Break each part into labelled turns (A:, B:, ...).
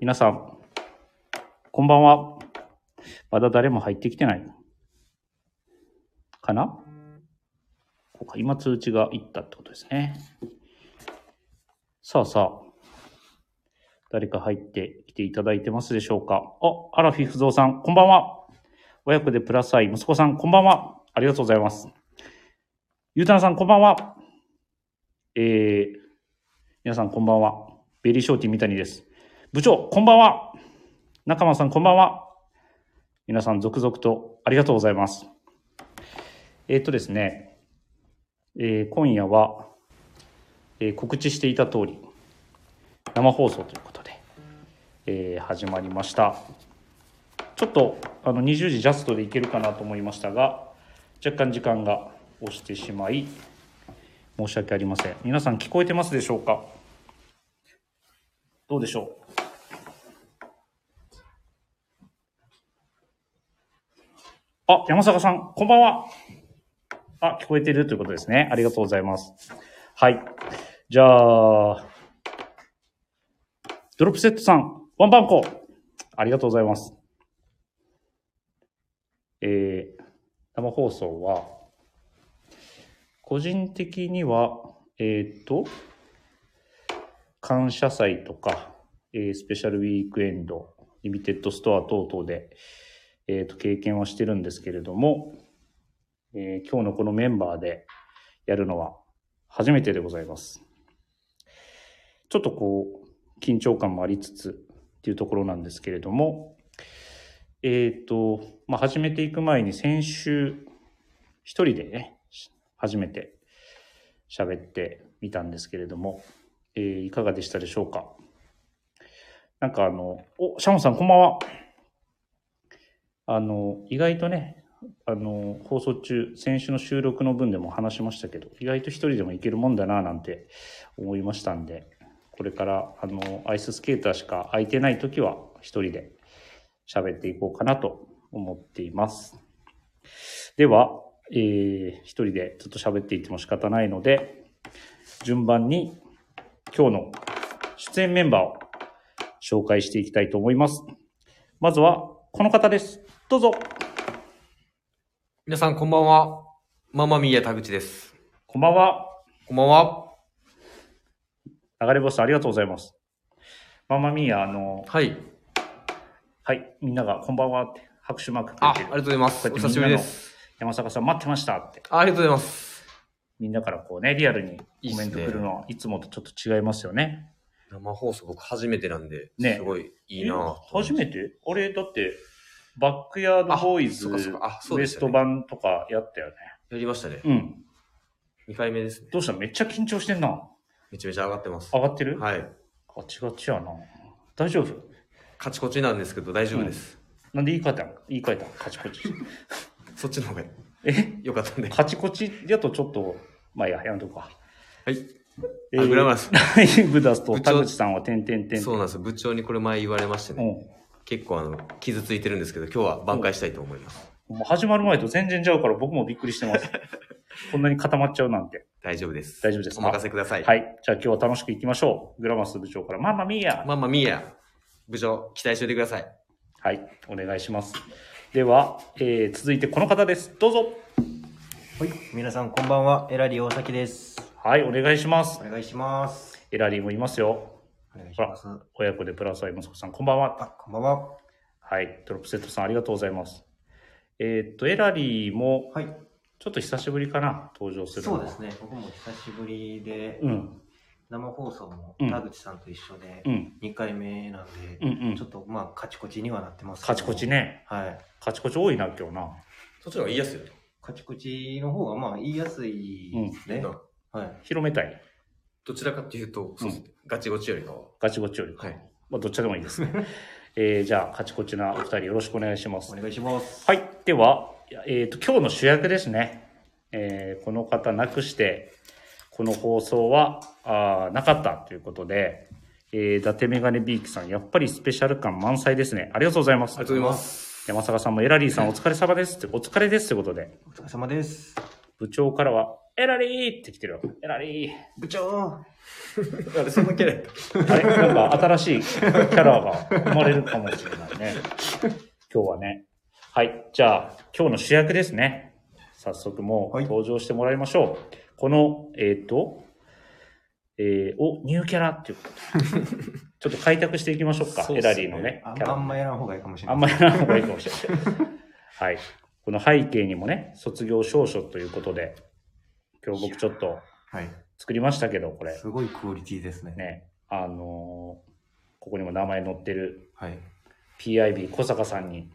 A: 皆さん、こんばんは。まだ誰も入ってきてない。かなこうか今通知がいったってことですね。さあさあ、誰か入ってきていただいてますでしょうかあ、アラフィフゾウさん、こんばんは。親子でプラス愛、息子さん、こんばんは。ありがとうございます。ゆうたなさん、こんばんは。えー、皆さん、こんばんは。ベリーショーティー三谷です。部長、こんばんは。仲間さん、こんばんは。皆さん、続々とありがとうございます。えーっとですね、えー今夜は、えー告知していた通り、生放送ということで、えー始まりました。ちょっと、あの、20時ジャストでいけるかなと思いましたが、若干時間が押してしまい、申し訳ありません。皆さん聞こえてますでしょうかどうでしょうあ、山坂さん、こんばんは。あ、聞こえてるということですね。ありがとうございます。はい。じゃあ、ドロップセットさん、ワンバンコ。ありがとうございます。えー、生放送は、個人的には、えーっ、と、感謝祭とか、えースペシャルウィークエンド、リミテッドストア等々で、えーと経験はしてるんですけれども、えー今日のこのメンバーでやるのは初めてでございます。ちょっとこう、緊張感もありつつっていうところなんですけれども、えっ、と、まあ、始めていく前に先週、一人でね、し初めて喋ってみたんですけれども、えーいかがでしたでしょうか。なんかあの、お、シャモンさんこんばんは。あの、意外とね、あの、放送中、先週の収録の分でも話しましたけど、意外と一人でもいけるもんだななんて思いましたんで、これから、あの、アイススケーターしか空いてない時は、一人で喋っていこうかなと思っています。では、えー一人でずっと喋っていても仕方ないので、順番に今日の出演メンバーを紹介していきたいと思います。まずは、この方です。どうぞ。
B: 皆さんこんばんは。ママミーヤ田口です。
A: こんばんは。
B: こんばんは。
A: 流れ星さん、ありがとうございます。ママミーヤ、あの、
B: はい。
A: はい、みんながこんばんはって拍手マークくれ
B: あ、あ
A: て
B: り
A: る
B: がとうございます。
A: こ
B: お
A: うやって
B: 久
A: み
B: し
A: ん
B: ぶ
A: な
B: り
A: の
B: です。
A: 山坂さん、待ってましたって、
B: ありがとうございます。
A: みんなからこうね、リアルにコメント
B: いいっ
A: く
B: すね
A: るのはいつもとちょっと違いますよね。
B: 生放送僕初めてなんで、
A: ね
B: すごいいい
A: え
B: なぁ
A: 初めて俺、だって、バックヤードボーイズ、
B: あそうかそうかあそう
A: ウエ
B: で
A: ス
B: した
A: ト
B: ね
A: 版とかやったよね。
B: やりましたね。
A: うん。
B: 2回目ですね。
A: どうしためっちゃ緊張してんな。
B: めちゃめちゃ上がってます。
A: 上がってるい。
B: はい。
A: ガチガチやな。大丈夫
B: カチコチなんですけど大丈夫です。
A: なんで言い換えたん言い換えたカチコチ。
B: そっちの方が
A: え
B: 良かったんで。は
A: カチコチだとちょっと、まあいいや、やめとこうか。
B: い。
A: え
B: あ、
A: ー
B: グラマラ ス。
A: ライブ出すと、
B: 部
A: 田
B: 長
A: 口さんは点々点。
B: そうなんです。部長にこれ前言われまして
A: う
B: ね。
A: ん。
B: 結構あの、傷ついてるんですけど、今日は挽回したいと思います。
A: もう始まる前と全然ちゃうから僕もびっくりして ます。こんなに固まっちゃうなんて。
B: 大丈夫です。
A: 大丈夫です
B: お任せください。
A: はい。じゃあ今日は楽しくいきましょう。グラマス部長から、ママミーヤ。
B: ママミーヤ、部長、期待しておいてください。
A: はい。お願いします。では、えー続いてこの方です。どうぞ。
C: はい、皆さんこんばんは、エラリー大崎です。
A: はい。お願いします
C: お。願いします。
A: エラリーもいますよ。
C: お願いします。あ、
A: 親子でプラスは息子さん、こんばんは。
C: こんばんは。
A: はい。ドロップセットさん、ありがとうございます。えーっと、エラリーも、
C: はい、
A: ちょっと久しぶりかな、登場するの
C: そ
A: は
C: うですね、僕も久しぶりで、
A: うん。
C: 生放送も
A: うん
C: 田口さんと一緒で
A: う、ん。
C: 2回目なんで、
A: うんうん
C: ちょっとまあ、カチコチにはなってますけど
A: カチコチ。ね。
C: はい。
A: カチコチ多いな、今日な。
B: そっちの方が言いやすいよね。
C: カチコチの方がまあ、言いやすいですね。
B: うん
C: はい。
A: 広めたい。
B: どちらかっていうと、そうですねガチゴチよりかは。
A: ガチゴチよりか。
B: はい。
A: まあ、どっちでもいいです ね。えー、じゃあ、カチコチなお二人よろしくお願いします
C: お。願いします。
A: はい。では、えっ、と、今日の主役ですね。えーこの方なくして、この放送は、あーなかったということで、えー、伊達メガネビーキさん、やっぱりスペシャル感満載ですね。ありがとうございます。
B: ありがとうございます。
A: 山坂さんもエラリーさんお疲れ様ですって、お疲れですってことで、
C: お疲れ様です。
A: 部長からは、エラリーって来てるよ。エラリー。
C: 部長
B: あれ、そのキャラやった
A: あれなんか新しいキャラが生まれるかもしれないね。今日はね。はい。じゃあ、今日の主役ですね。早速もう
C: はい
A: 登場してもらいましょう。この、えっ、と、えー、お、ニューキャラっていうこと。ちょっと開拓していきましょうか。
B: そうっ
A: エ
B: すね
A: ラリーのね、
C: あ
A: キャ
C: あ
A: ラ。
C: んまやらん方がいいかもしれ
A: あ
C: ない。
A: んまりやらない方がいいかもしれない。はい。この背景にもね、卒業証書ということで、今日僕ちょっと
C: はい。
A: 作りましたけど、これ。
C: すごいクオリティですね。
A: ね、あのーここにも名前載ってる
C: はい。
A: PIB 小坂さんに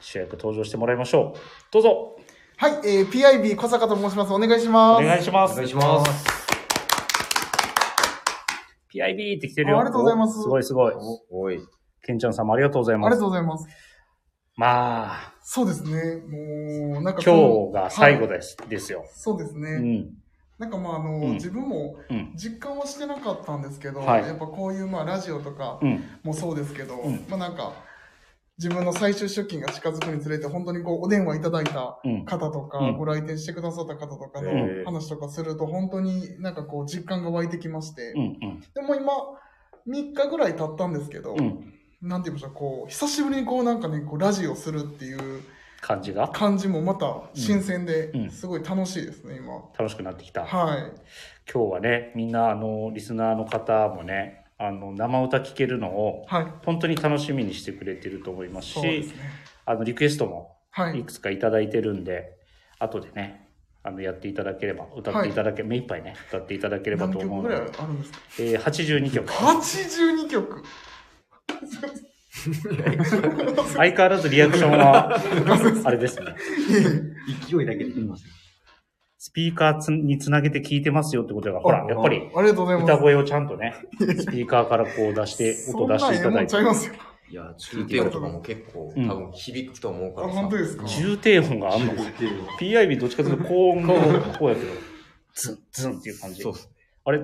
A: 主役登場してもらいましょう。どうぞ
D: はい、えー、PIB 小坂と申します。お願いしま
A: お
D: す。
A: 願いしま
B: お
A: す
B: 願いします。
A: !PIB って来てるよ。
D: あありがとうございます
A: おすごいすごい。
B: おい。
A: ケンちゃんさんもありがとうござい
D: あり
A: ま
D: が
A: す
D: と。うございます。
A: まあ、
D: そうですね。もう、なんか
A: 今日が最後
D: で、
A: です,、ですよ
D: はい。そうですね。
A: うん。
D: なんかまあ、あの、
A: ん
D: 自分も
A: うん。
D: 実感はしてなかったんですけど、
A: はい
D: やっぱこういう、まあ、ラジオとか
A: うん。
D: もそうですけど、
A: うん
D: まあなんか、自分の最終出勤が近づくにつれて、本当にこう、お電話いただいた
A: うん。
D: 方とか、
A: うん
D: ご来店してくださった方とか
A: え
D: の
A: ー
D: 話とかすると、本当になんかこう、実感が湧いてきまして、
A: うん。うん。
D: でも今、3日ぐらい経ったんですけど、
A: うん。
D: なんて言いましょう、こう、久しぶりにこうなんかね、こうラジオするっていう
A: 感じが
D: 感じもまた新鮮で、
A: うんうん
D: すごい楽しいですね、今。
A: 楽しくなってきた。
D: はい。
A: 今日はね、みんな、あの、リスナーの方もね、あの、生歌聴けるのを、
D: はい。
A: 本当に楽しみにしてくれてると思います
D: そうです
A: し、
D: ね。
A: あの、リクエストも
D: はいい。
A: くつかいただいてるんで、後でね、あのやっていただければ、歌っていただけ、目いっぱいね、歌っていただければ
D: 何
A: と
D: 曲
A: 思うの
D: ぐらいあ
A: で、
D: るんですか
A: えー、82曲。
D: ?82 曲。
A: 相変わらずリアクションは、 あれですね。
C: 勢いだけで言いますよ。
A: スピーカーつにつなげて聞いてますよってことが、ほら、やっぱり
D: ありがとうございます。
A: 歌声をちゃんと ね、スピーカーからこう出して、音出してい
D: そ
A: た
D: ん
A: だ
D: なん
A: い
D: ええもんち
A: て
D: ゃい。ますよ。
B: いや、中低音とかも結構、
A: うん
B: 多分響くと思う
D: あ、
B: からさ。
D: 本当ですか
A: 重低音があんのか。PIB どっちかというと高音の方やけど、 ズン、ズンっていう感じ
B: そう。っすね。
A: あれ、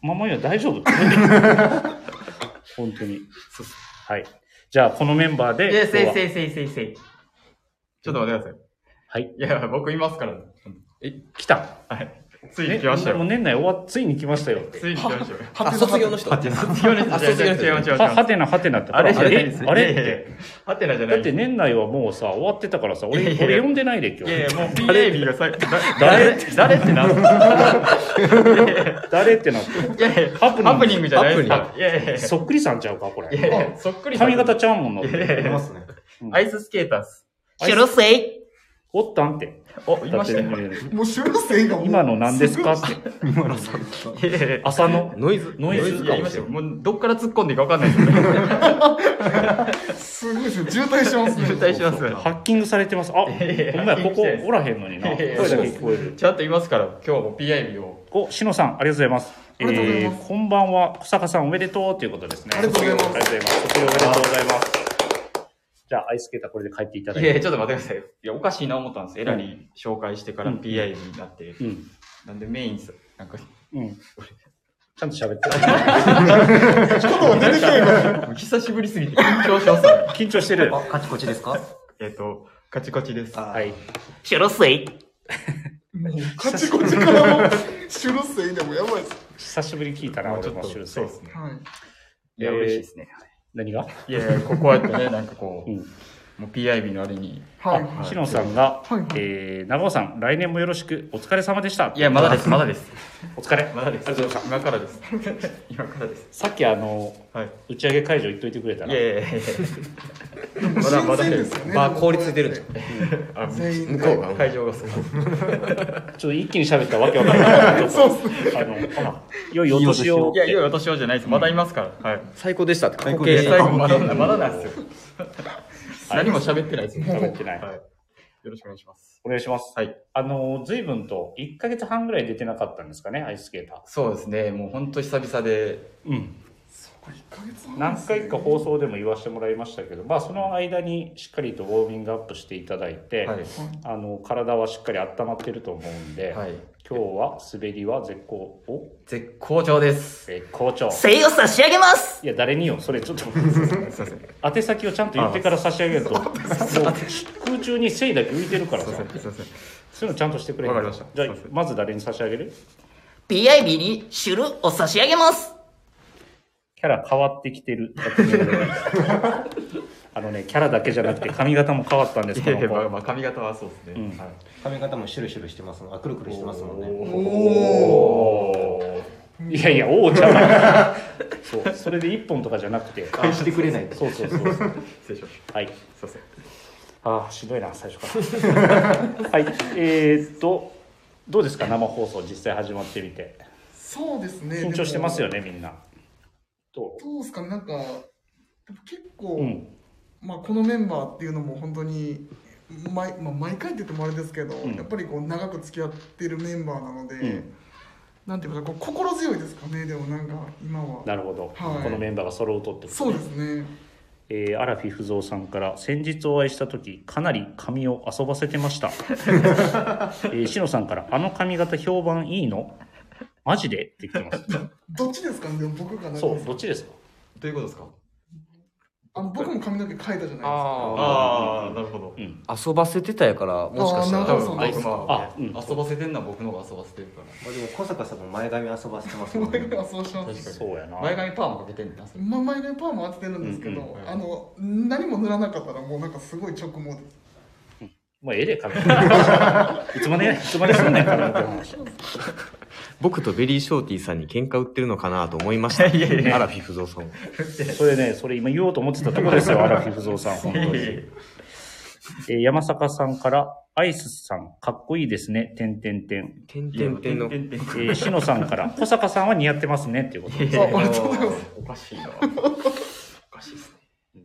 A: ママには大丈夫本当に。
B: そうっす
A: はい。じゃあ、このメンバーで
E: いや、
A: 今日
E: せい
A: は。
E: せいせいせいせい。
F: ちょっと待ってくださ
A: は
F: い。
A: い。
F: いや、僕いますから。
A: 来た。
F: ついに来ました
A: ねも
F: よ。
A: う年内終わっ、ついに来ましたよって。
F: ついに来ましたよ。
D: は
B: あ、
D: てな
B: 卒業の人。
C: はてな
B: 卒業の人。あ、卒業の人。
F: 違う違う違う違う
A: は、はてなはてなって。
F: あれじゃ
A: あ
F: ない
A: れ
F: です。
A: あ
F: いやいや
A: れ
F: ハテナじゃな
A: だ
F: い
A: って年内はもうさ、終わってたからさ、俺
F: いや、いや
A: 俺読んでないで今
F: いやい
A: 日。
F: や、もう PAB が最
A: 誰
F: 誰誰ってなる
A: 誰ってなってる。
F: いやいや、
A: ハプニング
F: ハプニングじゃないですか。いやいやい
A: そっくりさんちゃうか、こ
F: やい
A: れ。
F: やいや、そっくり。
A: 髪型ちゃうもんな。
C: ありますね。
F: アイススケーターっす。
E: シュルスイ
A: おったんって。
F: お、いましたよ。
A: だって
D: もう修正がもう
A: 今の何ですかっ
D: ごい
A: て。
C: 今のさ、
F: いやいやいや
A: 朝の。
B: ノイズ。
A: ノイズ
F: いや、いましたよ。もう、どっから突っ込んでいいかわかんないですよ。
D: すごいですね。渋滞しますね。
F: 渋滞しますよ。
A: ハッキングされてます。あ、ほんま
F: やいや
A: や、ここおらへんのにな。
F: いやいや
A: 声だけ聞こえる。
F: ちゃんといますから、今日はもう PIB を。
A: お、しのさん、ありがとうございます。
D: ありがとうございます
A: えーこんばんは、小坂さんおめでとうということですね。
D: ありがとうございます
A: ありがとうございます。卒業おめでとうございます。じゃあ、アイスケーターこれで帰っていただい
F: いやい
A: て。
F: や、ちょっと待ってくださいよ。いや、おかしいな思ったんです。エラリー紹介してから
A: うん
F: PIB になって。
A: うん。
F: なんでメインさ、なんか、
A: うん。ちゃんと喋っ て。
F: もう 久しぶりすぎて緊張しますね。
A: 緊張してる。
C: あ、カチコチですか
F: えっ、と、カチコチです。
C: あ
A: はい。
E: シュルスイ
D: もうカチコチから の修正でもやばいです。
A: 久しぶりに聞いたな、
F: まあ
A: 俺
F: ちょっ
A: も
F: と、
A: 修
F: そ
A: 正
F: うで。すね。
D: はい。
F: いや、
A: えー
F: 嬉しいですね。
A: 何が
F: いやいや、ここはやってね、なんかこう、
A: うん
F: もう PIB のあれに。
D: はい。
A: あ、しのさんが
D: はいはい、
A: えー、長尾さん、来年もよろしく、お疲れ様でした
F: い。や、まだです、まだです。
A: お疲れ。
F: まだです。
A: ありがとうござい
F: 今からです。今からです。
A: さっきあの、
F: はい。
A: 打ち上げ会場行っといてくれた
F: い
A: ら
F: や、いやいやい
D: もう
F: まだまだ
D: 新鮮ですよね。
B: まあ、効率出るんじゃん。
F: やあ
D: 全員
B: 向こうが。
F: 会場がそう。
A: ちょっと一気に喋ったわけわかんない。
D: そうっすね。
A: あの、ほら、良いお年を。
F: いや、いや、私はじゃないです。まだいますから。はい。
B: 最高でしたって。
C: 最高
F: い
C: で
F: や
C: し
F: 最
C: た
F: 後、 まだ、まだなんですよ。
A: い
F: 何も喋ってないです。
A: 喋ってない
F: はい。よろしくお願いします。
A: お願いします。
F: はい。
A: あの、随分と、1ヶ月半ぐらい出てなかったんですかね、アイススケーター。
F: そうですね、もう本当久々で、
A: うん。
D: 一ヶ月半で
A: 何
D: すね
A: 回か放送でも言わせてもらいましたけど、まあ、その間にしっかりとウォーミングアップしていただいて、
F: はい。
A: あの、体はしっかり温まってると思うんで、
F: はい。
A: 今日は滑りは絶好、お
F: 絶好調です。
A: 絶好調。
E: イを差し上げます
A: いや、誰によ、それちょっと、
F: すいません。すい
A: 宛先をちゃんと言ってから差し上げると、もう空中にせいだけ浮いてるからさ。
F: ません。
A: そういうのちゃんとしてくれへん
B: わかりました
A: じゃあ
B: そうです
A: まず誰に差し上げる
E: PIB にシュルを差し上げます
A: キャラ変わってきてる。あのね、キャラだけじゃなくて髪型も変わったんです
F: い
A: け
F: やいや、
A: ど、こ
F: まあ
A: の
F: まあ、髪型はそうですね。
A: うん
F: はい
C: 髪型もシュルシュルしてますもんあくるくるしてますもんね
F: おー
A: 子いやいや、王ちゃん。 そう、それで一本とかじゃなくて。
C: 返してくれない
A: そうそうそうそう。
F: 失礼しました。
A: はい。
F: すいません。
A: ああ、しんどいな、最初から。はい。えーっと、どうですか、生放送実際始まってみて。
D: そうですね。
A: 緊張してますよ
D: ね。
A: ね、みんな。ど
D: どうですかね、なんか、やっぱ結構、
A: ううん。
D: まあ、このメンバーっていうのも本当に毎,、まあ、毎回って言ってもあれですけど、
A: うん
D: やっぱりこう長く付き合ってるメンバーなので、
A: ん
D: なんていうかこう心強いですかねでもなんか今は
A: なるほど。
D: はい
A: このメンバーが揃うとってこと
D: そうですね
A: えー、アラフィフゾウさんから先日お会いした時かなり髪を遊ばせてま した、えー、しのさんからあの髪型評判いいのマジでって言ってま
D: どっちですかねでも僕がなん
A: す
D: か
A: そうどっちですか
B: どういうことですか
D: あの僕も髪の毛変えたじゃないですか
B: あ
F: ああ、なるほど。
A: うん
B: あ。遊ばせてたやから、もしかした
D: あー
B: ら多
D: なるほど
B: 分、あいつ
F: 僕も
A: あうん
F: 遊ばせてんのは僕の方が遊ばせてるか
C: あでも小坂さんも前髪遊ばせてます
D: 前
C: もんね
D: 髪はそうします
A: そうやな
F: ら。前髪パーもかけてんねんな。それ
D: まあ、前髪パーも当ててるんですけ
A: う
D: ど、
A: ん
F: うんうん
D: あの何も塗らなかったらもうなんかすごい直毛です
A: もうええで髪いつ までいつまですんねん髪の毛の話
B: 僕とベリーショーティーさんに喧嘩売ってるのかなと思いました。いやいやアラフィフゾウさんは。
A: それねそれ今言おうと思ってたところ ですよアラフィフゾウさん本当に、えー、山坂さんからアイスさんかっこいいですね点点点
B: てんてんてんの。
F: んてん
A: えー、しのさんから小坂さんは似合ってますねっていうことです
D: あありがとうございます
F: おかしいな。おかしいですね。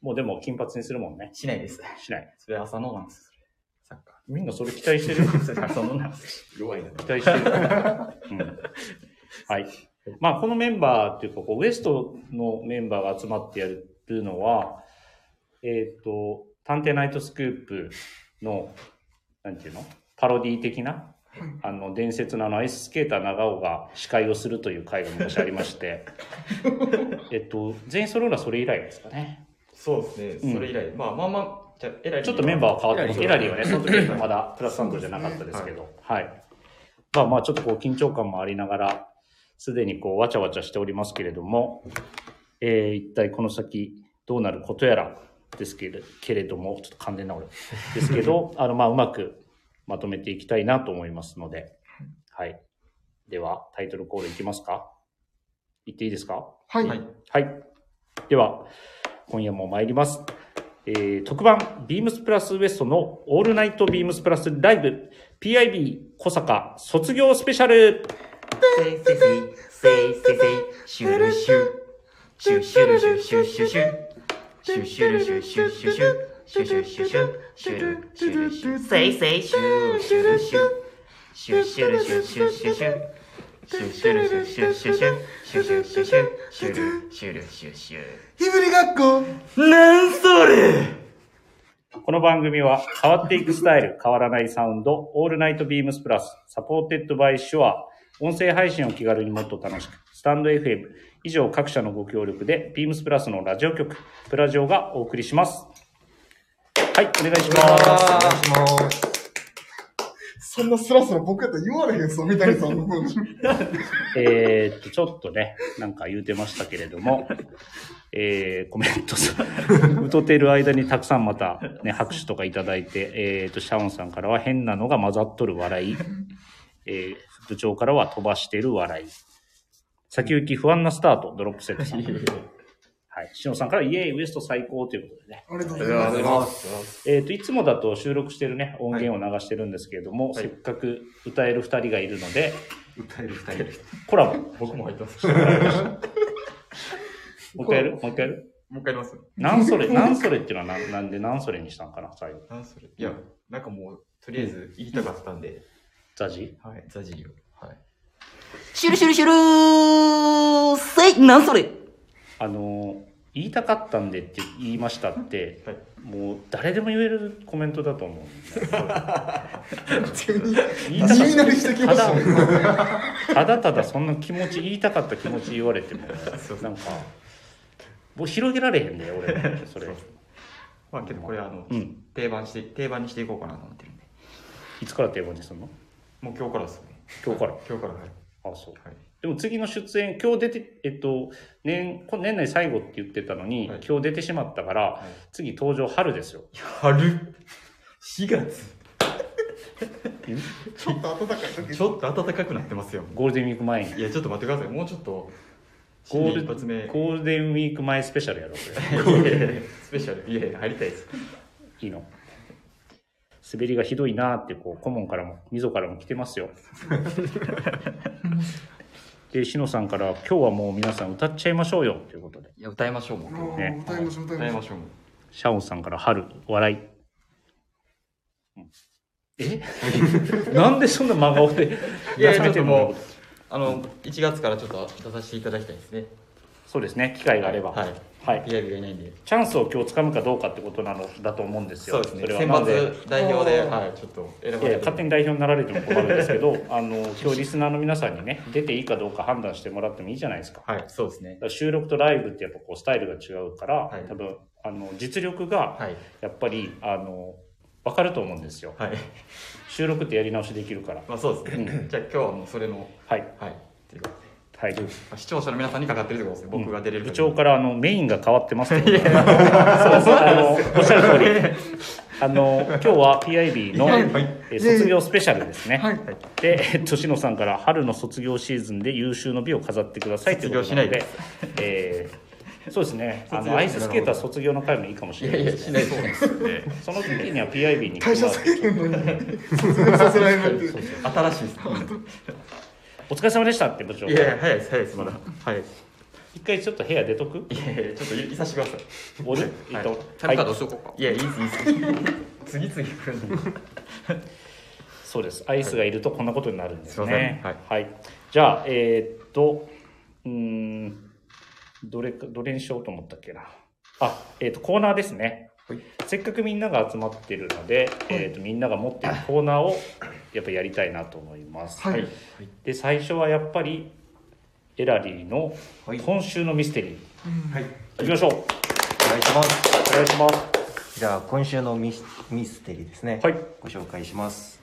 A: もうでも金髪にするもんね。
F: しないです。
A: しない。
F: それ朝のなんです。それサッカ
A: みんなそれ期待してる。
F: ー。それ朝のなんです。弱いな。
A: 期待 してる。うん、はい。まあ、このメンバーっていうか、こうウエストのメンバーが集まってやるのは、えっ、と、探偵ナイトスクープの、なんていうのパロディ的な、あの、伝説のあの、アイススケーター長尾が司会をするという回が昔ありま して、えっと、全員揃うのはそれ以来ですかね。
F: そうです
A: うん
F: ね。それ以来。まあまあまあ、じゃあエラリー
A: ちょっとメンバーは変わってます。エ
F: エ
A: ラ
F: ラ
A: リ
F: リ
A: ー
F: ー
A: は
F: は
A: ね、その時はまだプラスサンドじゃなかったですけど、はい。まあまあ、ちょっとこう緊張感もありながら、すでにこうわちゃわちゃしておりますけれども、えー、一体この先どうなることやらですけれけれども、ちょっと完全な俺、ですけ ど、あの、まあ、うまくまとめていきたいなと思いますので、はい。では、タイトルコールいきますかいっていいですか
D: はい、
F: はい。
A: はい。では、今夜も参ります。えー特番、ビームスプラスウエストのオールナイトビームスプラスライブ、PIB 小坂卒業スペシャル。
E: せいせいせいせいせいせいシュルシュシュシュルシュシュシュシュシュシュルシュシュシュシュシュシュシュシュシュルシュルシュせいせいシュシュルシュシュシュルシュシュシュシュシュシュルシュシュシュシュシュシュシュシュシュルシュルシュシュ
D: ひぶり学校
E: なんそれ
A: この番組は変わっていくスタイル、変わらないサウンド、オールナイトビームスプラス、サポーテッドバイシュア、音声配信を気軽にもっと楽しく、スタンド FM、以上各社のご協力で、ビームスプラスのラジオ局、プラジオがお送りします。はい、お願いします。
C: お願いします
D: そんなスラスラ僕やったら言われへんぞ三谷さんの方に
A: えーっと、ちょっとね、なんか言うてましたけれども、 えーコメントさ、歌っている間にたくさんまた、ね、拍手とかいただいて、えーっと、シャオンさんからは変なのが混ざっとる笑い、えー副長からは飛ばしてる笑い、先行き不安なスタート、ドロップセットさん。はい、シノさんから、イエーイ、ウエスト最高ということでね。
D: ありがとう
F: あ
D: ご
F: り
D: ざい
F: がとう
D: ま
F: ご
D: す
F: ざいます。
A: えーっと、いつもだと収録してるね、音源を流してるんですけれども、
F: はい
A: せっかく歌える二人がいるので、
C: 歌える二人
A: コラボ。も
F: 僕も入ってます。
A: う一回やるもう一回やる
F: もう一回やります。
A: なんそれ、なんそれっていうのはなんなんでなんそれにしたんかな、最後。
F: 何それいや、なんかもう、とりあえず言いたかったんで、
A: ザジ
F: はい、ザジリを。はい。
E: シュルシュルシュルーせいなんそれ
A: あのー、言いたかったんでって言いましたって、
F: はい
A: もう誰でも言えるコメントだと思うんだよね。
D: 急に
A: 言いたか
D: 地味なりしてきましたね
A: ただただただそんな気持ち、言いたかった気持ち言われても、なんか、もう広げられへんで、俺、それ。
F: まあけどこれあの、
A: うん
F: 定番して、定番にしていこうかなと思ってるんで。
A: いつから定番にするの
F: もう今日からですね。
A: 今日から。
F: 今日から、はい。
A: あ、そう。
F: はい
A: でも次の出演、今日出て、えっと、年、こ年内最後って言ってたのに、
F: はい
A: 今日出てしまったから、
F: い
A: 次登場春ですよ。
F: 春 !4 月
D: ちょっと暖かい時
F: ちょっと暖かくなってますよ。
A: ゴールデンウィーク前に。
F: いや、ちょっと待ってください。もうちょっと、
A: ゴー
F: 新年
A: ル
F: 一発目。
A: ゴールデンウィーク前スペシャルやろ、これ。
F: いやいやいや スペシャル。いやいや、入りたいです。
A: いいの。滑りがひどいなーって、こう、顧問からも、溝からも来てます よ。で、しのさんから、今日はもう皆さん歌っちゃいましょうよ、ということで。
F: いや、歌いましょう、もう
D: あ
F: 今日は。
D: ー歌いましょう歌
F: 歌
D: い
F: い
D: ま
F: ま
D: し
F: しょう、もう。
A: シャオンさんから、春、笑い。うんえ なんでそんな真顔で
F: いや
A: 出されてる
F: ちょっと
A: の
F: もうあの、1月からちょっと出させていただきたいですね。
A: そうですね、機会があれば。
F: はい。
A: はい
F: リアルがいないんで。
A: チャンスを今日掴むかどうかってことなのだと思うんですよ。
F: そうですね。
A: れは
F: 選
A: なので
F: 抜代表で、
D: おー
F: はい、ちょっと選ば
A: いやいや
F: れて
A: 勝手に代表になられても困るんですけど あの今日リスナーの皆さんにね出ていいかどうか判断してもらってもいいじゃないですかだか
F: はい、そうですね。
A: ら収録とライブってやっぱこうスタイルが違うから、
F: い
A: 多分あの実力が
F: はい。
A: やっぱりあの分かると思うんですよ
F: はい。
A: 収録ってやり直しできるから
F: まあそうですね。じゃあ今日はもうそれの、
A: はい
F: はい。っていうことで
A: はい
F: まあ視聴者の皆さんにかかってるってことですね。僕が出れる
A: 部
F: か
A: 長からあのメインが変わってますけどそうそうあのおっしゃる通りあの今日は PIB の、
F: はい
A: えー卒業スペシャルですね、
D: ょうはい
A: で、えっと、しのさんから春の卒業シーズンで優秀の美を飾ってくださいということなので、えーそうですね、あ
F: 卒
A: の
F: 業
A: アイススケーター卒業の回もいいかもしれ
F: い
A: ない
F: やい
A: で
F: や、
A: す
F: し
A: ね。
F: ないそうですね。
A: その時には PIB に行
D: 会
A: っても
D: 社
A: らう
D: 制限のに卒業させられるっていう
F: 新しいです。
A: お疲れ様でしたって部長
F: いやいや、早いです、早いです、まだ。 はい。い
A: 一回ちょっと部屋出とく
F: やいや、ちょっといいさしてください。
A: おる、えっと
B: タイカ
A: は
B: ード
A: い
B: しとこうか。
F: いや、いいです、いいです。次々来るんで。
A: そうですアイスがいるとこんなことになるんですね
F: すいま
A: はい、じゃあえーっとうーんどれかどれにしようと思ったっけなあえーっとコーナーですね、せっかくみんなが集まってるので、えーっとみんなが持ってるコーナーをやっぱやりたいなと思います、
D: はい
A: で最初はやっぱりエラリーの今週のミステリー、
F: はい。
A: い、きましょう
C: お願いします
A: お願いします
C: じゃあ今週のミスミステリーですね、
A: はい
C: ご紹介します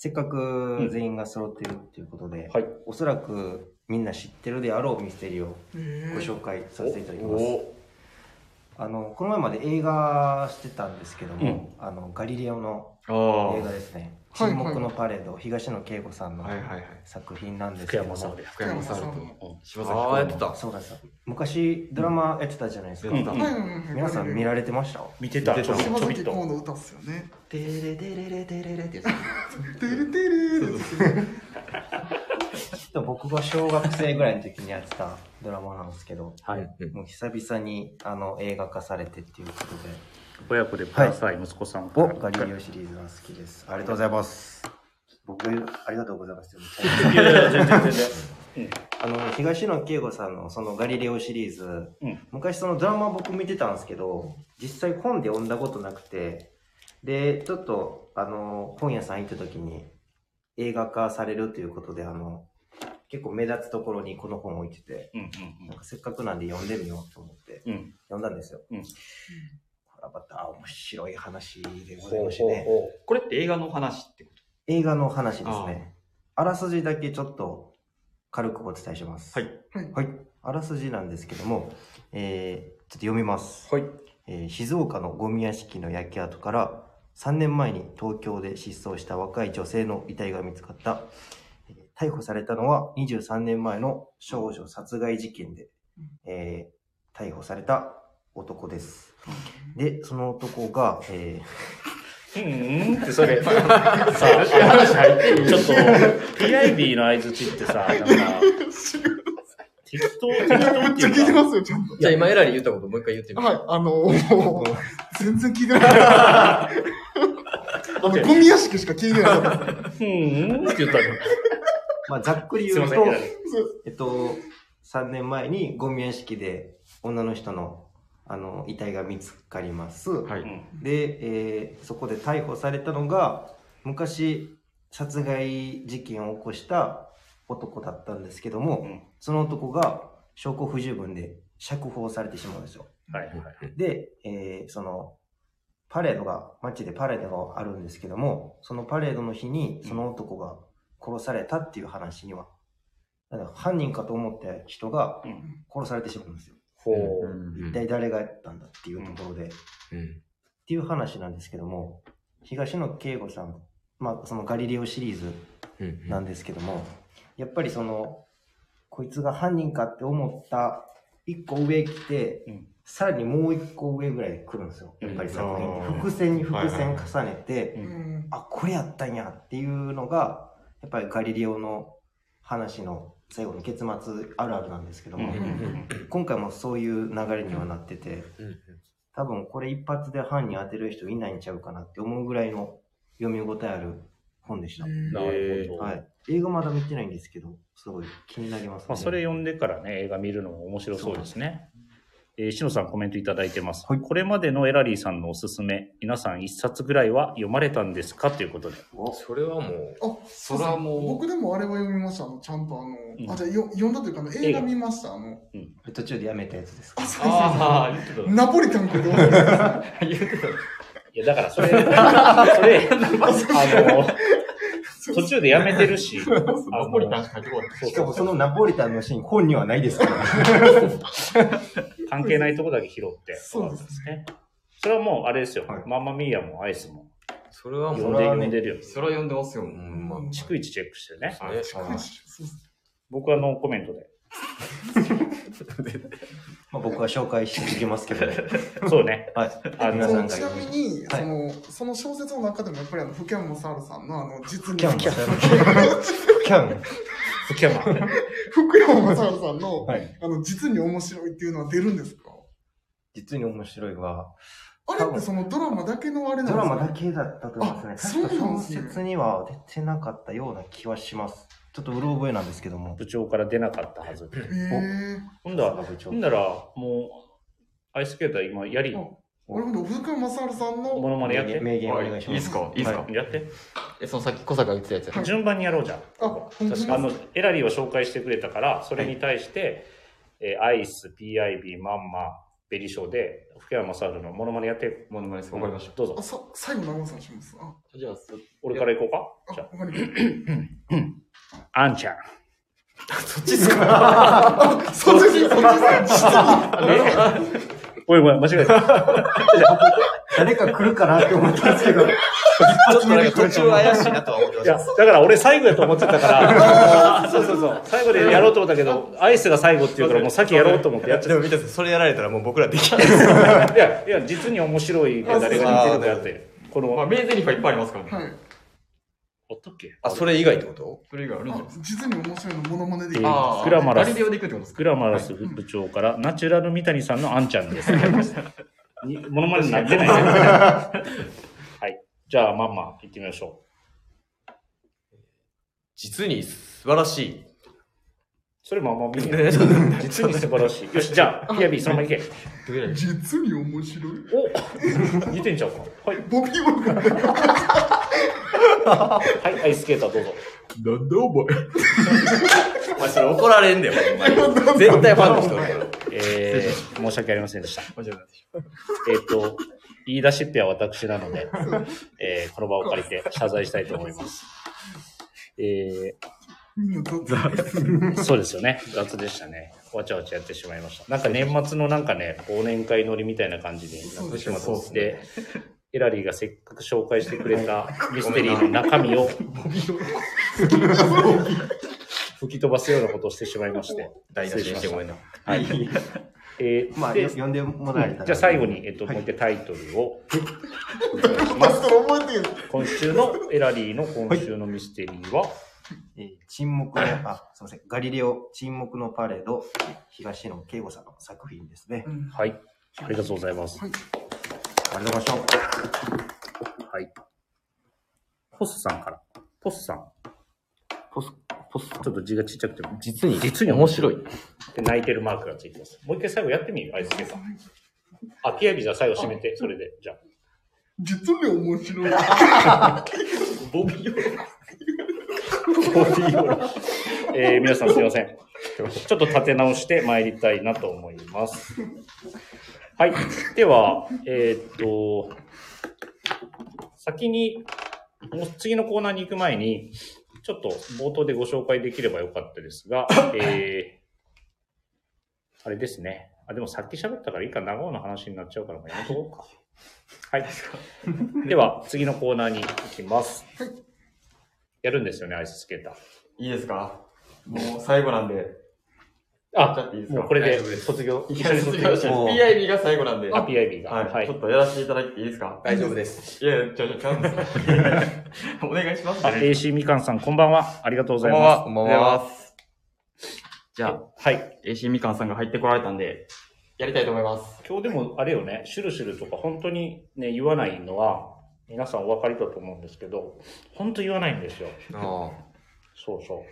C: せっかく全員が揃ってるということで、
A: はい
C: おそらくみんな知ってるであろうミステリーをご紹介させていただきます、あのこの前まで映画してたんですけども、あのガリレオの
F: あ
C: 映
F: あ。
C: 画ですね「
D: はい
C: 沈黙のパレード」東野圭吾さんの
F: はいはいはい。
C: 作品なんです
A: 福
C: けど
A: 山
C: も
A: さんで
F: 福山さんと柴崎
B: ああ、やってた。
C: そうなんですよ昔ドラマやってたじゃないですか、
F: やって
A: う
F: た
A: ん
D: はいはいはい
C: 皆さん見られてました
A: 見てた
F: 見て
A: ちょ
F: た
A: びち
D: 島
A: ょび
D: 崎
A: っ
D: 公
A: と
D: の歌っすよね
B: デレデレレデレレってや
D: てれてれーですね
C: ちょっと僕が小学生ぐらいの時にやってたドラマなんですけど、
A: はい
C: もう久々にあの映画化されてっていうことで、
A: 親子でください、息子さんか
C: お
A: ら
C: ガリレオシリーズが好きです。ありがとうございます。僕、ありがとうございます。
A: いやいや全然全然
C: あの、東野圭吾さんのそのガリレオシリーズ、
A: うん
C: 昔そのドラマ僕見てたんですけど、実際本で読んだことなくて、で、ちょっと、あの、本屋さん行った時に映画化されるということで、あの、結構目立つところにこの本置いてて、
A: うんうん
C: なんかせっかくなんで読んでみようと思って
A: うんうん
C: 読んだんですよ。
A: うん
C: これはまた面白い話でござい
A: ほう
C: まして
A: ほう
C: ね。
A: ほ
F: これって映画の話ってこ
C: 映画の話ですね。あらすじだけちょっと軽くお伝えします。
F: はい
D: はい
C: はい。あらすじなんですけども、えーちょっと読みます。
A: うはい
C: えー静岡のゴミ屋敷の焼け跡から3年前に東京で失踪した若い女性の遺体が見つかった、えー逮捕されたのは23年前の少女殺害事件で、えー逮捕された男ですでその男が、え
A: うんうんってそれさあちょっと PIB の相づちってさなんか適当適当
D: め
A: っ
D: ってちゃ聞い
A: い
D: て
A: うか
D: ますよ、ちゃんと。
B: じゃあ今、エラリー言ったこともう一回言ってみ。
D: はいい、あのー、全然聞いてなかった。あの、ゴミ屋敷しか聞いてなかっ
A: う
D: た。
A: んうんって言ったの
C: ーまあ、ざっくり
A: すいま
C: 言う
A: せ
C: と
A: んはい
C: えっと、3年前にゴミ屋敷で女の人のあの遺体が見つかります、
F: とは
A: う
F: い。
A: ん
C: で、えーそこで逮捕されたのが昔殺害事件を起こした男だったんですけども、
A: うん
C: その男が証拠不十分で釈放されてしまうんですよ
A: はいはい
C: で、えーそのパレードが、街でパレードがあるんですけども、そのパレードの日にその男が殺されたっていう話には、だから犯人かと思った人が
A: うん
C: 殺されてしまうんですよ。
A: ほう。
B: うん
C: 一体誰がやったんだっていうところで、っ
B: うん。
C: ていう話なんですけども、東野圭吾さん、まあそのガリレオシリーズ
B: うん。
C: なんですけども、やっぱりその、こいつが犯人かって思った一個上来て、
A: うん
C: さらにもう一個上ぐらいに来るんですよ。やっぱり作品に
B: うん
C: 伏線に伏
B: はいはいは
C: 線
B: い
C: 重ねて、
A: う
D: うんん。
C: あ、これやったんやっていうのが、やっぱりガリレオの話の最後の結末あるあるなんですけど
A: うん
C: も、今回もそういう流れにはなってて、
B: うん
C: 多分これ一発で犯人当てる人いないんちゃうかなって思うぐらいの読み応えある本でした。
A: なるほど。
C: はい。映画まだ見てないんですけど、すごい気になります、ね。
A: まあ、それ読んでからね、映画見るのも面白そうですね。えー、しのさんコメントいただいてます。これまでのエラリーさんのおすすめ、皆さん一冊ぐらいは読まれたんですかということで。
B: それはもう、
D: あ、
F: そらもう
D: 僕でもあれは読みました。あのちゃんとあの、
A: ん
D: あ、じゃあよ読んだというか、あの映画見ました。あの、
C: 途中でやめたやつですか。
F: ああ、言ってた。
D: ナポリタンかどうかですね。
F: 言ってた。
A: いや、だからそれ、それ、あの、途中でやめてるし、あ
F: ナポリタンしか出てこない。
C: しかもそのナポリタンのシーン、本にはないですから。
A: 関係ないとこだけ拾って。
D: そうです
A: ね。それはもう、あれですよ。
C: はい
A: マンマミーヤもアイスも。
B: それは
A: 読
B: も
A: んで、読
B: う、
C: それはね
A: んでるよね。
F: それは読んでますよ。
B: うん、まあ、
A: 逐一チェックしてね。
B: あれ、
D: そうですね
A: 僕はノーコメントで。
C: まあ僕は紹介していきますけ ど、ね、
A: そうね。
C: はい。
A: あ
D: そ
C: 皆さ
D: うん
C: か
D: ち
C: ら
D: なみに、
C: はい
D: その、その小説の中でもやっぱりあの、福山雅治さんのあの、実に
C: キャン、 キャン、キャン。
A: 福山。
D: 福山雅治さんの、
C: はい。
D: あの、実に面白いっていうのは出るんですか
C: 実に面白いは、
D: あれってそのドラマだけのあれなんです
C: ド
D: か
C: ラマだけだったと思いますね。
D: あそう
C: 確
D: なん
C: か
D: で
C: 小
D: すね
C: 説には出てなかったような気はします。ちょっとうろ覚えなんですけども。
A: 部長から出なかったはず。
D: へえ。
A: 今度は
C: 部長
A: ほんなら、もう、アイススケーター今、やり、
D: あ
A: も
D: 俺も福山雅治さんの、
A: のまねやって。
C: 名言お願いします。
F: いいっすかいいっすか
C: は
A: やって。
F: え、そのさっき小坂が言ってたやつや。
A: 順番にやろうじゃん。
D: あ、本当です
A: あ
D: か
A: の、エラリーを紹介してくれたから、それに対して、えーアイス、PIB、マンマ、ベリショーで、福山雅治のモノマネやって、
F: ものまねです。わかりまし
A: どうぞ
D: あ、。さ、最後長尾さんします。あ、
F: た。じゃあ、そ
A: 俺から行こうか。
D: あ
A: じゃ
D: わかりま
A: あ、あんちゃん。
F: そっちっすか
D: した。 そっちです、そっちです。
A: ごめんごめん、間違えた。
C: 誰か来るかなって思ったんですけど。
B: ちょっと なんか途中怪しいなとは思ってま
A: い
B: した。
A: や、だから俺最後やと思ってたから、そうそうそう、最後でやろうと思ったけど、アイスが最後っていうから、もう先やろうと思ってやっちゃ
B: でも、見たさん、それやられたらもう僕らできない。
A: った。いや、いや、実に面白いで誰が似てるかやって、こ
F: まあ、
A: の、
F: 名台詞はいっぱいありますからね。
D: はい。
A: おっとっけ
B: あ、それ以外ってこと
F: それ以外あるんじゃない
D: あ
F: ですか。
D: 実に面白いのモノマネで
A: え
D: き
A: ー
D: る。
F: ああ、
A: グラマラス
F: ガリレオで行くってことですか
A: グラマラス部長から、ナチュラル三谷さんのあんちゃん です。にモノマネになってない ね。はい。じゃあ、まんま、行ってみましょう。
B: 実に素晴らし い。
A: それまんま見る。実
B: 実
A: に素晴らしい。よし、じゃあ、ピアビー、そのまま行け。
F: どれぐらい
D: 実に面白い。
A: お 似てんちゃうか。はい。
D: ボビーオルが。
A: はい、アイスケーターどうぞ。
B: なんだお前。お前それ怒られんだよ、お前絶対ファンの人だから。
A: えー、申し訳ありませんでした。
F: 間違いないでし
A: えっ、と、言い出しっぺは私なの で、えーこの場を借りて謝罪したいと思います。え
D: みんなどっ
A: ーそうですよね。雑でしたね。わちゃわちゃやってしまいました。なんか年末のなんかね、忘年会乗りみたいな感じになってしま
B: そう
A: っ
B: です
A: て、エラリーがせっかく紹介してくれたミステリーの中身を吹き飛ばすようなことをしてしまいまして、
B: 台無しにしてごめんな。
A: はい。えー
C: まあ、
A: で
C: よ呼んでもらえたら。
A: じゃあ最後に、えっと、もう一回タイトルを、
D: 覚えてる。
A: 今週のエラリーの今週のミステリーは、
C: えー沈黙の、あ、すみません。ガリレオ、沈黙のパレード、東野圭吾さんの作品ですね。
A: はい。ありがとうございます。
D: はい。
C: ありがとうございました。
A: はい。ポスさんから。ポスさん。
B: ポス、ポス
A: ちょっと字がちっちゃくても。
B: 実に、
A: 実に面
B: 面
A: 白
B: 白
A: い
B: い。
A: で泣いてるマークがついてます。もう一回最後やってみるアイスケさん。あ、ピアビじゃあ最後締めて、それで。じゃあ。
D: 実に面白い。
A: ボビーオロ。ボビーオロ。えー皆さんすいません。ちょっと立て直して参りたいなと思います。はい。では、えーっと、先に、もう次のコーナーに行く前に、ちょっと冒頭でご紹介できればよかったですが、えー、あれですね。あ、でもさっき喋ったからいいか、長尾の話になっちゃうから、もうやめとこうか。はい。では、次のコーナーに行きます。やるんですよね、アイススケーター。
F: いいですかもう最後なんで。やっちゃ
A: あ
F: っていいで、すか
A: もうこれで
B: 大丈夫です
A: 卒業、
F: い
A: 一
F: や
A: 緒に卒業し
C: うも
F: PIB が最後なんで。
A: た。あ、PIB が。
F: はい、
A: はい
F: ちょ。っとやらせていただいていいですか
B: 大丈夫です。
F: いやいや、ちょ、ちょ、ちゃうんですお願いします
A: あ、
F: ね。
A: AC みかんさん、こんばんは。ありがとうございます。
B: こんばんは。
F: じゃあ、
A: はい。
F: AC みかんさんが入ってこられたんで、やりたいと思います。
A: 今日でもあれよね、シュルシュルとか本当にね、言わないのは、皆さんお分かりだと思うんですけど、本当言わないんですよ。
B: あ
A: そうそう。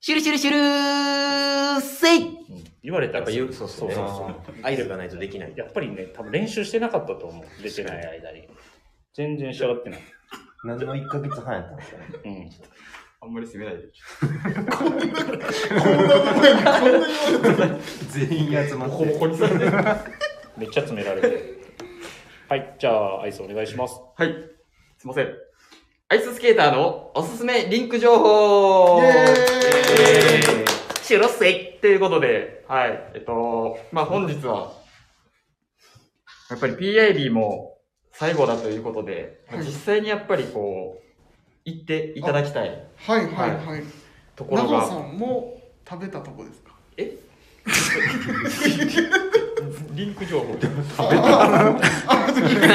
E: シュルシュルシュルーせい
A: うん言われ
B: あ。
A: た
B: やっ
A: ら
B: ぱ言う、そうそうね
A: そうそうそう。
B: アイドルがないとできない。
A: やっぱりね、多分練習してなかったと思う。出てない間に。全然仕上がってない。
C: 何の1ヶ月半やったんですかね。
A: うん。
F: あんまり攻めないで。
C: 全員集まって。
F: にされて。は
A: めっちゃ詰められて。はい。じゃあ、アイスお願いします。
F: い。すいません。アイススケーターのおすすめリンク情報
D: イエーイ
F: イエーイシュロセイということで、はい。えっと、まあ、本日は、やっぱり PIB も最後だということで、まあ実際にやっぱりこう、行っていただきたい
D: はいはいはい。
F: ところ
D: 長尾さ
F: が、
D: んも食べたとこですか
F: えリンク情報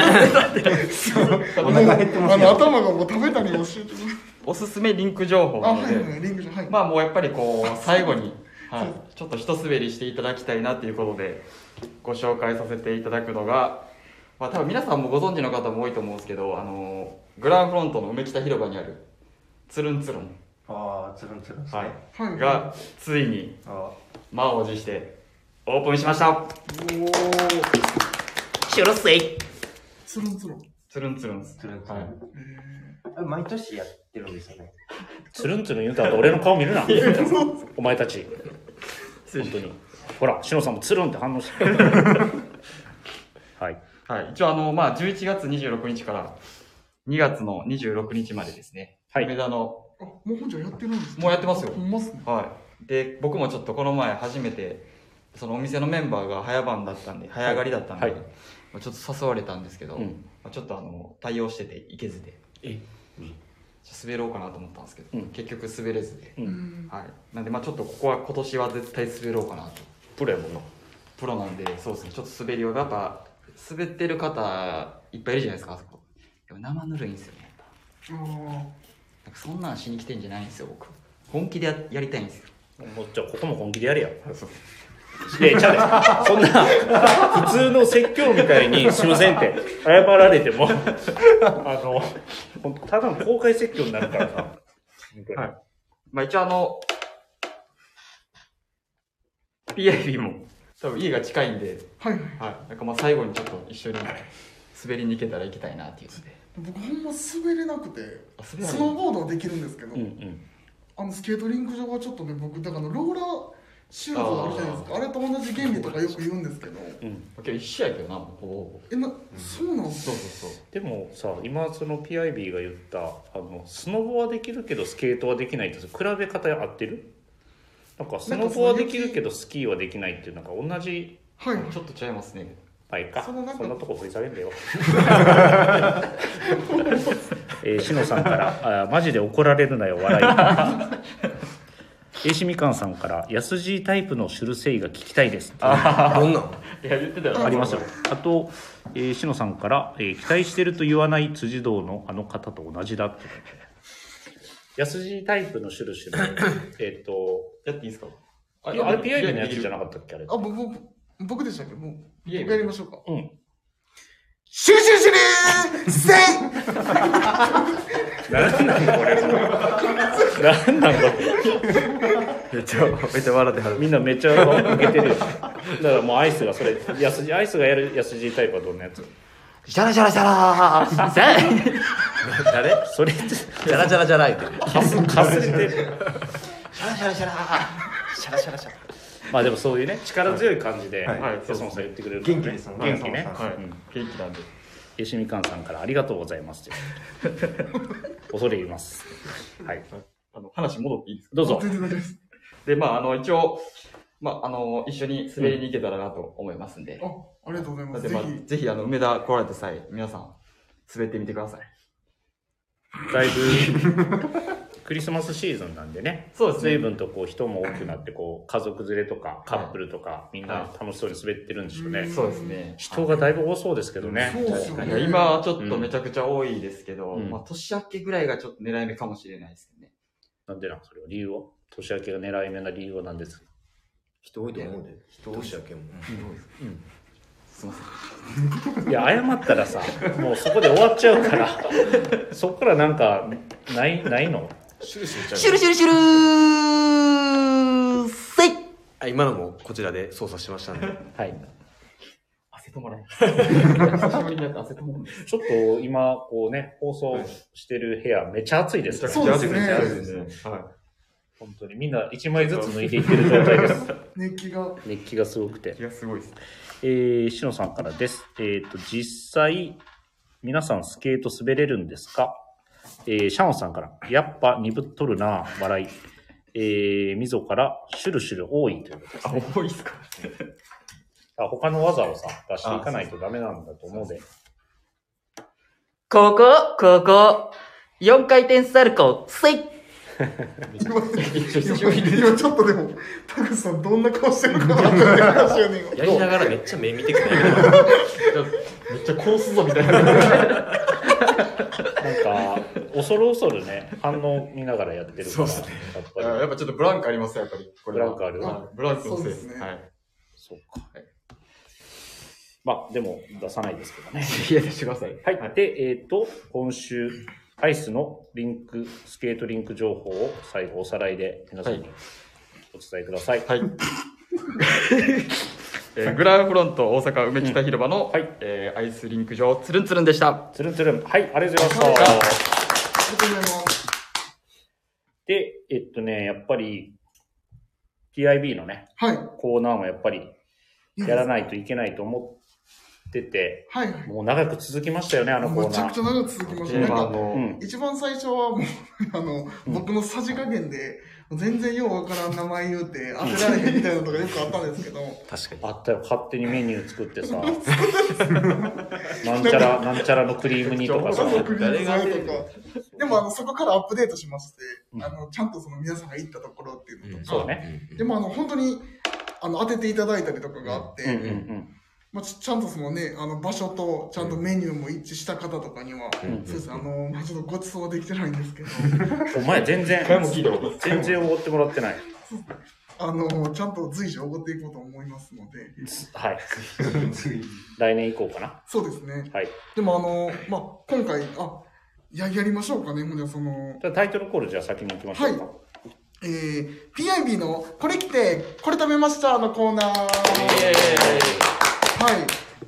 D: もうあの頭がもう食べたに教えてもら
F: おすすめリンク情報
D: あ、
F: なの
D: は
F: で、
D: いはい、リングじゃん。はい。
F: まあもうやっぱりこう最 後に、は
D: そう
F: い、ちょっと一滑りしていただきたいなということでご紹介させていただくのが、まあ、多分皆さんもご存知の方も多いと思うんですけどあのグランフロントの梅北広場にあるつるんつるん、
C: ああ、つるんつるんですね。
F: はい、
D: はい、
F: がついに
C: あ
F: 満を持してオープンしました
D: おー、
E: シュルせい
D: つるんつるん。
F: つるんつるんです
C: ー、つるんつる
F: はい
C: ん。あれ毎年やってるんですよね。
A: つるんつるん言うたら俺の顔見るな。お前たち。本当に。ほら、しのさんもつるんって反応してる。 はい。
F: はい、一応あの、まあ、11月26日から2月の26日までですね、
A: はい
F: 梅田の、
D: あ、もう本じゃやってるんですね
F: もうやってますよ
D: ほんまっすね。
F: はい、で僕もちょっとこの前初めてそのお店のメンバーが早番だったんで早上がりだったんで、
A: はい
F: まあちょっと誘われたんですけど、
A: うん。
F: まあちょっとあの対応してて行けずで
A: え
F: うんじゃあ滑ろうかなと思ったんですけど、
A: うん
F: 結局滑れずで、
A: う。
D: うんん。
F: はい、なんでまあちょっとここは今年は絶対滑ろうかなと
A: プロやもんな。
F: プロなんでそうですねちょっと滑りをやっぱ滑ってる方いっぱいいるじゃないですかあそこでも生ぬるいんですよね
D: あー
F: なんかそんなんしに来てんじゃないんですよ僕本気でややりたいんですよ
A: もうじゃあここも本気でやれや。で、ちゃうでそんな、普通の説教みたいに、すいませんって、謝られ ても、あの、ほんとただの公開説教になるからさ。
F: はいまあ一応あの、PIB も多分家が近いんで、
D: はいはい。
F: はい。なんかまあ最後にちょっと一緒に滑りに行けたら行きたいなっていうので。
D: 僕ほんま滑れなくて、
F: あ、滑ら
D: ス
F: な
D: ノー
F: い
D: ボードはできるんですけど、
A: うんうん。
D: あのスケートリンク上はちょっとね、僕、だからローラーシューズあるじゃないですか。あれと同じ原理とかよく言うんですけど、
A: うん。
F: 今日一緒やけどな、もうほぼほぼ。
D: え、な、そうなんす
F: そ
D: か
F: うそうそう。
A: でもさ、今その PIB が言った、あの、スノボはできるけどスケートはできないって、比べ方合ってるなんかスノボはできるけどスキーはできないっていう、なんか同じ
D: はいはい。
F: ちょっと違いますね。
A: パイか。そ
D: その
A: ん
D: なん
A: な
D: か
A: とこ掘り下げんだよ。 えー、しのさんから、あーマジで怒られるなよ、笑い。えーしみかんさんから、安じタイプのシュルセイが聞きたいです。あ
B: どんなん
F: いや、言ってたよ。
A: りますよ。あと、えー、しのさんから、えー期待してると言わない辻堂のあの方と同じだって。安じタイプのシュル シュル。えっと、
F: やっていいですか
A: あれ PIB のやつじゃな
F: かっ
A: かったっけあれ。
D: あ、僕、僕僕でしたっけもう、僕
F: PIB
D: やりましょうか。
A: うん。
D: シュシュシュルーせい
A: なんなんこれ。なんなんこれ。
B: めっちゃ、めっちゃ笑ってはる。
A: みんなめっちゃ受けてるよ。だからもうアイスがそれ、安じアイスがやる安じタイプはどんなやつ
B: じゃらじゃらじゃらーせい誰
A: それ、
B: じゃらじゃらじゃら言ってる。
A: かす、かすれてる。
B: シャラシャラシャラシャラシャラシャラ。
A: まあでもそういうね、力強い感じで、
C: はい
A: はい、そもそも言ってくれるから
C: 元気ですもんね
A: 元気ね。
C: はい
F: た。はい。元気なんで。
A: えーしみかんさんからありがとうございますという恐れ入ります。はい。
F: あの、話戻っていいですか
A: どう ぞ。
D: 全然大丈夫です。
F: で、まあ、あの、一応、まあ、あの、一緒に滑りに行けたらなと思いますんで。
D: あ、ありがとうございま
F: な
D: す。
F: んで、
D: ぜ
F: まあ、
D: ひ。
F: ぜひ、あの、梅田来られた際、皆さん、滑ってみてください。
A: だいぶ、クリスマスシーズンなんでね、
F: そうですね
A: 随分とこう人も多くなって、こう、家族連れとかカップルとか、みんな
F: は
A: 楽しそうに滑ってるんですよね。
F: そうですね。
A: 人がだいぶ多そうですけどね。
D: そうっすよ
F: い
D: ね
F: や、。今、ちょっとめちゃくちゃ多いですけど、
A: うん
F: まあ、年明けぐらいがちょっと狙い目かもしれないですね。
A: なんでなんそれは理由は年明けが狙い目な理由は何ですか
B: 人多いと思うで。人多いしやけんも。
F: すいません。
A: いや、謝ったらさ、もうそこで終わっちゃうから、そこからなんか、ない、ないの
B: シュルシュルちゃう。
E: シュルシュルシュルーせい
B: あ今のもこちらで操作しま したんで。
A: はい。
F: 汗止まらない。久しぶりになって汗止まらない。
A: ちょっと今、こうね、放送してる部屋、めっちゃ暑いですから、
D: そうですね
F: めちゃくちゃ暑いですね。はい。
A: 本当にみんな一枚ずつ抜いていってる状態です。
D: 熱気が。
A: 熱気がすごくて。
F: 気がすごいですね。
A: えー、しのさんからです。えっ、と、実際、皆さんスケート滑れるんですかえー、シャオンさんから、やっぱ鈍っとるなぁ、笑い。えー、みぞから、シュルシュル多いということです
F: あ、重いですか
A: あ他の技をさ、出していかないとダメなんだと思うので。
E: ここ、ここ、4回転サルコー、せい
D: 今、今ちょっとでも、タクさんどんな顔してるのかなって話やねん。
B: やりながらめっちゃ目見てくれる。
F: めっちゃ殺すぞみたいな。
A: なんか、恐る恐るね、反応見ながらやってるから、
B: そうっすね
A: やっぱり。
F: やっぱちょっとブランクありますよ、やっぱり。これは
A: ブランクある
F: はいブランクのせいで
D: そ
F: す
D: うですね
F: はい。
A: そうか。まあ、でも出さないですけどね。
F: いや、出してください。
A: はい。で、えっ、と、今週、アイスのリンク、スケートリンク情報を最後おさらいで皆さんに
F: はい
A: お伝えください。
F: はい。 えーグランフロント大阪梅北広場の、
A: はい
F: えーアイスリンク場つるんつるんでした。
A: つるんつるん。はい、ありがとうございました。
D: ありがとうございます。
A: で、えっとね、やっぱり、TIB のね、
D: はい。
A: コーナーもやっぱりやらないといけないと思ってて、
D: はいはい。
A: もう長く続きましたよね、あのコーナー。
D: めちゃくちゃ長く続きました。
F: テ
D: な
F: ー
D: ん
F: マ
D: か、
A: う
F: の、
A: ん。
D: 一番最初はもう、 あの、僕のさじ加減で、全然ようわからん名前言うて、当てられへんみたいなのとかよくあったんですけど、
B: 確かに。
A: あったよ、勝手にメニュー作って さ、なんちゃら、なんちゃらのクリーム煮とかさ、
D: 家族に伝え
B: 誰が
D: とか。でも、あの、そこからアップデートしまして、あの、ちゃんとその皆さんが行ったところっていうのとか、
A: そうね。
D: でも、あの、本当に、あの、当てていただいたりとかがあって、
A: うんうんうん。
D: まあ、ちちゃんとそのね、あの場所とちゃんとメニューも一致した方とかには、
B: ん
D: そうですあの、まあ、ちょっとごちそうはできてないんですけど、
A: お前全然、
F: 回も聞いたことない
A: 全然おごってもらってない。
D: あの、ちゃんと随時おごっていこうと思いますので、
A: はい。来年以降かな。
D: そうですね。
A: はい。
D: でもあの、まあ、今回、あ、いや、やりましょうかね、もうじゃあその、
A: じゃあタイトルコールじゃあ先に行きましょうか。
D: はえー、PIB のこれ来て、これ食べましたのコーナー。はい。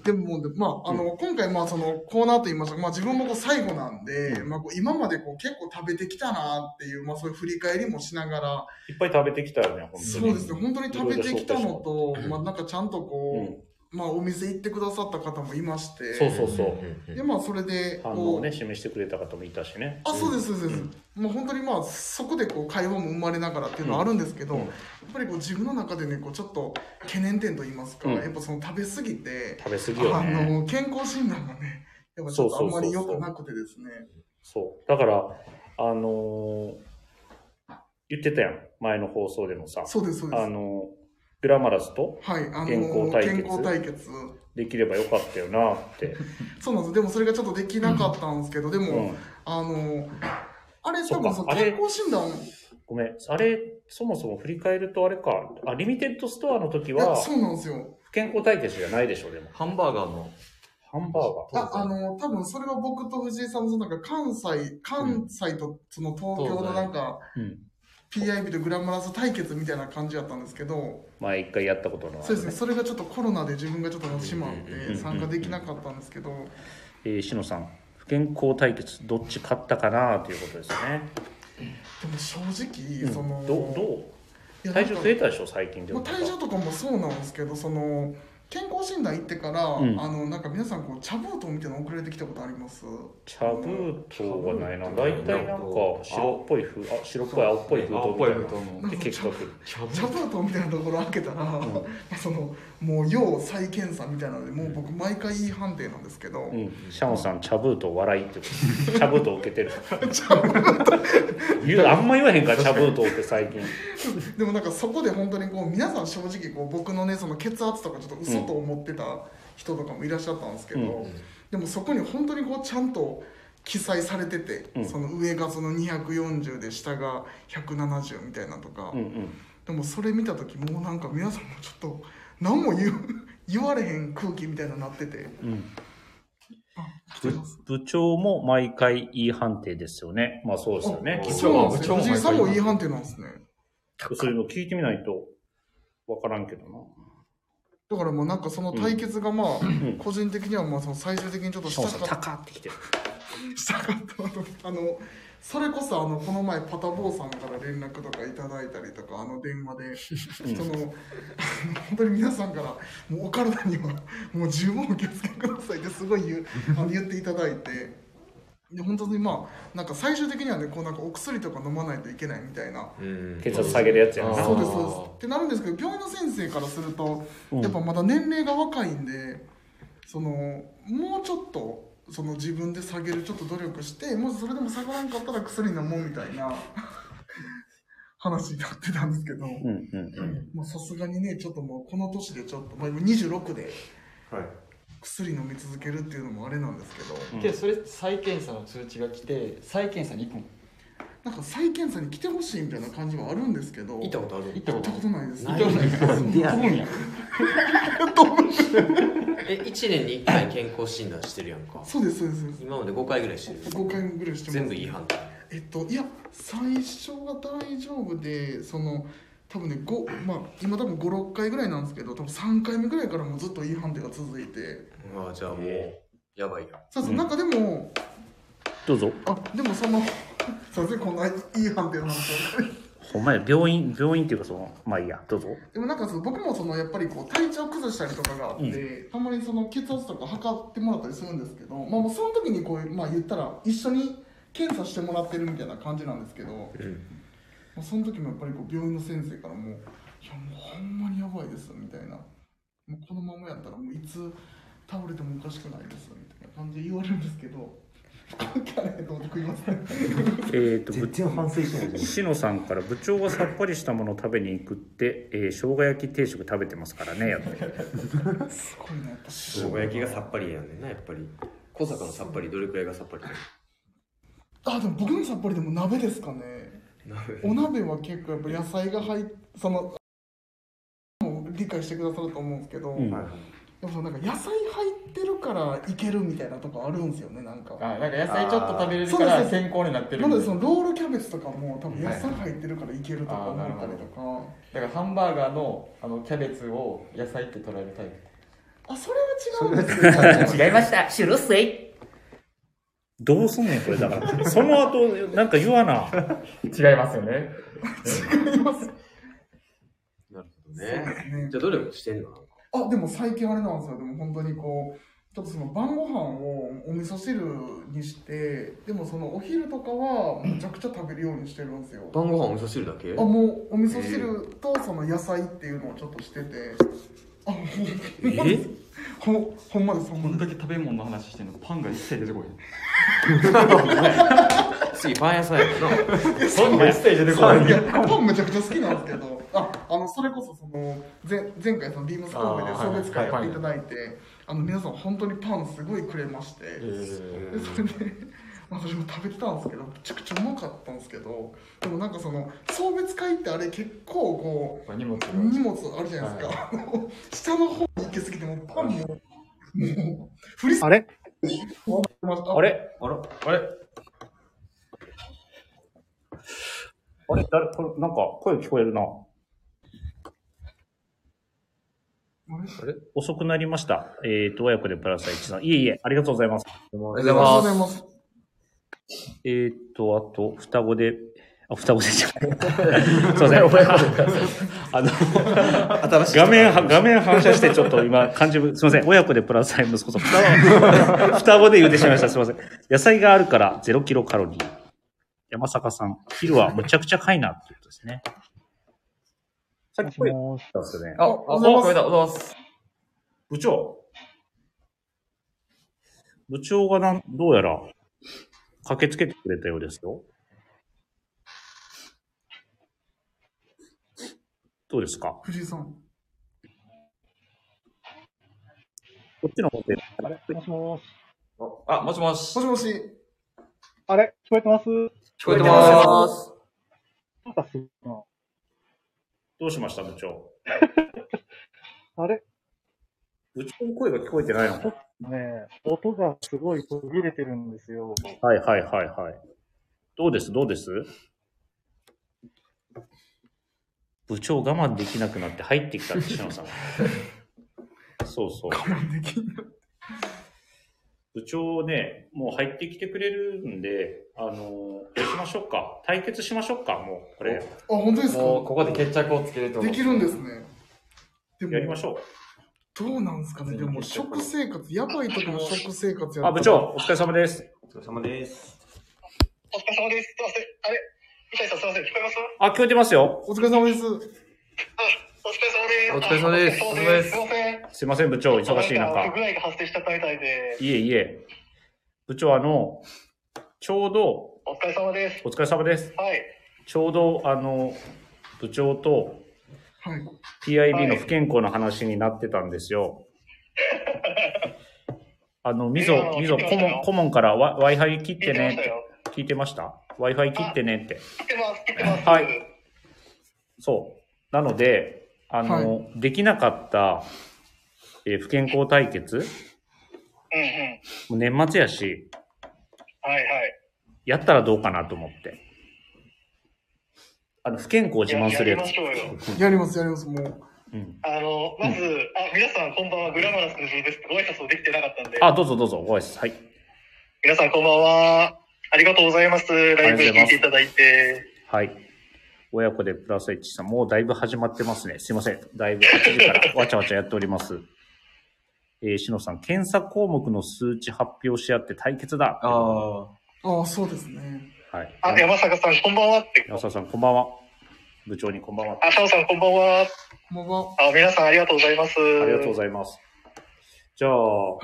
D: でもで、まあ、あの、今回、まあ、その、コーナーと言いましたが、まあ、自分もこう最後なんで、まあ、こう今までこう結構食べてきたなっていう、まあ、そういう振り返りもしながら、
A: いっぱい食べてきたよね、本当
D: そう
A: に。
D: ですね、本当に食べてきたのと、まあ、なんかちゃんと
A: うん
D: こう、まあ、お店行ってくださった方もいまして、
A: そうそうそう。
D: で、まあ、それで、
A: 反応
D: こ
A: を
D: う
A: ね、、示してくれた方もいたしね。
D: あ、そうです、そうです。もう本当にまあ、そこでこう、会話も生まれながらっていうのはあるんですけど、やっぱりこう、自分の中でね、こう、ちょっと懸念点と言いますか、
A: うん
D: やっぱその食べ過ぎて、
A: 食べ過ぎよ
D: あ
A: ね。
D: の健康診断がね、やっぱちょっとあんまり良くなくてですね。
A: そう。だから、あのー、言ってたやん。前の放送でもさ。
D: そうです、そうで
A: あ
D: す。
A: の、グラマラスと
D: はい、あの
A: 健康対決
D: 健康対決
A: できればよかったよなって。
D: そうなんです。でもそれがちょっとできなかったんですけど、で
A: う
D: も、
A: ん。
D: あの、あれ
A: そ
D: 多
A: っか
D: 分その
A: あれ
D: 健康診断、
A: ごめん。あれ、そもそも振り返るとあれか。あ、リミテッドストアの時
D: いや、
A: は、
D: そうなんですよ。
A: 不健康対決じゃないでしょ、でも。
B: ハンバーガーの。
A: ハンバーガー。
D: ああの、多分それは僕と藤井さんのそのなんか関西、関西とその東京のなんか、
A: うん。
D: PIB とグラマラス対決みたいな感じやったんですけど、
A: 前一回やったことのある、
D: そうですね、それがちょっとコロナで自分がちょっとしまっ
B: うん
A: うん
D: て参加できなかったんですけど、
A: えー、しのさん、不健康対決、どっち勝ったかなということですね。
D: でも正直、
A: うん
D: その
A: どど
D: いうや
A: 体重
D: なん
A: 増
D: か
A: えたでしょ、最近で
D: まあ、体重とかもそうなんですけどその健康診断行ってから、
A: うん
D: あのなんか皆さんこう茶封筒みたいなの送られてきたことあります
A: 茶封筒はないな。
F: 茶封筒
A: 大体なんか白っぽい封、あ、白っぽい青っぽい封筒
F: 青っ
A: み
F: ぽい
A: たい
F: 布
A: な。
F: 団の
A: で、結果来る。
D: 茶封筒みたいなところ開けたら、そのもう要再検査みたいなのでもう僕毎回いい判定なんですけど、
A: うん。シャオンさん、茶封筒笑いってこと。 茶封筒受けてる。
D: 茶封
A: 言う、あんま言わへんから、茶封筒って最近。
D: でもなんかそこで本当にこう皆さん正直こう僕のねその血圧とかちょっと嘘と思ってた人とかもいらっしゃったんですけど、
A: う
D: でもそこに本当にこうちゃんと記載されてて、
A: うん
D: その上がその240で下が170みたいなとか、
A: うんうん。
D: でもそれ見た時もうなんか皆さんもちょっと何も言う言われへん空気みたいななってて
A: うん
D: 来て
A: 部
D: ます
A: 部長も毎回 E 判定ですよね。まあそうですよね。
F: あ
D: そうなんですよ
F: 部長
D: 藤井さんもいい判定なんですね
A: そういうの聞いてみないとわからんけどな。
D: だからもうなんかその対決がまあ、
A: ん
D: 個人的にはまあその最終的にちょっと
A: シ
D: し
A: ョ
D: た
A: ーンさん、
D: かった
A: 高ってきてる。
D: したかったとあのそれこそあのこの前パタボーさんから連絡とかいただいたりとかあの電話でそのあの本当に皆さんからもうお体にはもう十分お気をつけくださいってすごい言うあの言っていただいてで本当にまあなんか最終的にはねこうなんかお薬とか飲まないといけないみたいな
B: うん
A: 血圧下げるやつや
F: あー
A: な。
D: そうですそうですってなるんですけど病院の先生からすると、やっぱまだ年齢が若いんでそのもうちょっとその自分で下げるちょっと努力してもしそれでも下がらんかったら薬飲もうみたい な話になってたんですけど
A: うんうんうん。
D: まあさすがにねちょっともうこの年でちょっと、まあ、今26で
C: はい。
D: 薬飲み続けるっていうのもあれなんですけど
A: うん
F: でそれ再検査の通知が来て再検査に行く
D: なんか再検査に来てほしいみたいな感じはあるんですけど
B: 行ったことある
F: 行っ
D: 行
F: たこ
D: った
F: と
D: ことないです
B: ない
D: 行ったことです
F: 飛ぶんや
B: え、1年に1回健康診断してるやんか。
D: そうですそうですそうです
B: 今まで5回ぐらいしてる。
D: 5回ぐらいしてます
B: 全部違反定。
D: えっといや最初は大丈夫でその多分ね5まあ今多分56回ぐらいなんですけど多分3回目ぐらいからもうずっといい判定が続いて
B: ああ、じゃあもう、やばいやん。
D: そうそう、
A: うん
D: なんかでも
A: どうぞ。
D: あでもそのすいませんこんないい判定の話を
A: お前、病院、病院っていうかその、まあいいや、どうぞ。
D: でもなんかその僕もそのやっぱりこう体調崩したりとかがあって、たまにその血圧とか測ってもらったりするんですけどまあもうその時にこうまあ言ったら一緒に検査してもらってるみたいな感じなんですけど、
B: うん。
D: まあ、その時もやっぱりこう病院の先生からもう「いやもうほんまにやばいです」みたいな「もうこのままやったらもういつ倒れてもおかしくないです」みたいな感じで言われるんですけど関係ないと僕言いますね
A: えっと、部
C: 全然反省してないです。
A: 石野さんから部長がさっぱりしたものを食べに行くって、えー、生姜焼き定食食べてますからねやって
D: すごいなやっぱ
B: 生姜焼きがさっぱりやんねんな、やっぱり。小坂のさっぱり、どれくらいがさっぱり
D: あでも僕のさっぱりでも鍋ですかねお鍋は結構やっぱ野菜が入っそのもう理解してくださると思うんですけど、
A: うん
D: やっぱそのなんか野菜入ってるからいけるみたいなとこあるんですよねなんか
F: あなんか野菜ちょっと食べれるか
D: あー
F: ら
D: そうです
F: 健康になってる
D: なのでそ
F: だ
D: のロールキャベツとかも多分野菜入ってるからいけるとか思ったりとか、
F: からハンバーガーのあのキャベツを野菜って捉えるタイプ
D: あそれは違うんですよね
E: 違いました。シュルスイ。
A: どうすんねんこれだからその後なんか言わな
F: 違いますよね
B: なるほどね。
D: そうですね
B: じゃあ、どれもしてんの
D: あでも最近あれなんですよでも本当にこうちょっとその晩ご飯をお味噌汁にしてでもそのお昼とかはむちゃくちゃ食べるようにしてるんですよ
B: 晩ご飯お味噌汁だけ
D: あもうお味噌汁とその野菜っていうのをちょっとしててあほん
B: え
D: ほほんまですほん
F: こ
D: ま
F: ん
D: です
F: だけ食べ物の話してんのパンが一切出てこい
B: 次、パン屋さんやな。
F: パンが一切出てこ
D: いやパンめちゃくちゃ好きなんですけど、あ、あの、それこそその、前前回そのビームス神戸で
F: あー
D: 送別会や
F: は
D: っ
F: い
D: ていただいて、あの、皆さん本当にパンすごいくれまして、でそれで、 私も食べてたんですけど、めちゃくちゃうまかったんですけど、でもなんかその、送別会ってあれ結構こ
F: い荷物が
D: う、荷物あるじゃないですか。あの下の方に行き過ぎて、もうパンも、もう、振りす
A: あれ
D: ぎました。
A: あれ
C: あら、
F: あれ
A: あれ誰これなんか声聞こえるな遅くなりましたえっ、と親子でプラス1さんいえいえありがとうございます
B: お
D: あ
B: は
D: りがとうございます。
A: えっ、とあと双子であ、双子線 じゃない。すいませ ん、あの、
B: 新しい
A: 画
B: 人が
A: 面は、画面反射してちょっと今、感じぶ、すいません、親子でプラスアイ息子と双子、双子で言うてしまいました。すいません。野菜があるから0キロカロリー。山坂さん、昼はむちゃくちゃかいなっていうことですね。さっき声
G: もし
A: たんですよね。
F: あ、あ、
D: お
F: お
D: はようござい
F: ごめん
D: ま
F: なさい、おはようございます。
A: 部長部長がなん、どうやら駆けつけてくれたようですよ。どうですかこ
D: 藤井さん。
A: っちの方で。
G: あれもしもし。
F: あ、もしもし。
D: もしもし。
G: あれ聞こえてます
F: 聞こえてま。
G: なんかするな
A: どうしました部長
G: あれ
A: 部長の声が聞こえてないの
G: ねえ音がすごい途切れてるんですよ。
A: はいはいはいはい。どうですどうです部長我慢できなくなって入ってきたって、篠野さん。そうそう。部長ね、もう入ってきてくれるんで、あの、どうしましょうか。対決しましょうか、もう。これ、
D: あ、本当ですす
F: もう、
D: か
F: ここで決着をつけると。
D: できるんです。ね。で
A: やりま
D: も、
A: しょ
D: どうなんですかね。でも、食生活、やばい時の食生活
A: う。
D: や
A: あ、部長、お疲れ様です。
C: お疲れ様です。
H: お疲れ様です。すいません。あれ三谷さん、すいません。聞こえます
A: あ、聞こえてますよ。
D: お疲れ様です。
H: お疲れ様です。
B: お疲れ様です
H: あお疲れ様です。すいませ
A: すいませ
H: ん。
A: ん、部長、忙しい
H: なんか
A: 中
H: 不。具合が発生しちゃったみたいで、
A: いえいえ。部長、あの、ちょうど、
H: お疲れ様です。
A: お疲れ様です。
H: はい。
A: ちょうど、あの、部長と
D: はい。
A: PIB の不健康の話になってたんです よ。あの、みぞ
H: いや、
A: みぞ、
H: 聞いて
A: 顧
H: ましたよ
A: 問、顧問からワ Wi-Fi 切っ
H: 聞
A: て
H: いてま
A: ね
H: し
A: ったて
H: よ。
A: 聞いてました ?Wi-Fi 切ってねって。
H: 聞いてます。聞いてます。
A: はいそう。なので、あの、できなかった、えー不健康対決、
H: うんうん。
A: もう年末やし、
H: はいはい。
A: やったらどうかなと思って。あの、不健康を自慢するや
H: ややりま
A: つ
H: し。ょうよ。
D: やります、やります。もう。
A: うん、
H: あの、まず、あ、皆さんこんばんは。グラマラスの藤井です。ご挨拶をできてなかったんで。
A: あ、どうぞどうぞ、ご挨拶。はい。
H: 皆さんこんばんは。ありがとうございます。ライブ聞いていただいて。
A: はい。親子でプラスエッチさん、もうだいぶ始まってますね。すいません。だいぶ8時からわちゃわちゃやっております。えー、しのさん、検査項目の数値発表し合って対決だ。
B: ああ。
D: ああ、そうですね。
A: はい。
H: あ、山坂さんこんばんはって。
A: 安田さん、こんばんは。部長にこんばんは。
H: あ、サオさんこんばんは。
D: こんばんは。
H: あ、皆さんありがとうございます。
A: ありがとうございます。じゃあ、
D: は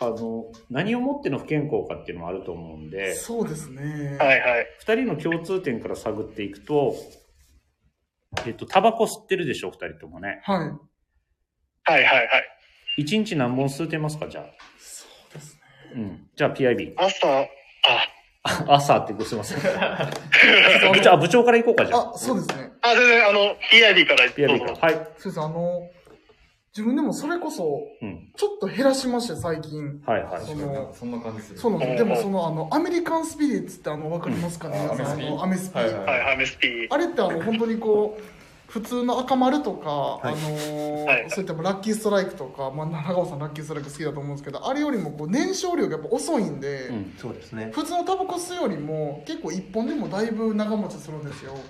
A: あの、何をもっての不健康かっていうのもあると思うん
D: い。
A: で、
D: そうですね。
H: はいはい。
A: 二人の共通点から探っていくと、えっと、タバコ吸ってるでしょ、二人ともね。
D: はい。
H: はいはいはい。
A: 一日何本吸ってますか、じゃあ。
D: そうですね。
A: うん。じゃあ、PIB。
H: 朝、あ、
A: 朝ってごすいません。部長、あ部長から行こうか、じゃあ
D: あ、。そうですね。
H: あ、全然、あの、PIB からどう
A: PIB
H: ぞ。
A: から。
H: はい
A: はい。
D: そうです。あの、自分でもそれこそ、
A: うん。
D: ちょっと減らしまして、最近。
A: はいはい。
D: その、
F: そんな感じする。
D: そうなんですよ。
H: うん
D: でも、その、あの、アメリカンスピリッツって、あの、わかりますかね、
F: うん
D: 皆さん。あの、ア
F: ア
D: メスピ。
F: はいはい
H: はい、ハムスピー。
D: あれって、あの、本当にこう、普通の赤丸とか、あのー
H: はい
D: そういったラッキーストライクとか、まあ、長尾さんラッキーストライク好きだと思うんですけど、あれよりもこう燃焼量がやっぱ遅いんで、
A: うん。
C: そうですね。
D: 普通のタバコ吸うよりも結構1本でもだいぶ長持ちするんですよ。
H: はい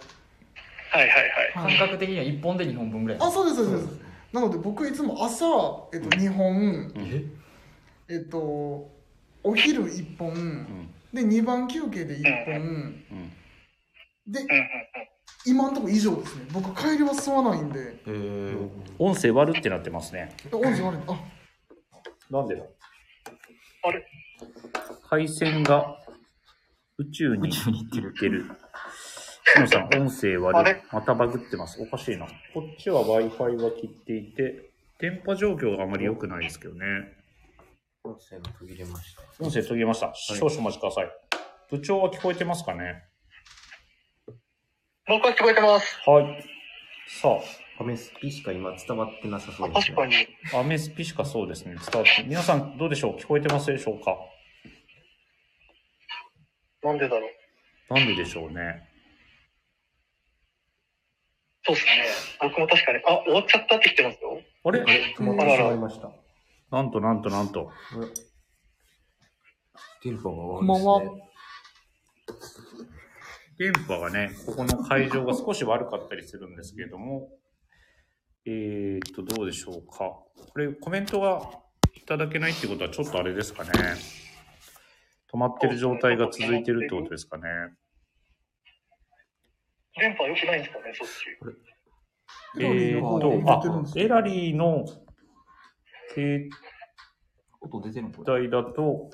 H: はいはい。
D: は
F: 感
D: い、
F: 覚的には1本で2本分ぐらい。
D: あそうですそうですそうですなので僕いつも朝、えっと、2本、
A: え
D: えっと、お昼1本、
A: ん
D: で2番休憩で1本、
A: うん。
D: で
H: うんうん
D: 今のところ以上ですね僕帰りは吸わないんで
B: えー、
A: 音声割るってなってますね。
D: 音声悪いあ
A: なんでだ
H: あれ
A: 配線が宇宙に行ってる。しのさん、音声
H: あ
A: 割る
H: れ。
A: またバグってます。おかしいな。こっちは Wi-Fi は切っていて、電波状況があまり良くないですけどね。
C: 音声が途切れました。
A: 音声途切れました。少々お待ちください。部長は聞こえてますかね
H: 僕は聞こえてます。
A: はい。さあ。
C: アメスピしか今伝わってなさそうです、
H: 確
C: ね。
H: かに。
A: アメスピしかそうですね。伝わって。皆さん、どうでしょう聞こえてますでしょうか
H: なんでだろう。
A: なんででしょうね。
H: そうですね。僕も確かに。あ、終わっちゃったって来てますよ。
A: あれ
C: 止まってしまいました。
A: なんとなんとなんと。
B: 電波が
D: こんばんは
B: 悪いですね。
A: 電波がね、ここの会場が少し悪かったりするんですけれども、えー、っと、どうでしょうか。これ、コメントがいただけないってことは、ちょっとあれですかね。止まってる状態が続いてるってことですかね。
H: 電波良くないんですかね、そっち。
A: えー、っと、あ、エラリーの携
E: 音出てるのこれ。
A: 帯だと、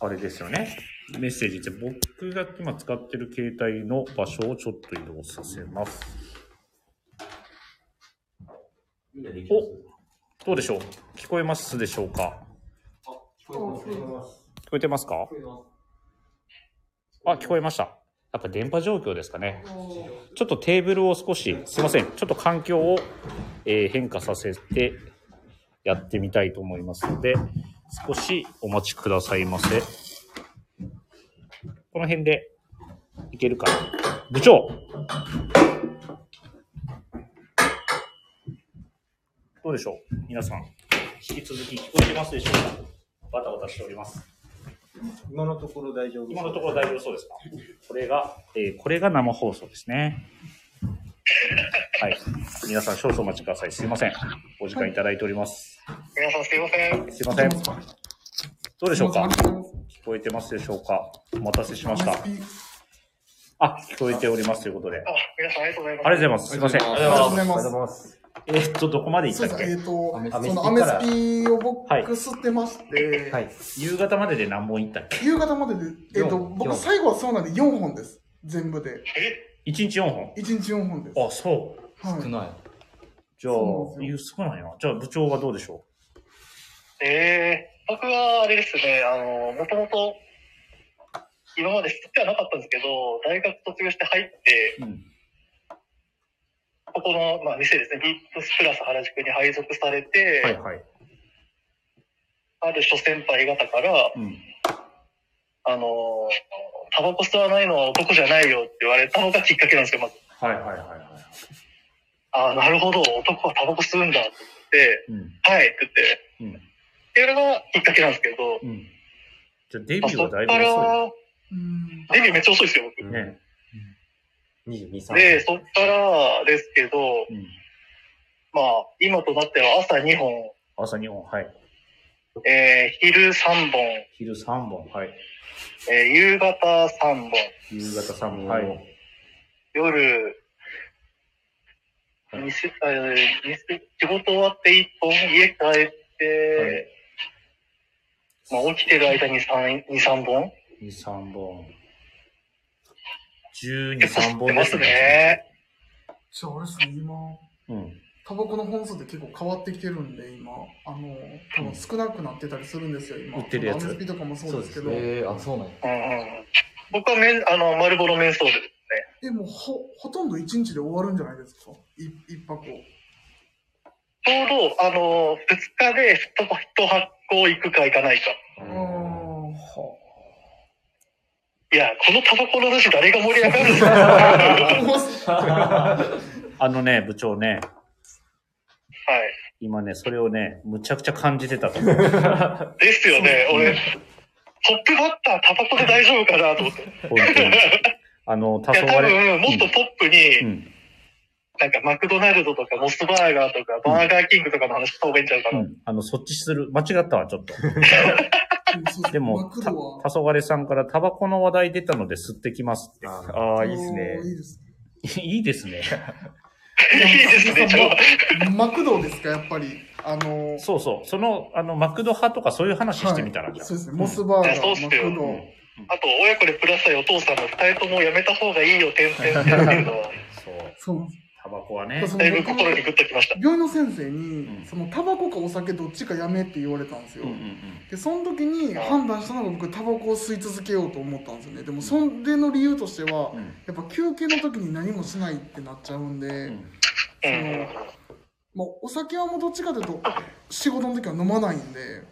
A: あれですよね。メッセージって、僕が今使ってる携帯の場所をちょっと移動させます。おどうでしょう聞こえますでしょうか聞こえてますかあ、聞こえました。やっぱ電波状況ですかね。ちょっとテーブルを少し、すいません。ちょっと環境を、えー変化させてやってみたいと思いますので、少しお待ちくださいませ。この辺でいけるかな。部長どうでしょう皆さん、引き続き聞こえてますでしょうかバタバタしております。
C: 今のところ大丈夫
A: 今のところ大丈夫そうですかこれが、えーこれが生放送ですね。はい。皆さん少々お待ちください。すいません。お時間いただいております。
H: 皆さんすいません。
A: すいません。どうでしょうか
D: すいませんありがとうございます
A: 聞こえてますでしょうかお待たせしました。
D: あのスピ
A: あ、聞こえておりますということで。
H: あ、皆さんありがとうございます。
A: ありがとうございます。すいません。
D: ありがとうございます。
C: ます。
A: えーっと、どこまで行っ
D: そう
A: た
D: で
A: っ
D: すね、え
A: け
D: っ、と、
C: メス
D: そ
C: ピ
D: のアメ
C: から
D: スピを僕
A: はい
D: 吸ってまして、
C: はい。
A: 夕方までで何本行ったっけ
D: 夕方までで、えっ、と、
C: 四
D: 僕
C: 四
D: 最後はそうなんで4本です。全部で。
H: え
A: ?1 日4本
D: 1日4本です。
A: あ、そう。
D: はい
E: 少ない。
A: じゃあ
D: そうなん、
A: い
D: で
A: や少ないな。じゃあ、部長はどうでしょ
H: えー、僕はあれですね、あの、もともと、今まで吸ってはなかったんですけど、大学卒業して入って、
A: ううん。
H: ここの、まあ、店ですね、ビープスプラス原宿に配属されて、
A: はいはい。
H: ある諸先輩方から、
A: うん。
H: あの、タバコ吸わないのは男じゃないよって言われたのがきっかけなんですよ、まず。
A: はいはいはいはい。
H: ああ、なるほど、男はタバコ吸うんだって言って、
A: うん。
H: はいって言って、
A: うん
H: っていうのがきっかけなんですけど、
A: うん。じゃあ、デビュ
H: まあ、
A: ー
H: そ
A: は
H: っか
A: だ
H: ら
A: いぶ遅いね。
D: うん。
H: デビューめっちゃ遅いですよ、僕。
A: ね。
C: 22、3。
H: で、そっからですけど、
A: うん。
H: まあ、今となっては朝2本、
A: 朝2本、はい。
H: えー、昼3本、え
A: 昼3本、はい。
H: ー、夕方3本、
A: 夕方3本、はい。
H: 夜、
A: はい
H: 店えー店仕事終わって1本、家帰って、まあ、起きてる間に3、2、3本
A: 2、3本。12、
H: 結構
A: 3
H: 吸って
A: 本
H: ます。ね。
D: じゃああれですね、今、
A: うん。
D: タバコの本数って結構変わってきてるんで、今、あの、多分少なくなってたりするんですよ、今。
A: 売ってるやつ
D: アメスピとかもそうですけど、で
E: えー、あ、そうなんや。
H: うんうん、僕はめんあの、丸ボロメンソール。
D: もほ、ほとんど1日で終わるんじゃないですか。い一箱。
H: ちょうど、あの、2日で一一発行行くか行かないか。
D: あ
H: いや、このタバコの話誰が盛り上が るんですか
D: あ。
A: あのね、部長ね、
H: はい。
A: 今ね、それをね、むちゃくちゃ感じてたと 思う。
H: ですよね、俺、トップバッター、タバコで大丈夫かなと思って。い
A: 本当に。あの、多
H: や、
A: 少
H: 多
A: あれ。
H: 分、もっとポップに、
A: うん。
H: なんか、マクドナルドとか、モスバーガーとか、バーガーキングとかの話した方がいいんちゃうか
A: う
H: な。
A: ん。あの、そっちする。間違ったわ、ちょっと。
D: そうす
A: で
D: マ
A: も、
D: ク
A: た、黄
D: ドは、
A: 昏さんからタバコの話題出たので吸ってきますって。
B: ああ、いいです
D: おーい
B: ね。
D: いです ね。
A: いいですね。
H: いいですね、ちょっと。
D: マクドですか、やっぱり。あの、
A: そうそう。その、あの、マクド派とかそういう話してみたら、
D: はい
A: じゃあ
D: そうですね、モスバーガ
H: いやそうっす
D: ー、マ
H: よ
D: クド。
A: うん
H: あと、親子でプラスアイお父さんの二人ともやめた方がいいよ、点々ってやってるのは、
A: そう。
D: そうなんです
A: タバコは
D: だ
A: ね
D: から。その
H: だいぶ
D: 僕も
H: 心にグッときました。
D: 病院の先生に、
A: うん
D: そのタバコかお酒どっちかやめって言われたんですよ、
A: うんうん
D: でその時に判断したのが僕タバコを吸い続けようと思ったんですよねでもそれの理由としては、
A: うんうん
D: やっぱ休憩の時に何もしないってなっちゃうんで、
A: うん
H: うん。
D: まあ、お酒はもうどっちかというと仕事の時は飲まないんで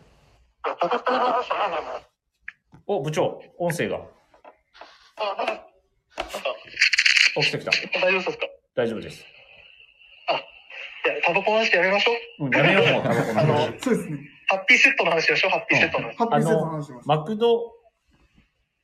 A: お、部長、音声が。起きてきた。
H: 大丈夫ですか
A: 大丈夫です。
H: いや、タバコの話やめましょう。
A: うん、やめよう、もうタ バコの
H: あ
A: 話
H: の。
D: そうですね
H: ハッピーセットの話しましょう、ハッピーセットの話。
D: ハッピーセットの話しました
A: マクド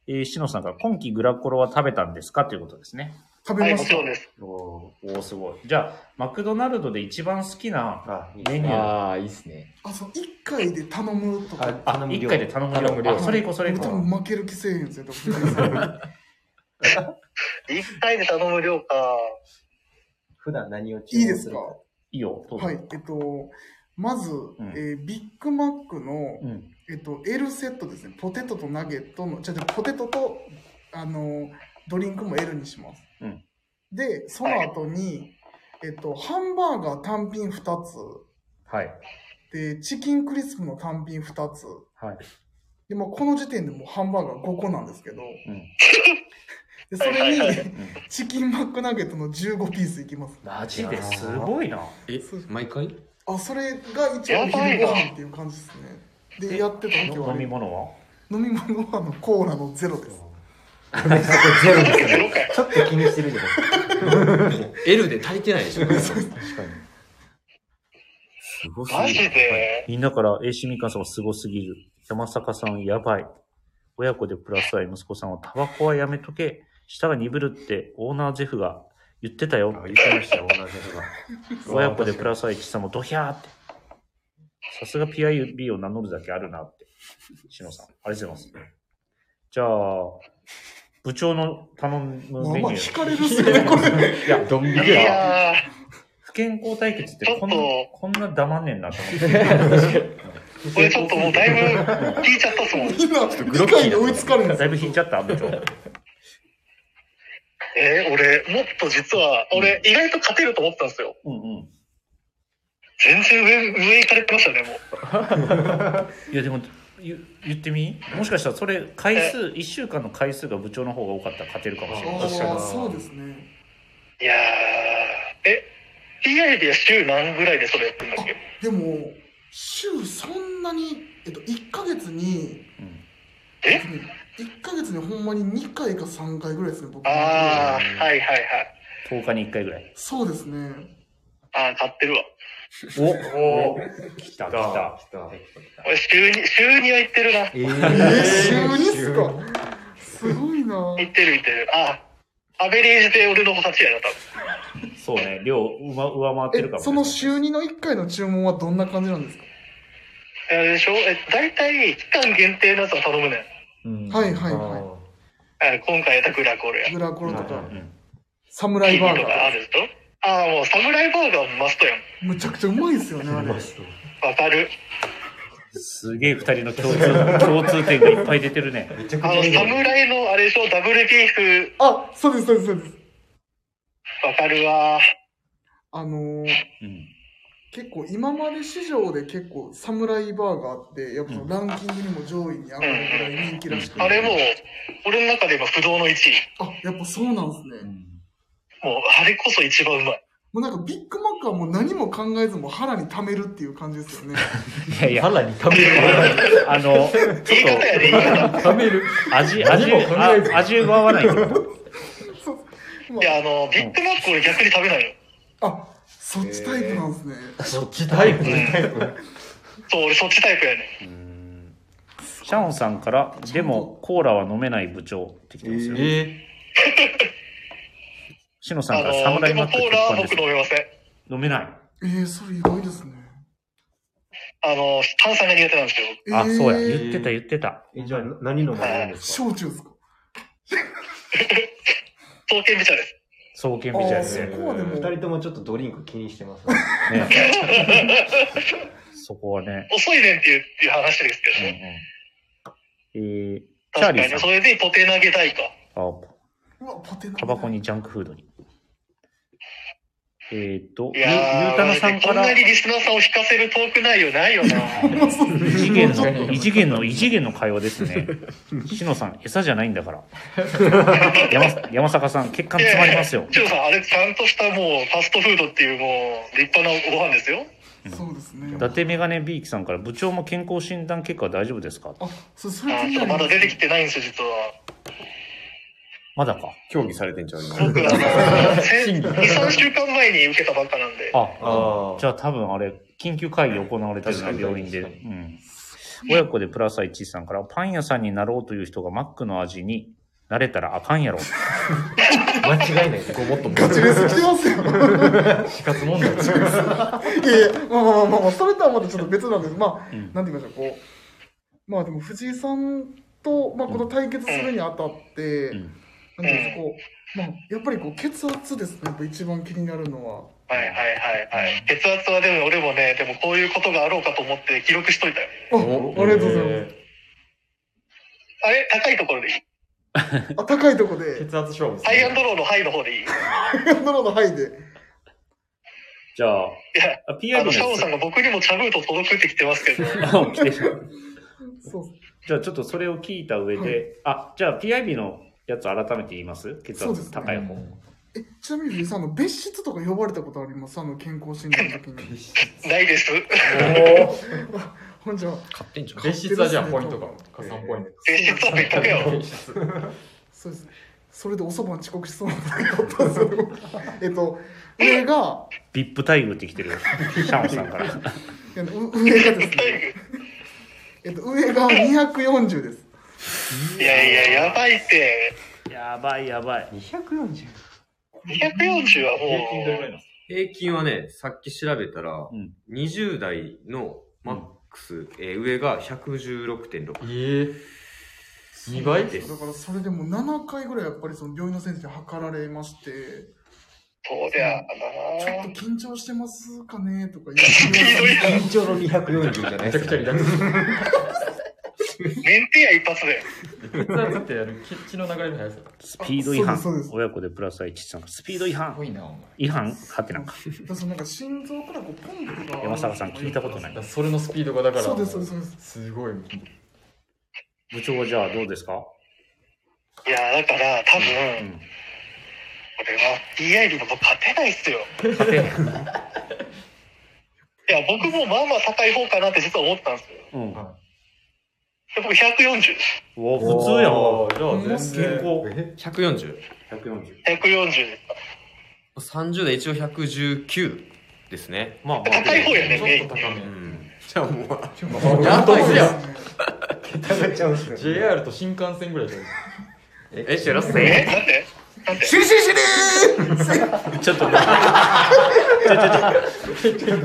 A: えー、しのさんが今期グラコロは食べたんですかということですね。
D: 食
H: は
D: べ
H: い、
D: ま
H: も
D: し
H: ち
D: た
H: ろんです。
A: おー、すごい。じゃあ、マクドナルドで一番好きな
B: あ、いい
A: メニュー。
B: あー、いいっすね。
D: あそう1回で頼むとか
B: あ
A: あ、一回で頼む量。
B: 頼む量
A: あそれ行こう、それ行こ
D: 多分負ける気せえへんぜと 思
H: 1回で頼む量か。
C: 普段何を
D: いいですか
A: う。いいよ、どうぞ。
D: はいえっとまず、
A: ん
D: えービッグマックの、
A: うん。
D: えっと、L セットですねポテトとナゲットのじゃあポテトとあのドリンクも L にします、
A: うん
D: でその後に、えっと、ハンバーガー単品2つ
A: はい。
D: でチキンクリスプの単品2つ
A: はい。
D: で、まあ、この時点でもうハンバーガー5個なんですけど、
A: うん
D: でそ
H: は
D: れ
H: い
D: に、
H: はいはい
D: チキンマックナゲットの15ピースいきます
A: マジですごいな。
B: え、毎回
D: あそれが一応お昼ご飯っていう感じですねでやってた時は
A: 飲み
D: 飲
A: 物は
D: み物はあのコーラのゼロです
C: ゼロですよね。ちょっと気にしてるじゃないですか。
B: L で足りてないでしょ。す
A: 確かに。
B: ごすぎる
H: マジで
A: みんなから、えー、しみかんさんはすごすぎる。山坂さん、やばい。親子でプラス愛、息子さんは、タバコはやめとけ。舌が鈍るって、オーナーゼフが言ってた
B: あ
A: よ。
B: 言ってましたよ、同じことが。
A: 親子でプラス愛、ちさんもドヒャーって。さすが PIB を名乗るだけあるなって。しのさん、ありがとうございます。じゃあ、部長の頼む
D: まあ
A: メニ
D: まあ
A: ュ
D: 引
A: ー。
D: かれるっすねこれ
A: いや、
B: ドン引
H: いや
A: 不健康対決ってこん
H: ち
A: な
H: ょっ、
A: こんな黙んねんなと思って。
H: ー、これちょっともうだいぶ聞いちゃったっすもん。
D: みんな理解に追いつかれるんです
A: だいぶ引いちゃった、部長。う
H: えー、俺、もっと実は、俺、意外と勝てると思ってたんですよ。
A: んうん。
H: 全然上、上行かれてましたね、もう。
A: いやでも言言ってみもしかしたらそれ回数1週間の回数が部長の方が多かったら勝てるかもしれない
D: ああそうですね
H: いやー、え、PID は週何ぐらいでそれやってんだっけ
D: でも週そんなにえっと1ヶ月に
A: うん
H: え
D: 1ヶ月にほんまに2回か3回ぐらいですね僕
H: あー、はいはいはい。
A: 10日に1回ぐらい
D: そうですね
H: あー、買ってるわ。
A: お
F: おお。
A: 来た来た
B: 来た。
H: 俺、週に、週には行ってるな。行
C: え
D: え
C: ー
D: ー、週2っすかすごいな
H: ってる行ってる。あー、アベレージで俺の勝ちやな、多分。
A: そうね量を上上回ってるか
D: え
A: も
D: その週2の1回の注文はどんな感じなんですか
H: えーでしょえ、大体、期間限定のやつは頼むねん。
D: はいはいはい
H: あー今回やったグラコールや。
D: グラコロとか、
A: うん
D: サムライバー
H: キニと
D: ガ
H: かあ
D: ー
H: るとああ、もう、サムライバーガーもマストやん。
D: むちゃくちゃうまいですよねあれ
H: わかる。
A: すげえ2人の共通共通点がいっぱい出てるね
C: めちゃくち
H: あ
C: ゃ
H: の、
C: いい
H: サ
C: ね
H: ムライのあれでしょダブルビーフ、
D: あそうですそうですそうです
H: わかるわ。
D: あのー
A: うん
D: 結構今まで市場で結構サムライバーガーってやっぱそのランキングにも上位に上がるぐらい人気らしくて
H: あれもう、俺の中で今不動の1位。
D: あやっぱそうなんですね
H: もう、あれこそ一番うまい。
D: もうなんかビッグマックはもう何も考えずもう腹に溜めるっていう感じです よね
A: いやいや腹に食べるあのちょっ
H: 言い方 やで、言い方。
B: 食べる。
A: と味味あ味が合わないから
D: そう
H: いや、あの、ビッグマック俺逆に食べないの。
D: あそっちタイプなんですね、
B: そっちタイプ
H: そう、俺そっちタイプやね
A: シャオンさんから「でもコーラは飲めない部長」って来てますよ、
B: え
A: シノさん
H: あ
A: から「サム
H: の、
A: ラ
H: で
A: イマ
H: も
A: ック
H: コ
A: 欠
H: ーラは
A: 陥で
H: 僕
A: す
H: 飲めません。
A: 飲めない
D: えー、それ意外ですね
H: あの、炭酸が苦手なんですよ。
D: えー、
A: あ、そうや。言ってた、言ってた。
C: えじゃあ何飲まれるんですか
D: 焼酎ですか
H: 刀剣ビチャです。
A: 創建美茶や
D: あー
A: ね。
D: そこはでも
C: 二人ともちょっとドリンク気にしてますね。
A: ね そこはね。
H: 遅いねんっていうっていう話ですけ
A: う
H: ど
A: んうん
H: ね。
A: えー、チャー
H: 確
A: リー
H: かに、
A: さ
H: そ
A: ん。
H: れでポテ投げたいか。
A: あ、
D: うわポテト
A: タバコにジャンクフードに。えーっと、
H: い
A: ゆゆう
H: や
A: たなさん
H: ー、こ
A: か
H: ん
A: ら
H: な、にリスナーさんを引かせるトーク内容ないよな。
A: 異次元の、異次元の、異次元の会話ですね。しのさん、餌じゃないんだから。山山坂さん、血管詰まりますよ。
H: チロさん、あれちゃんとしたもう、ファストフードっていうもう、立派なご飯ですよ。
D: そうですね
A: 伊達メガネビーキさんから、部長も健康診断結果は大丈夫ですか
D: あそれそれ
H: あ
D: 気
H: ー
D: に
H: ちょ
D: な
H: っ
D: りま
H: とまだ
D: す
H: 出てきてないんですよ、実は。
A: まだか。
B: ー、競技されてんじゃん、今。
H: 僕、あの、2、3 週間前に受けたばっかなんで。
A: あ、
B: あ
A: じゃあ多分あれ、緊急会議行われてるな、病院で。うん。親子でプラス1さんから、パン屋さんになろうという人がマックの味に慣れたらあかんやろ。
B: 間違いない。ごもっとも。
D: ガチレス来てますよ。
F: 死活問題。
D: いやいや、まあまあまあまあ、それとはまたちょっと別なんです。ま
A: う
D: あ、
A: ん
D: なんて言いましょう、こう。まあでも、藤井さんと、まあ、この対決するにあたって、
A: うん
D: なんていうんですか、こう、まあ、やっぱりこう、血圧ですね、やっぱ一番気になるのは。
H: はいはいはいはい。血圧はでも俺もね、でもこういうことがあろうかと思って記録しといたよ。
D: あ、ありがとうございます。
H: あれ高いところでいい
D: あ、高いとこで、
F: 血圧勝負です
H: ハイアン
F: ね。
H: ドローのハイの方でいい
D: ハイアンドローの範囲で。
A: じゃあ、あ
H: あ
A: PR の
H: の、シャオさん
A: や
H: が僕にもチャブーと届くってきてますけど。
A: つ あ来てしまう
D: そう
A: じゃあちょっとそれを聞いた上で、あ、じゃあ PIB のやつ改めて言います血
D: そうです
A: 圧
D: ね
A: 高い方。
D: え、ちなみに藤井さん、あの、別室とか呼ばれたことありますあの、健康診断の時に。
H: ないです。
D: ほんじゃ、
B: 買ってんじゃん。
F: 別室はじゃあポイントが加算ポイント。
H: 別室は別格よ。
F: 別室
D: そうです。それでおそばに遅刻しそうなことがあったんですよ。 えっと、上が、
A: ビップ待遇って来てるよ。シャオさんから。
D: いやう上がですね。えっと、上が240です。
H: いやいや、やばいって。
A: やばいやばい。
H: 240はも、
F: 平均どれぐらいうなんです
B: 平均はね、さっき調べたら、
A: うん
B: 20代のマックス、えー上が116.6
F: か。ええ。二倍
B: です
D: だからそれでも7回ぐらいやっぱりその病院の先生に測られまして、
H: そうりゃあ
D: ちょっ
H: な
D: と緊張してますかねと か言って、
C: 緊張の240じゃない
F: めち
C: です
F: ゃくちゃ
C: か、ね。
F: リラックス。
H: メンテや一発で。
F: 血圧ってやる血血の流れの速さ。
A: スピード違反
D: あそうですそうで。す
A: 親子でプラス1さんから。スピード違
F: す
A: 反。
F: ごいな、お前。
A: 違反はてなんか。
D: だからそのなんか心臓からこうポンプが。
A: 山坂さん聞いたことな
F: だ
A: い
F: からそれのスピードがだから。
D: そうです、そうです、そうです。
F: すごい。
A: 部長はじゃあどうですか
H: いや、だから多分、
A: うん。
H: これは DI にも勝てないっすよ。
A: 勝てん。
H: いや、僕もまあまあ高い方かなって実は思ってたんですよ。
A: うん。
H: で僕140です。
A: うわ普通やわ。
F: おー。じゃあ全然。
B: 140。
A: 140。
H: 140です。
B: 30代一応119ですね。
A: まあまあ。
H: 高い方やね、メ
F: ちょ
H: イ
F: っと高め
B: う。ん。じゃあもう、
F: やっとですやん。
C: 食べちゃうんです よ
F: JR と新幹線ぐらいで。
B: え、シェラス
H: え
B: ね。
H: なんで
A: ちょっと待って。ちょちょちょ。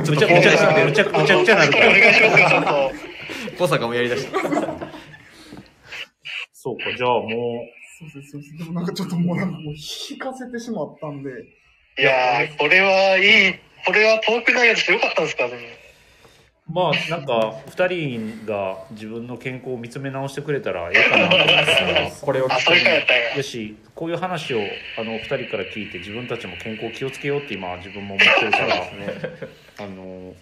A: むちゃくちゃ、むちゃくちゃむちゃくちゃなる
H: お
A: か
H: 願
A: ら。
H: いしますよ、ちょっと。
B: 小坂もやりだ した。
A: そうか、じゃあも
D: そうです、そうです。でもなんかちょっともうなんかもう引かせてしまっ たんで、
H: いやー、これはいい、これは遠くないやつでよかったんですかね。
A: う、まあなんか、二人が自分の健康を見つめ直してくれたらええかなと思いますから。
F: これを
H: あ、それからやったんや。
A: よし、こういう話をあのお二人から聞いて自分たちも健康気をつけようって今自分も思ってるから、あの、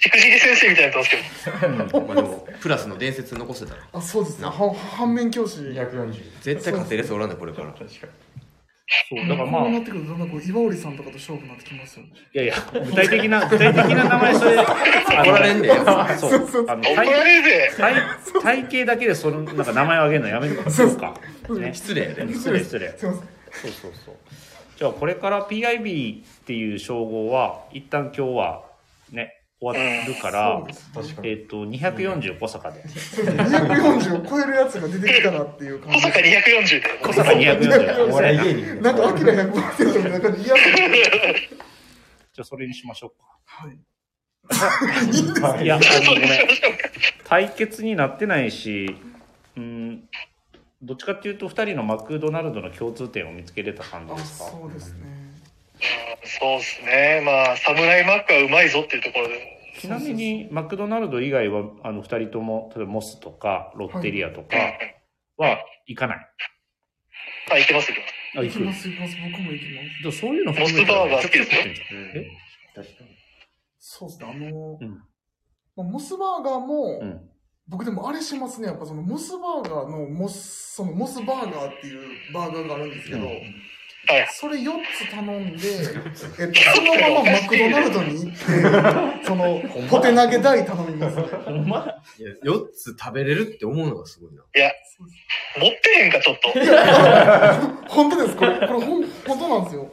H: しくじり先生みたいになってます
B: まあでも、プラスの伝説残せたら。
D: あ、そうですね。は反面教師。
F: 140。
B: 絶対勝てるやつおらんね、これから。
A: うん、そうだからまあ
D: こうないってくると、なんかこう岩織さんとかと勝負になってきますよね。
A: やいや具体的な具体的な名前それ怒
B: 怒られんねや。
A: そうあの
H: よ。怒ら
A: 体
H: れるぜ。
A: 体体型だけでそのなんか名前を挙げるのやめましょうか、ね、
B: 失礼やで。
A: 失礼失礼
D: すいません。
A: そうそうそうじゃあこれから PIB っていう称号は一旦今日はね終わるから、
D: そうです
F: 確かに。
A: えっ、と240小坂で
D: 240を超えるやつが出てきたなっていう感
H: 小
D: じ
H: 坂240で。
A: 小坂240
D: お笑い
A: じ
D: なんかアキラ100%の中に嫌な
A: ゃあそれにしましょうか
D: はい
A: いや、あの
H: そ
A: ご
H: う
A: め
H: でしょ
A: ん。対決になってないし、うん、どっちかっていうと、2人のマクドナルドの共通点を見つけれた感じ
D: あ
A: ですか。
D: そうですね
H: そうっすね。まあ、サムライマックはうまいぞっていうところで。
A: ちなみに、マクドナルド以外は、あの、2人とも、例えばモスとか、ロッテリアとかは行かない。
H: あ、いけますよ。
A: あ、
D: 行
A: 行
D: き
A: く。
D: ます行きます僕も行きます
A: でもそういうの
H: モスバーガー好きですよ
A: え
D: そうですねあの
A: う
D: ー
A: ん
D: まあモスバーガーも、
A: うん。
D: 僕でもあれしますねやっぱそのモスバーガーのモスそのモスバーガーっていうバーガーがあるんですけど、
A: うん
H: はい
D: それ4つ頼んで、えっと、そのままマクドナルドに行って、その、ポテ投げ台頼み ます。
A: ほんま
B: いや4つ食べれるって思うのがすごいな。
H: 持ってへんか、ち ょっと。
D: 本当です、これ。これ、ほん、本当なんですよ。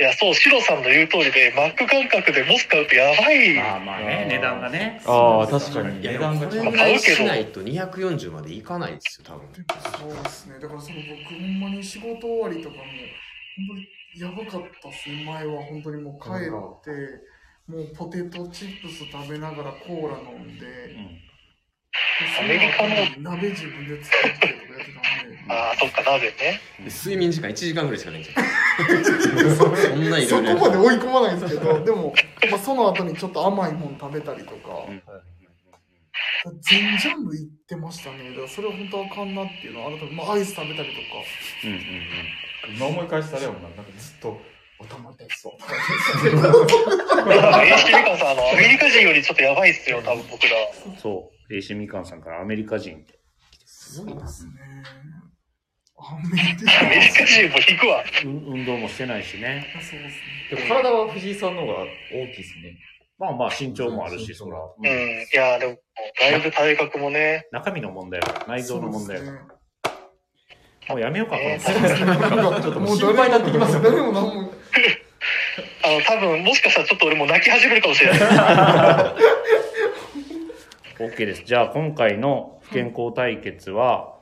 H: いや、そう、シロさんの言う通りで、マック感覚でモス買うとやばい。
A: まあまあね、値段がね。
B: ああ、確かに。
F: いや
B: 値段が
D: で
B: ちょ
D: も
H: こ
B: っ
H: れ
B: と。
H: 買うけど
B: しないと240までいかないですよ、多分。
D: でもそうですね。だからその僕、ほんまに仕事終わりとかも、本当にやばかったっすね。前は本当にもう帰って、もうポテトチップス食べながらコーラ飲んで、
A: うん
D: その後に鍋自分で作ってとかやってたんで。
H: ああ、そっか、鍋ね。
B: で睡眠時間1時間ぐらいしかないんじ ゃん。そんない
D: そ
B: ろ
D: こ
B: いろやる
D: まで追い込まないんですけど、で も、やっぱその後にちょっと甘いもん食べたりとか、全ジャンル行ってましたね。だからそれは本当あかんなっていうのは、改めて、まあ、アイス食べたりとか、
A: うんうん
F: 今思い返したらよ、なんかずっと、頭痛いそう。
H: えー、シミカンさん、あの、アメリカ人よりちょっとやばいっすよ、多分僕ら。
A: うんそう。AC みかんさんからアメリカ人って。
B: すご
D: そ
B: いうな
D: です ね。あ、めっちゃ
H: アメリカ人も引くわ。
A: うん運動もしてないしね。
D: そうですね。
F: でも体は藤井さんの方が大きいですね。
A: まあまあ身長もあるし、
F: 身長
A: そら。
H: うん。いやーでも、だいぶ体格もね。
A: 中身の問題は内臓の問題
D: そう
A: は。
D: ですね
A: もうやめようか、こ
H: え
A: の
H: ー
A: 話
D: なんかもう誰もなってきますよ。誰も何も。
H: あの、多分、もしかしたらちょっと俺も泣き始めるかもし れない。
A: OK です。じゃあ今回の不健康対決は、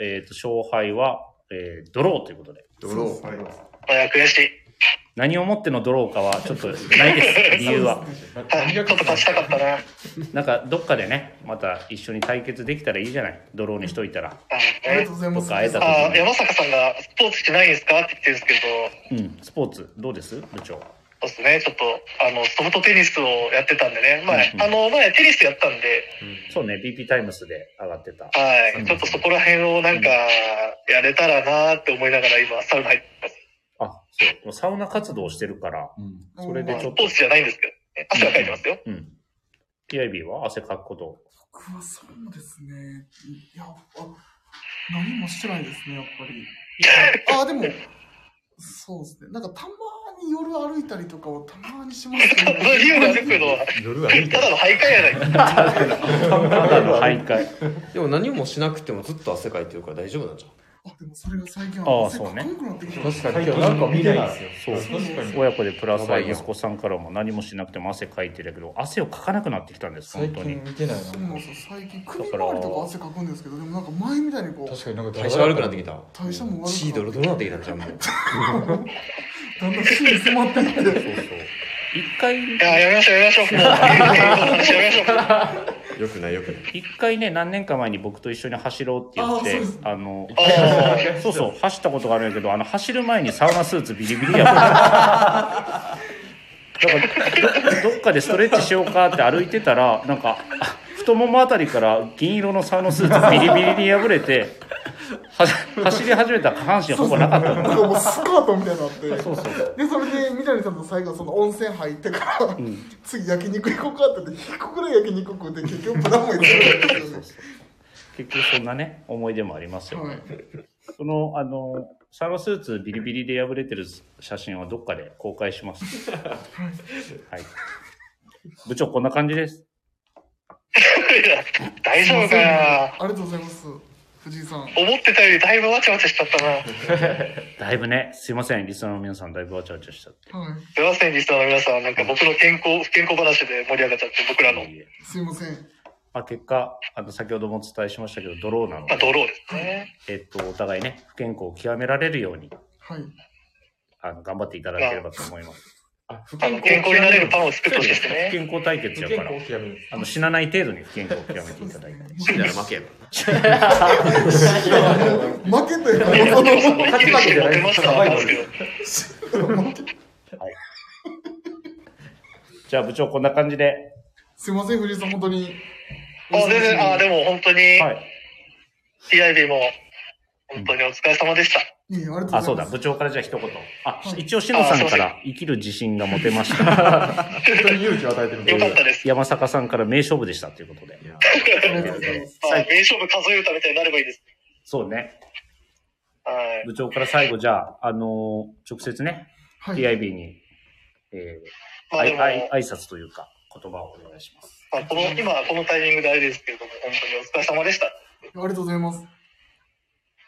A: えっ、と、勝敗は、えードローということで。
B: ドロー。
H: まあ、悔しい。
A: 何をもってのドローかはちょっとないです、理由は。
H: はい、ちょっと勝ちたかったな。あ
A: なんかどっかでね、また一緒に対決できたらいいじゃない。ドローにしといたら。
D: ありが
H: ね
D: とうございます。
A: 僕会えた
H: あ山坂さんがスポーツしないんですかって言ってるんですけど、
A: うん、スポーツ、どうです部長。
H: そうですね、ちょっと、あの、ソフトテニスをやってたんでね、前、
A: うんうん
H: あの、前テニスやったんで、
A: そうね、PP タイムスで上がってた。
H: はい、ちょっとそこら辺をなんか、やれたらなーって思いながら今、サウナ入ってます。
A: あ、そう。サウナ活動してるから、それで
H: まあ
A: ちょっ
H: ス
A: と
H: ポー、ツじゃないんですけど、ね、汗はかいてますよ。
A: うん。PIB は汗かくこと。
D: 僕はそうですね。いや、あ、何もしてないですね、やっぱり。 あ、でも、そうですね。なんかたまに夜歩いたりとかはたまにしますけど、
H: その理由がつくのは、
B: 夜は見
H: ただ
B: た
H: の徘徊やないか。
A: ただの徘徊。
B: でも何もしなくてもずっと汗かいてるから大丈夫なんじゃん。
D: あ、でもそれが最近
A: あ
D: は
A: あそうね
D: 汗かくなってきた。
F: 確かに、なんか見ないですよ。
D: そう
F: 確かに。
A: 親子でプラスは
B: やばいよ
A: 息子さんからも何もしなくても汗かいてるけど、汗をかかなくなってきたんです、
F: 最
A: 本当に
F: 近。見てない
D: そうなん
F: な。
D: ですよ、最近首周りとか汗かくんですけど、でもなんか前みたいにこう、
F: 確かになんか
B: 代謝悪くなってきた。
D: 代謝も悪くなって
B: 血ドロドロなってきたんじゃん、もう。
D: だんだん死に迫っていって、
A: そうそう。一回、
H: いや、やめましょう、やめましょう。もう、健康の話やめましょう。
B: よくない、よくない。
A: 一回ね、何年か前に僕と一緒に走ろうって言っ
D: あ
A: て
D: そうです、
A: あの、
H: あ
A: そうそう、走ったことがあるんやけど、あの、走る前にサウナスーツビリビリ やから。だからど、どっかでストレッチしようかって歩いてたら、なんか、あ太ももあたりから銀色のサウナスーツビリビリに破れて、は走り始めたら下半身ほぼなかったの。
D: なんかもうスカートみたいになって。
A: そうそうそう。
D: で、それで三谷さんと最後その温泉入ってから、
A: ん
D: 次焼肉行こうかって言って100個ぐらい焼肉食うて結局プラモイ食べたんですよね
A: 結局そんなね、思い出もありますよね。
D: はい
A: その、あの、サウナスーツビリビリで破れてる写真はどっかで公開します。はい。部長、こんな感じです。
H: いや大
D: すいま
H: 丈夫か
D: せんあ
H: な
D: りがとうございます藤井さんあ
H: 思ってたよりだいぶわちゃわちゃしちゃったな。
A: だいぶね、すいません、リスナーの皆さん、だいぶわちゃわちゃしちゃって。
D: はい
H: すいません、リスナーの皆さん。なんか僕の健康、不健康話で盛り上がっちゃって、僕らの。
A: いえいえ
D: すいません
A: まあ、結果、あの、先ほどもお伝えしましたけど、ドローなの
H: まあ、
A: で、
H: ドローですね。
A: えっと、お互いね、不健康を極められるように、
D: はい
A: あの、頑張っていただければと思います。
F: あ、不
H: あの、健康になれるパンを作ってほしいです
A: 不
H: ね。
A: 健康対決
F: 不
A: や
F: 健
A: から
F: 康、を極める。
A: あの、死なない程度に不健康を極めていただいて。
B: 死んだら負けやから。
D: 負けというか
H: いや
D: その
H: 今日さんも生きるしモテましたなんですけど。
A: じゃあ、部長、こんな感じで。
D: すいません藤井さん本当に
H: あ、全然、あ、でも本当に、
A: はい。
H: TIB も、本当にお疲れ様でした。
D: いいありがとうございま
A: あ、
D: す
A: そうだ、部長からじゃあ一言。あ、
D: はい
A: 一応、しのさんから生きる自信が持てました。
F: 本当に勇気を与えてるん
H: よかっ
F: で。
H: たです。
A: 山坂さんから名勝負でしたということで。
B: いや
D: ありがとうございます
H: まあ、名勝負数え歌みたいになればいいです。
A: そうね。
H: はい。
A: 部長から最後、じゃあ、あのー直接ね、
D: はい
A: PIB に、えー
H: まあで
A: あ
H: も、
A: いあい挨拶というか、言葉をお願いします。
H: まあ、この、今、このタイミングであれですけれども、本当にお疲れ様でした。
D: ありがとうございます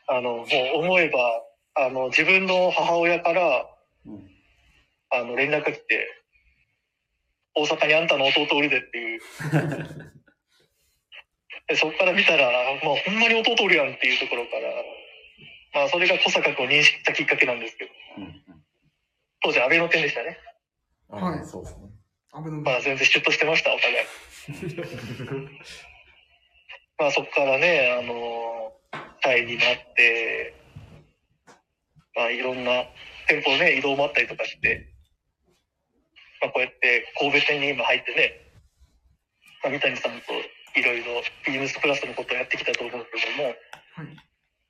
H: あの、もう思えば、あの、自分の母親から、
A: うん
H: あの、連絡来て、大阪にあんたの弟おるでって いう。でそこから見たら、まあ、ほんまに弟おるやんっていうところから、まあ、それが小坂君を認識したきっかけなんですけど、当時、安倍の点でしたね。
D: はい
F: そうですね。
D: 安倍の
H: まあ全然シュッとしてました、お互い。 まあそこからね、あのタイになって、まあいろんな店舗のね、移動もあったりとかして、まあこうやって神戸店に今入ってね、まあ、三谷さんといろいろビームスプラスのことをやってきたと思うんですけども、
D: はい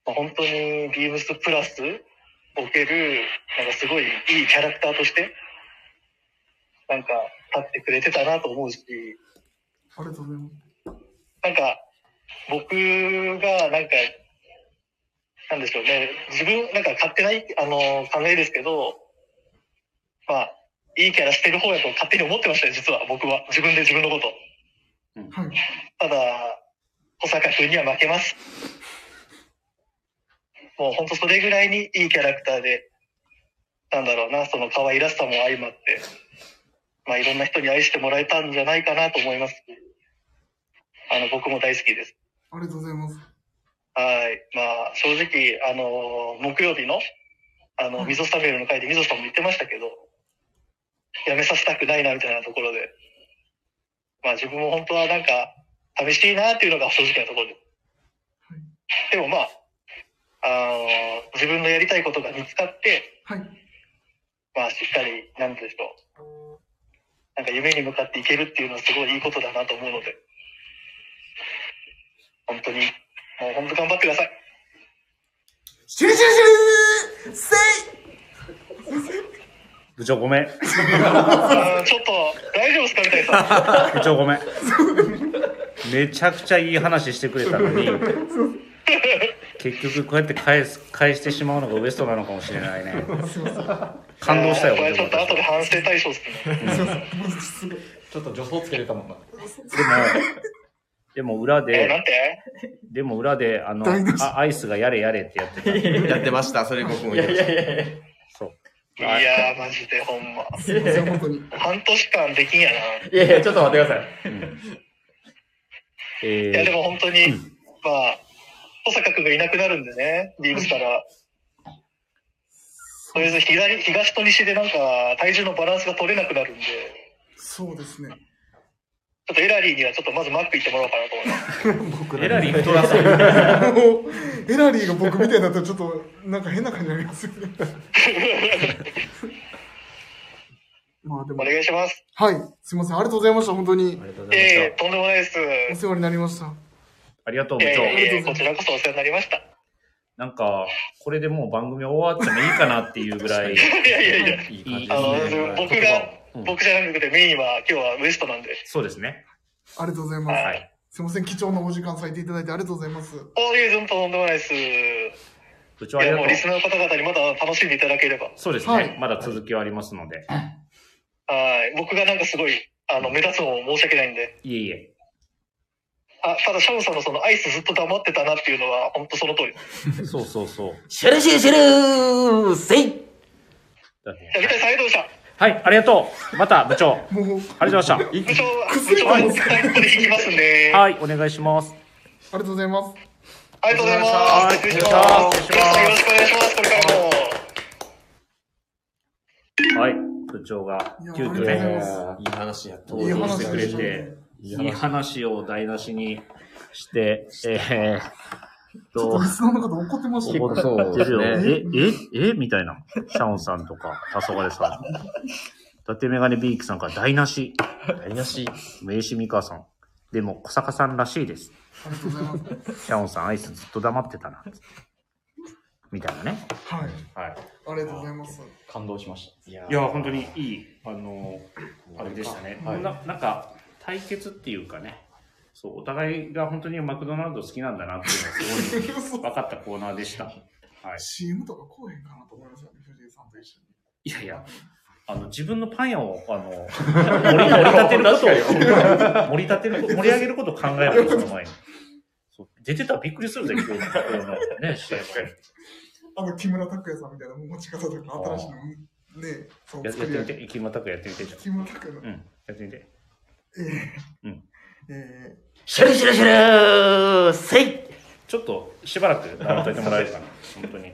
H: まあ、本当にビームスプラスおける、なんかすごいいいキャラクターとして、なんか立ってくれてたなと思うし、
D: ありがとうございます。
H: なんか、僕が、なんか、なんでしょうね、自分、なんか勝手ない、あの、考えですけど、まあ、いいキャラしてる方やと勝手に思ってましたよ、実は、僕は。自分で自分のこと。
D: はい。
H: ただ、小坂君には負けます。もう本当それぐらいにいいキャラクターで、なんだろうな、その可愛らしさも相まって、まあいろんな人に愛してもらえたんじゃないかなと思います。あの、僕も大好きです。
D: ありがとうございます。
H: はい。まあ正直、あの、木曜日の、あの、溝サメルの会で溝さんも言ってましたけど、やめさせたくないなみたいなところで、まあ自分も本当はなんか、寂しいなっていうのが正直なところです。でもまあ、あの自分のやりたいことが見つかって、
D: はい。
H: まあしっかり、なんでしょう。なんか夢に向かっていけるっていうのはすごいいいことだなと思うので、本当に、もう本当頑張ってください。
D: シュルシュルシュルせい
A: 部長ごめん。
H: あーちょっと、大丈夫ですかみたいな。
A: 部長ごめん。めちゃくちゃいい話してくれたの に、結局こうやって返す、返してしまうのがウエストなのかもしれないね。
D: すいません。
A: 感動したよ、
H: これちょっと後で
A: で
H: 反省対象っすね。
D: すいません。マジですごい。
F: ちょっと助走つけれたもんな。
A: も、でも裏
H: えーな
A: で、
H: んて
A: でも裏で、あの、
D: 台無し
A: あアイスがやれやれってやってた。
B: やってました。それ僕も
F: い
B: 言っ
F: や
B: て
F: い
B: まし
F: やいやい
A: そう。
H: いやー、マジでほんま。
D: すいません、本当に。
H: 半年間できんやな。
F: や。いやいや、ちょっと待ってください。
A: え
H: いや、で
A: ー、
H: も本当に、まあ、小坂君がいなくなるんでね、ビームスから。とりあえず左、東と西でなんか、体重のバランスが取れなくなるんで、
D: そうですね。
H: ちょっとエラリーにはちょっとまずマック行ってもらおうかなと思います。
C: 僕
A: エ
C: ら
A: ラ
C: に
A: リー太らせる。
D: もうエラリーが僕みたいになったらちょっとなんか変な感じになりますよね。 まあで
H: お
D: も、
H: 願いします。
D: はい、すいません、ありがとうございました、本当に。
H: ええとんでもないです。
D: お世話になりました。
A: ありがとう、部
H: え
A: 長。
H: えこちらこそお世話になりました。
A: なんか、これでもう番組終わってもいいかなっていうぐらい、
H: いやいやいや、
B: た。いい
A: いい
H: あの、僕が、
A: うん
H: 僕じゃなくてメインは今日はウエストなんで、
A: そうですね。
D: ありがとうございます。
A: はい。
D: すいません、貴重なお時間割いていただいてありがとうございます。
H: そういうずんととんでもないです。い
A: 部長あり
H: や、
A: が
H: も
A: とう
H: う。リスナーの方々にまだ楽しんでいただければ。
A: そうですね、
D: はい
A: まだ続きはありますので。
H: はい。僕がなんかすごい、あの、目立つのも申し訳ないんで。
A: いえいえ。
H: あ、ただ、シャムさんのそのアイスずっと黙ってたなっていうのは、本当その通り。
A: そうそうそう。
E: シュルシュルシュルせい
A: だね
H: じゃあ、三谷さんありがとうござい
A: はい、ありがとう。また部長、あ
D: も
A: りがとう
D: う、
A: ございまし
H: ました。部長、部長も絶対ここで引きますんで。
A: た。
H: あ
A: はい、お願いします。
D: ありがとうございます。
H: りがとうございます。
A: はい
H: 失礼します。皆さんよろしくお願いします。これからも。
A: はい、部長が
D: いや
A: 急遽
D: ありがとうござい
A: ね
D: ま、
B: いい話やった。
A: 登場してくれ
D: いい話
A: て
D: で、
A: いい話を台無しにして、えー、っ
D: ちょっ
A: と
D: とリ、スナーの方怒ってました
A: 怒
D: よ。
A: ってるよ。え、え、えみたいな。シャオンさんとか、黄昏さん。伊達メガネビーキさんから台無し。
B: 台無し。
A: 名刺ミカさん。でも、小坂さんらしいです。
D: ありがとうございます。
A: シャオンさん、アイスずっと黙ってたな。みたいなね。
D: はい、
A: はい。
D: ありがとうございます。
F: 感動しまし
B: いや
A: いや、本当にいい、あの、あれでしたね。
F: はい
A: ななんか、対決っていうかね、そう、お互いが本当にマクドナルド好きなんだなっていうのがすご い分かったコーナーでした。はい。
D: CM とか来へんかなと思いますよね、藤井さんと一緒に。
A: いやいや、あの、自分のパン屋を、あの、盛り盛り立てることを、盛り立てる こと、盛り上げることを考えるの、その前に。そう出てたらびっくりするぜ、今日のね、試合
D: あの、木村拓哉さんみたいな持ち方とか新しいのね、そう
A: やや
D: 作
A: って
D: り上
A: み
D: げ
A: て、木村拓哉やってみてじゃん。
D: キムタクの。
A: うん、やってみて。
D: え
A: う
D: ー
A: ん
D: え
E: シュルシュルシュルせい
A: ちょっとしばらく習っといてもらえるかな、本当に。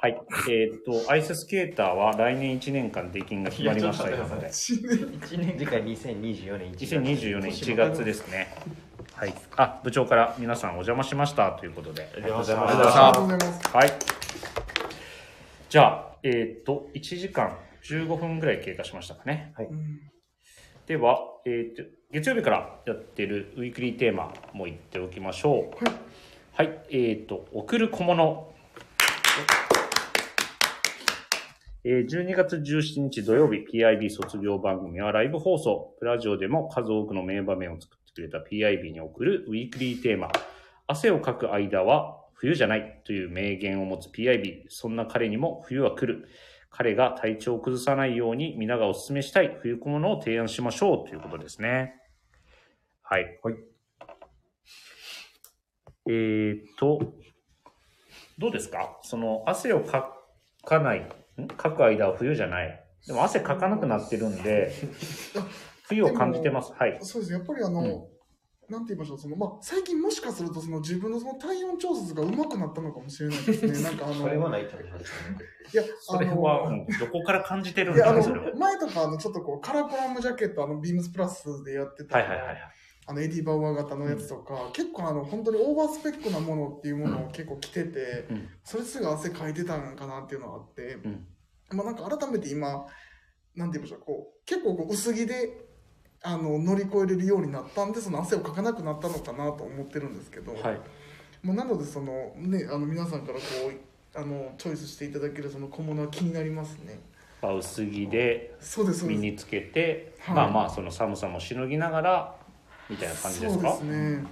A: はい、えーっと、アイススケーターは来年1年間、出禁が決まりましたよので、
B: 次回2024年1
A: 2024年1月ですね。はい、あ部長から皆さんお邪魔しましたということで。
B: ありがとうござい
D: ー、
B: ま
D: あり
B: す。
D: がとうございます。
A: はい。じゃあ、えーっと、1時間15分ぐらい経過しましたかね。
D: うん
A: では、えーと月曜日からやってるウィークリーテーマも言っておきましょう。はい、えーと、送る小物。えー12月17日土曜日、PIB 卒業番組はライブ放送。プラジオでも数多くの名場面を作ってくれた PIB に送るウィークリーテーマ。汗をかく間は冬じゃないという名言を持つ PIB。そんな彼にも冬は来る。彼が体調を崩さないように皆がお勧めしたい冬小物を提案しましょうということですね。はい。
B: はい
A: えーっと、どうですかその汗をかかない、んかく間は冬じゃない。でも汗かかなくなってるん で、冬を感じてます。はい。
D: そうですね、やっぱりあの、なんて言いましょう、そのまあ、最近もしかするとその自分のその体温調節がうまくなったのかもしれないで すね。なんかあの、
C: それはないと思いますよね。
D: いや、
A: それ
D: あの
A: は、うんどこから感じてるん
D: いや、あ
A: だ
D: の
A: それは。、
D: 前とか、あの、ちょっとこう、カラーコラムジャケット、あの、ビームスプラスでやってた、
A: はいはいはいはい。
D: あの、エディ・バウアー型のやつとか、結構あの、本当にオーバースペックなものっていうものを結構着てて、
A: うん
D: それすぐ汗かいてたんかなっていうのがあって、
A: うん
D: まあなんか改めて今、なんて言いましょう、こう、結構こう薄着で、あの、乗り越えれるようになったんで、その汗をかかなくなったのかなと思ってるんですけど、
A: はい。
D: もうなので、その、ね、あの、皆さんからこう、あの、チョイスしていただけるその小物は気になりますね。
A: まあ薄着で
D: そうです、そう
A: 身
D: です。
A: につけて、
D: はい
A: まあまあその寒さもしのぎながらみたいな感じですか
D: そうですね。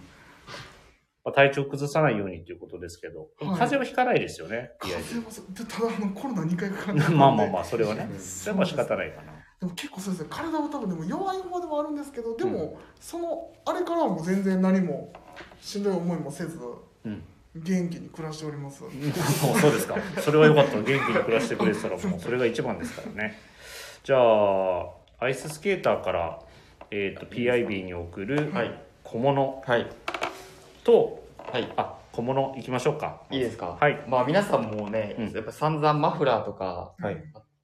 A: まあ、体調崩さないようにということですけど、
D: はい
A: 風邪はひかないですよねい
D: 風
A: や
D: 邪もそうでただあのコロナ2回かかっ
A: いや
D: た
A: まあまあ
D: あ
A: まあそれはねそれはまあ仕方ないかな
D: でも結構そうですね体は多分でも弱い方ではあるんですけどでも、そのあれからはもう全然何もしんどい思いもせず
A: うん
D: 元気に暮らしております、
A: そうそうですかそれはよかった元気に暮らしてくれてたらもうそれが一番ですからねじゃあアイススケーターから、えー、と PIB に送る
F: はい
A: 小物
F: はい。
A: と、
F: はい。
A: あ小物いきましょうか
F: いいですか
A: はい
F: まあ皆さんもね、
A: うん
F: やっぱ散々マフラーとか、
B: はい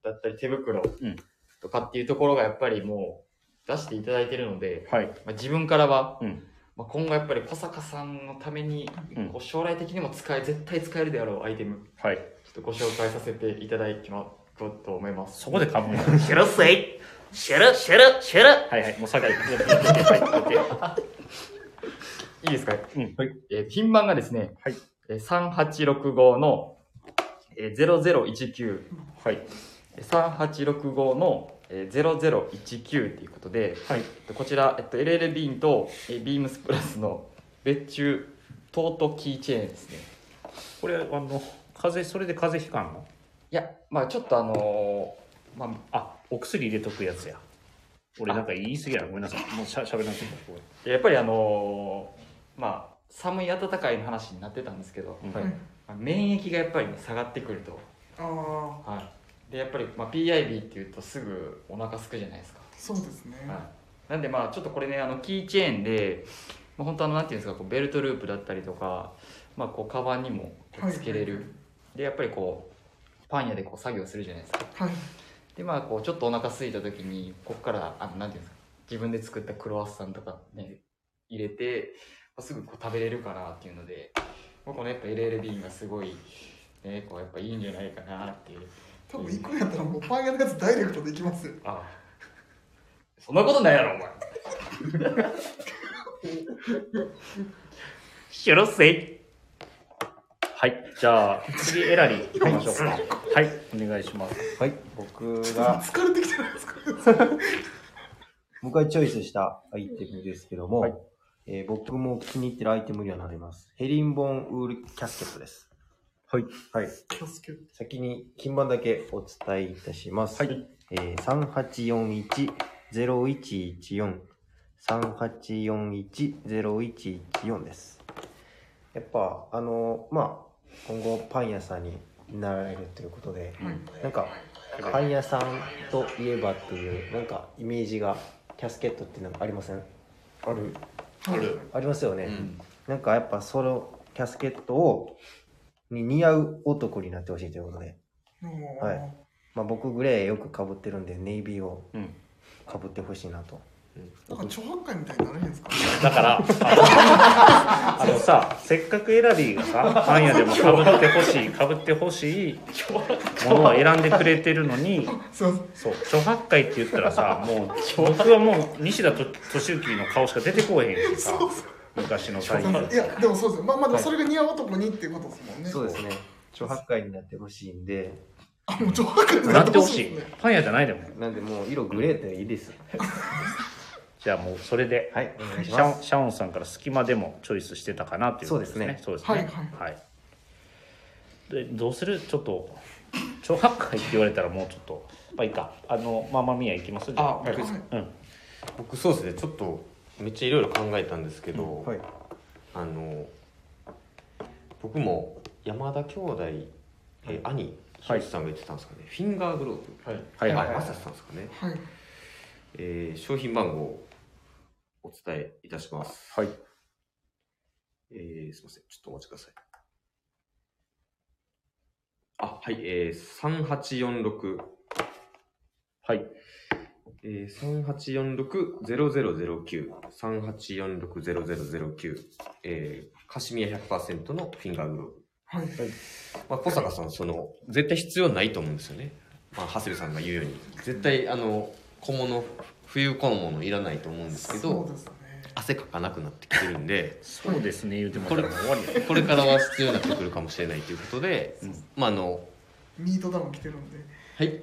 F: だったり手袋
A: うん
F: とかっていうところがやっぱりもう出していただいてるので、
A: はい
F: まあ、自分からは、
A: うん
F: まあ、今後やっぱり小坂さんのために、
A: うん
F: こう将来的にも使え絶対使えるであろうアイテム
A: はい
F: ちょっとご紹介させていただきまこうと思います
A: そこでかむんや
E: シュルせいシュルシュルシュル
A: はいはいもうさっきはい
F: いいですか、
A: うん
F: はいえー品番がですね、
A: はい
F: えー、3865の、えー、0019
A: OK はい
F: 3865のえー0019ということで、
A: はい
F: こちら、えっと、LL ビーンとえービームスプラスの別注トートキーチェーンですね
A: これあの風邪それで風邪ひかんの
F: いやまあちょっとあのーまあ
A: あお薬入れとくやつや俺なんか言い過ぎやなごめんなさいもうしゃしゃべらなくてごめん
F: やっぱりあのーまあ寒い暖かいの話になってたんですけど、
A: うん
F: まあ免疫がやっぱりね下がってくると、
D: ああ
F: はい、でやっぱり、まあ、PIB っていうとすぐお腹すくじゃないですか
D: そうですね、
F: はい、なんでまあちょっとこれねあのキーチェーンで、まあ、本当あのなんていうんですかこうベルトループだったりとか、まあ、こうカバンにもこうつけれる、
D: はい
F: でやっぱりこうパン屋でこう作業するじゃないですか
D: はい
F: でまあこうちょっとお腹空いた時にここからあのなんていうんですか自分で作ったクロワッサンとかね入れて、まあ、すぐこう食べれるかなっていうので、まあ、このやっぱ LL ビーンがすごいねこうやっぱいいんじゃないかなっていう
D: 多分行くんやったらもうパン屋のやつダイレクトで行きますよ
F: ああそんなことないやろお前
E: シュルせい
A: はいじゃあ次エラリー行きましょうかはい、お願いします
C: はい、僕が、
D: 疲れてきてないですか
C: 僕がチョイスしたアイテムですけども、
A: はい
C: えー僕も気に入ってるアイテムにはなります。ヘリンボーンウールキャスケットです。
A: はい
C: はい。
D: キャスケッ
C: 先に金番だけお伝えいたします。
A: はい
C: えー、3841-0114。3841-0114です。やっぱ、あのまあ、今後パン屋さんになられるということで、
D: はい
C: なんか、
A: ど
C: パン屋さんといえばっていうなんかイメージがキャスケットってなんかありませんある
D: ある
C: ありますよね、
B: うん
C: なんかやっぱそのキャスケットをに似合う男になってほしいということで、は
D: はい
C: まあ、僕グレーよくかぶってるんでネイビーを
A: うん
C: かぶってほしいなと、
D: なんか超破壊みたいになれへんすか
A: だからあのあのさせっかくエラビーがさパン屋でもかぶってほしいかぶってほしいものを選んでくれてるのに
D: すいま
A: そう諸八戒って言ったらさもう僕はもう西田と敏行の顔しか出てこえへんしさ昔の最
D: せん
A: 近
D: いやでもそうですよまあまあでもそれが似合う男にっていうことですもんね
C: そうですね超破壊になってほしいんで
D: あもう超破壊に
A: な
D: な
A: っ
D: ってて
A: ほ
D: ほ
A: し
D: し
A: い
D: いですね
A: パン屋じゃないでも
C: なんでもう色グレーっていいです
A: じゃあもうそれで
C: はいお願い
A: シ
C: し
A: ャ
C: ま
A: オン
C: す
A: シャオンさんから隙間でもチョイスしてたかなっていうことですね。そうですね。
D: はい
A: はい。でどうするちょっと超八戒って言われたらもうちょっとまあいいかあのママミヤ行きますじゃあ。
F: 僕
D: はい
A: うん。
B: 僕そうですねちょっとめっちゃいろいろ考えたんですけど、
C: はい
B: あの僕も山田兄弟、えー兄
A: はい
B: ひろしさんが言ってたんですかね、フィンガーグローブはい
A: はいはいはい
B: まさしさんですかね、
D: はい
B: えー商品番号をお伝えいたします
A: はい
B: えーすいませんちょっとお待ちくださいあはいえー、3846
A: はい。
B: えー、3846-0009,3846-0009えー、カシミヤ100%のフィンガーグローブ。
D: はい
B: まあ、小坂さん、その、絶対必要ないと思うんですよね。まあ、長谷部さんが言うように。絶対、あの、小物、冬小物いらないと思うんですけ
D: そう
B: ど
D: で、すね
B: 汗かかなくなってきてるんで、
A: そうですね言うても
B: これ
A: もう終わりだ。
B: これからは必要になってくるかもしれないということで、まあ、あの、
D: ミートダウン来てるんで
B: はい。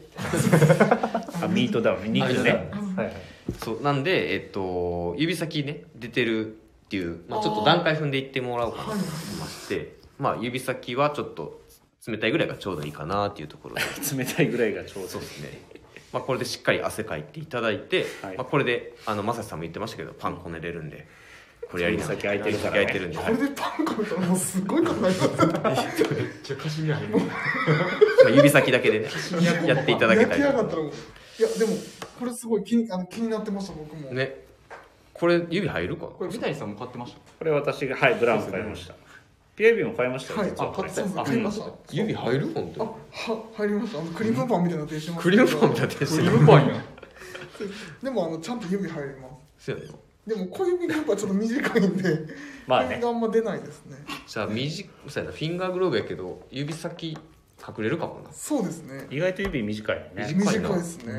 A: あミートダウンね肉ね。
C: はいはい
B: そう、なんで、えっと、指先ね、出てるっていう、まあ、ちょっと段階踏んでいってもらおうかなと思いまして、まあ、指先はちょっと冷たいぐらいがちょうどいいかなっていうところで。
A: 冷たいぐらいがちょうど。
B: そうですね。まあこれでしっかり汗かいていただいて、
A: はい
B: まあこれであのマサさんも言ってましたけどパンこねれるんで、これやりな
A: 指先空いてるからね
B: 指先空いてるんで、
D: こ
B: はい
D: れでパン食べたらもうすごいことになります
F: じゃあ、カシミヤ入る。
B: まあ 指先だけでねやっていただけ
D: 焼
B: た
D: き
B: り
D: 上
B: と
D: が
B: か
D: ったらもういやでもこれすごい気にあの気になってました僕も
B: ね。これ指入るかな？
F: これ、三谷さんも買ってました。
A: これ私がはいブラウン買いました。ピエビも買いましたよ。
D: はい
A: 実はこれ
D: あ買ったんですね買いました
B: 指入る本当
D: あ
B: に
D: は。入りましたあのクリームパンみたいな定してます
B: クリームパンだってして
F: ク
B: る
F: リームパンや。
D: でもあのちゃんと指入ります
B: そうやね
D: でも小指がやっぱちょっと短いんで
A: まあ
D: これ
A: ね
D: が。あんま出ないですね
B: じゃあ短そうやなフィンガーグローブやけど指先隠れるかもな。
D: そうですね
A: 意外と指短いよね。
D: 短
B: い
D: い
B: な
D: ですね、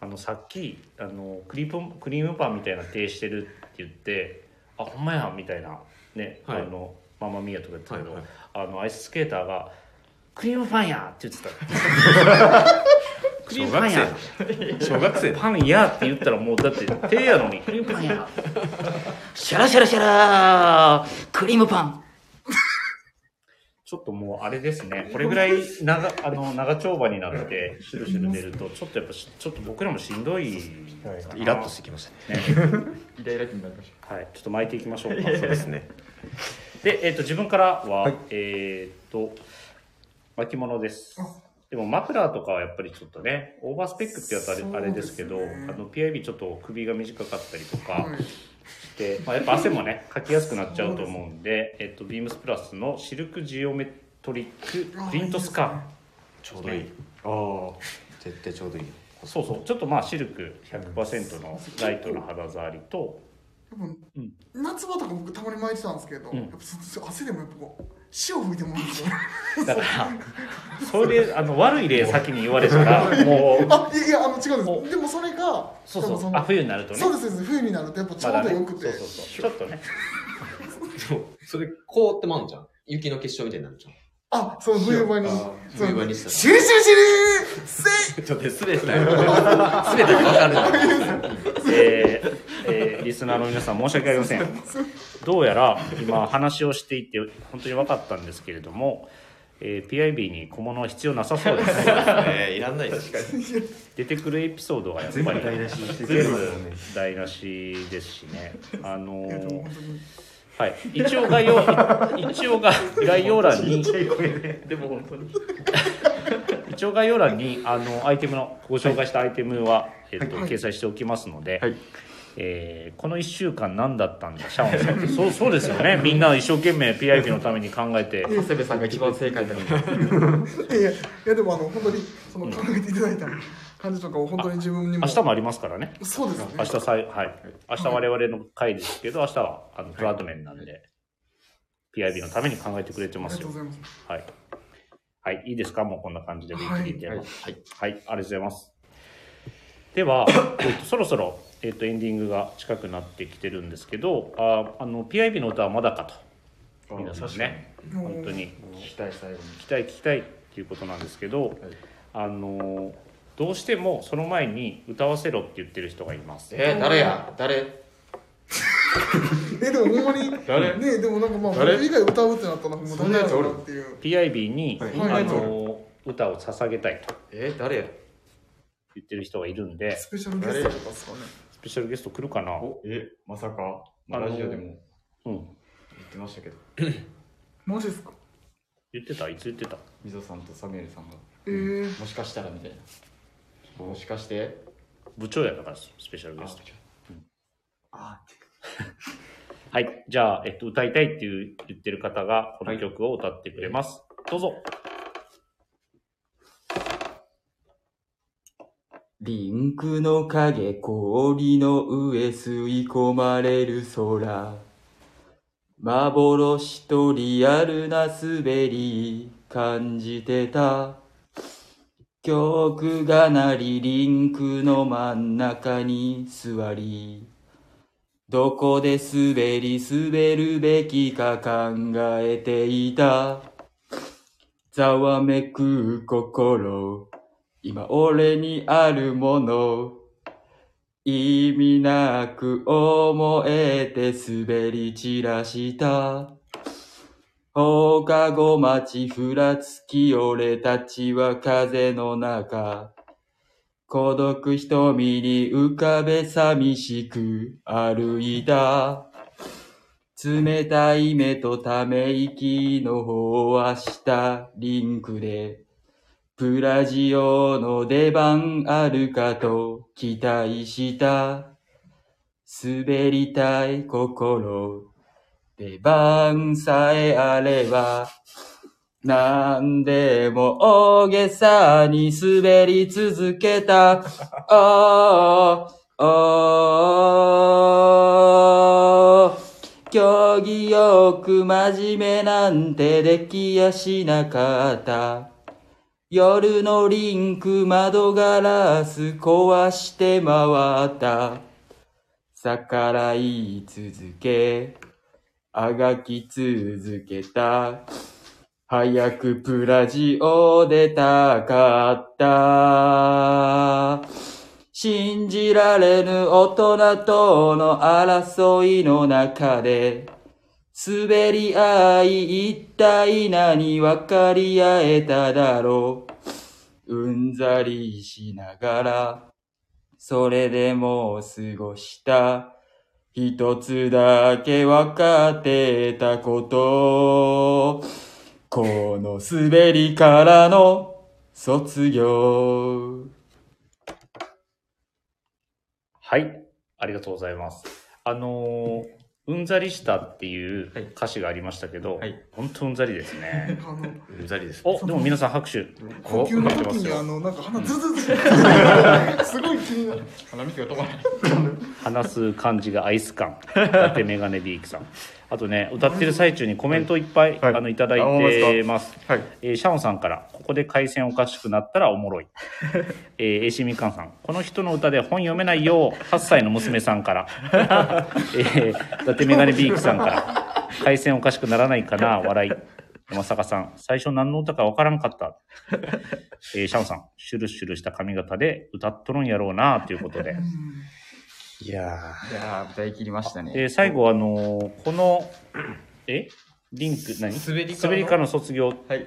A: あのさっきあのクリームクリームパンみたいな手してるって言ってあほんまやみたいなね、
B: はい
A: あのママミヤとか言ってたけど、
B: はいはい
A: あのアイススケーターが「クリームパンや!」って言ってたクリー
B: 小
A: ムパ
B: 学
A: ンや
B: 生。小学生。
A: パンやって言ったらもうだって手やのにクリームパンや
E: シャラシャラシャラークリームパン
A: ちょっともうあれですねこれぐらい長あの長丁場にな ってシュルシュル出るとちょっとやっぱしちょっと僕らもしんどいかな
B: イラッとしてきましたね。
F: イライラ気になりました。
A: はいちょっと巻いていきましょうか
B: そうですね。
A: で、えっと自分からは、えっと巻物ですでもマフラーとかはやっぱりちょっとねオーバースペックってやつはあれ,、
D: そうですね
A: あれですけどあの PIB ちょっと首が短かったりとか
D: はい
A: して、まあ、やっぱ汗もねかきやすくなっちゃうと思うんでえっと、ビームスプラスのシルクジオメトリック
D: あー
A: プリントスカーフ
B: ちょうどいい。
F: ああ。
B: 絶対ちょうどいい。
A: そうそうちょっとまあシルク100%のライトの肌触りと
D: 多分
A: うん
D: 夏場とか僕たまに巻いてたんですけど、
A: うん
D: やっぱそ汗でもやっぱこう塩吹いてもらうんですよ
A: だからそれあの悪い例先に言われた らもう
D: あいやいやあの違うんですでもそれが
A: そうそ
D: 多分
A: う
D: の
A: あ冬になるとね
D: そうですそうです冬になるとやっぱちょうどよくて、
A: まだね、そうそうそうちょっとね
B: それ凍ってまうんじゃん。雪の結晶みたいになるじゃん。
D: あそう冬場に
B: あー
D: そう
B: 冬場にしたら
D: シュルシュルシュルせい
B: ちょっとね滑ったよ。滑ったらわかる
A: えーえーリスナーの皆さん申し訳ありませんどうやら今話をしていて本当に分かったんですけれども、えー PIB に小物は必要なさそう です
B: えーいらないです。
A: 出てくるエピソードがやっぱり
C: 台無しにしてくれ
A: 全
C: ます
A: 部
C: よね
A: 台無しですしねあの
D: いやで
A: ー
D: も本当に
A: はい一応概要一応が概要欄に
B: でも本当に。
A: 一応概要欄にあのアイテムのご紹介したアイテムは、えっと
D: はい
A: 掲載しておきますので、
C: はい
A: えーこの1週間何だったんだシャオンさんってそうそうですよねみんな一生懸命 PIP のために考えて
C: 長谷部さんが一番正解だと思う
D: いやいやいやでもあの本当にその考えていただいた感じとかを本当に自分にも
A: 明日もありますからね
D: そうですね
A: 明日さい、はい、明日我々の回ですけど明日はあのプラット面なんで、PIB のために考えてくれてま
D: あり
A: す
D: がと
A: よ
D: うございます
A: はい、はい、いいですかもうこんな感じで
D: はい
A: 見切りで
C: はい
A: はい、ありがとうございます。では、えっと、そろそろ、えっと、エンディングが近くなってきてるんですけど、ああの PIB の歌はまだかと、皆さんね、
D: もう
A: 本当に
C: 聞きたい最後に
A: 聞きたい聞きたいっていうことなんですけど、あのどうしてもその前に歌わせろって言ってる人がいます。
C: えー、誰や誰
D: えでもほんまに
C: 誰
D: ねでもなんかまあ
C: 誰
D: 僕以外歌うってなったらほんま誰だろうなっていう
A: PIB に、
C: はい
D: はい
A: あの歌を捧げたいと
C: えー、誰や
A: 言ってる人がいるんで
D: スペシャルゲストとかですかね
A: スペシャルゲスト来るかな、
C: おえまさか
A: あの
C: ラジオでも言
A: うん、
C: ってましたけど
D: マジですか
A: 言ってたいつ言ってた
C: 溝さんとサミュエルさんが
D: えー、
C: もしかしたらみたいなもしかして
A: 部長やだからスペシャルゲスト
I: あ
A: はいじゃあ、えっと、歌いたいっていう言ってる方がこの曲を歌ってくれます、どうぞ
F: リンクの影、氷の上吸い込まれる空。幻とリアルな滑り感じてた。曲が鳴りリンクの真ん中に座り。どこで滑り滑るべきか考えていた。ざわめく心。今俺にあるもの意味なく思えて滑り散らした放課後待ちふらつき俺たちは風の中孤独瞳に浮かべ寂しく歩いた冷たい目とため息の方はしたリンクでプラジオの出番あるかと期待した。滑りたい心。出番さえあれば、何でも大げさに滑り続けた。ああ、ああ、競技よく真面目なんてできやしなかった。夜のリンク窓ガラス壊して回った。逆らい続け、あがき続けた。早くプラジオ出たかった。信じられぬ大人との争いの中で、滑り合い一体何分かり合えただろううんざりしながらそれでも過ごした一つだけ分かってたことこの滑りからの卒業
A: はいありがとうございますあのーうんざりしたっていう歌詞がありましたけど、
C: はい
A: 本当うんざりです ね。
D: あの
B: うんざりです。
A: お、でも皆さん拍手。
D: 呼吸の時にあのなんか鼻ズズズズすごい気になる
C: 花見が止まら ない
A: 話す感じがアイス感。だってメガネビーキさん。あとね、歌ってる最中にコメントをいっぱい、
C: はい
A: あのいただい
C: あほんま
A: て
C: で
A: ます。
C: はい
A: えーシャオンさんから、ここで回線おかしくなったらおも ろい。えー、エイシミカンさん、この人の歌で本読めないよ、8歳の娘さん から。えー、伊達メガネビーキさんから、回線おかしくならないかな、笑い。山坂さん、最初何の歌かわからんかった。えー、シャオンさん、シュルシュルした髪型で歌っとるんやろうな、ということで。
I: いや
F: いやー歌い切りましたね
A: えー最後、あのーこの、えリンク、何
C: 滑りかの
A: 滑りかの卒業
C: はいい
A: っ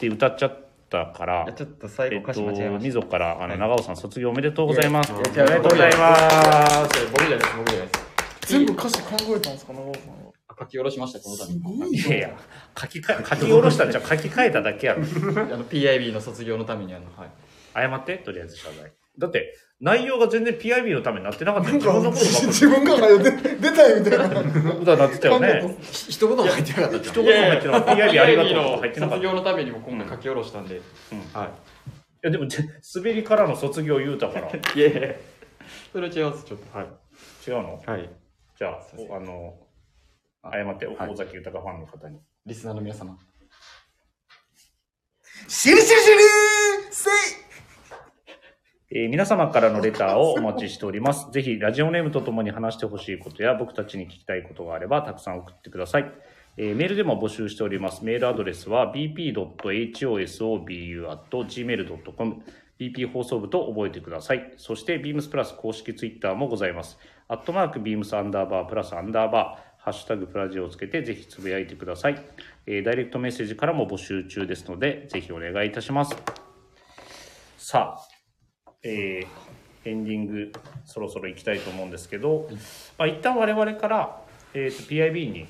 A: て歌っちゃったから
C: や、ちょっと最
A: え
C: 後
A: っ
C: 歌詞間違え
A: と、
C: まし
A: み
C: た
A: ぞから、あの、長尾さん卒業おめでとうございます。お
C: い
A: め
C: や
A: で
C: いや
A: とうございます。
C: 僕じゃないです僕じゃないです
D: 全部歌詞考えたんですか長尾さんは
F: 書き下ろしました、この
D: すごい
A: い
D: よ
A: やいや、書きか書き下ろしたんじゃう書き換えただけやろ。
F: ために。あの、PIB の卒業のために、あの、はい。
A: 謝って、とりあえず謝罪。だって、内容が全然 PIB のためになってなかった
D: な
A: よ
D: ん
A: 自分
D: か
A: のことばっか
D: 自分から出出たよみたいな
A: り。僕だなってたよね。
B: ひ一言も入ってなかったじゃん
A: 一言も入ってなかった。PIB ありがとうとか入ってなかっ
F: 卒
A: た。い
F: 業のためにも今回書き下ろしたんで。は
A: や、でも、ぜ滑りからの卒業言うたから。違
F: い。いえいえ。それは違います、ちょっと。は
A: うの
F: い。はい。
A: じゃあ、おあの、謝って、
F: はい
A: 尾崎豊ファンの方に。
F: リスナーの皆様。
D: シュルシュルシュルーせい
A: えー皆様からのレターをお待ちしております。ぜひ、ラジオネームとともに話してほしいことや、僕たちに聞きたいことがあれば、たくさん送ってください。えーメールでも募集しております。メールアドレスは bp.hosobu.gmail.com bp 放送部と覚えてください。そして、beams プラス公式ツイッターもございます。アットマーク beams アンダーバープラスアンダーバー、ハッシュタグプラジオをつけてぜひつぶやいてください。えーダイレクトメッセージからも募集中ですので、ぜひお願いいたします。さあ、えーエンディングそろそろ行きたいと思うんですけど、まあ、一旦我々から、えーと PIB に、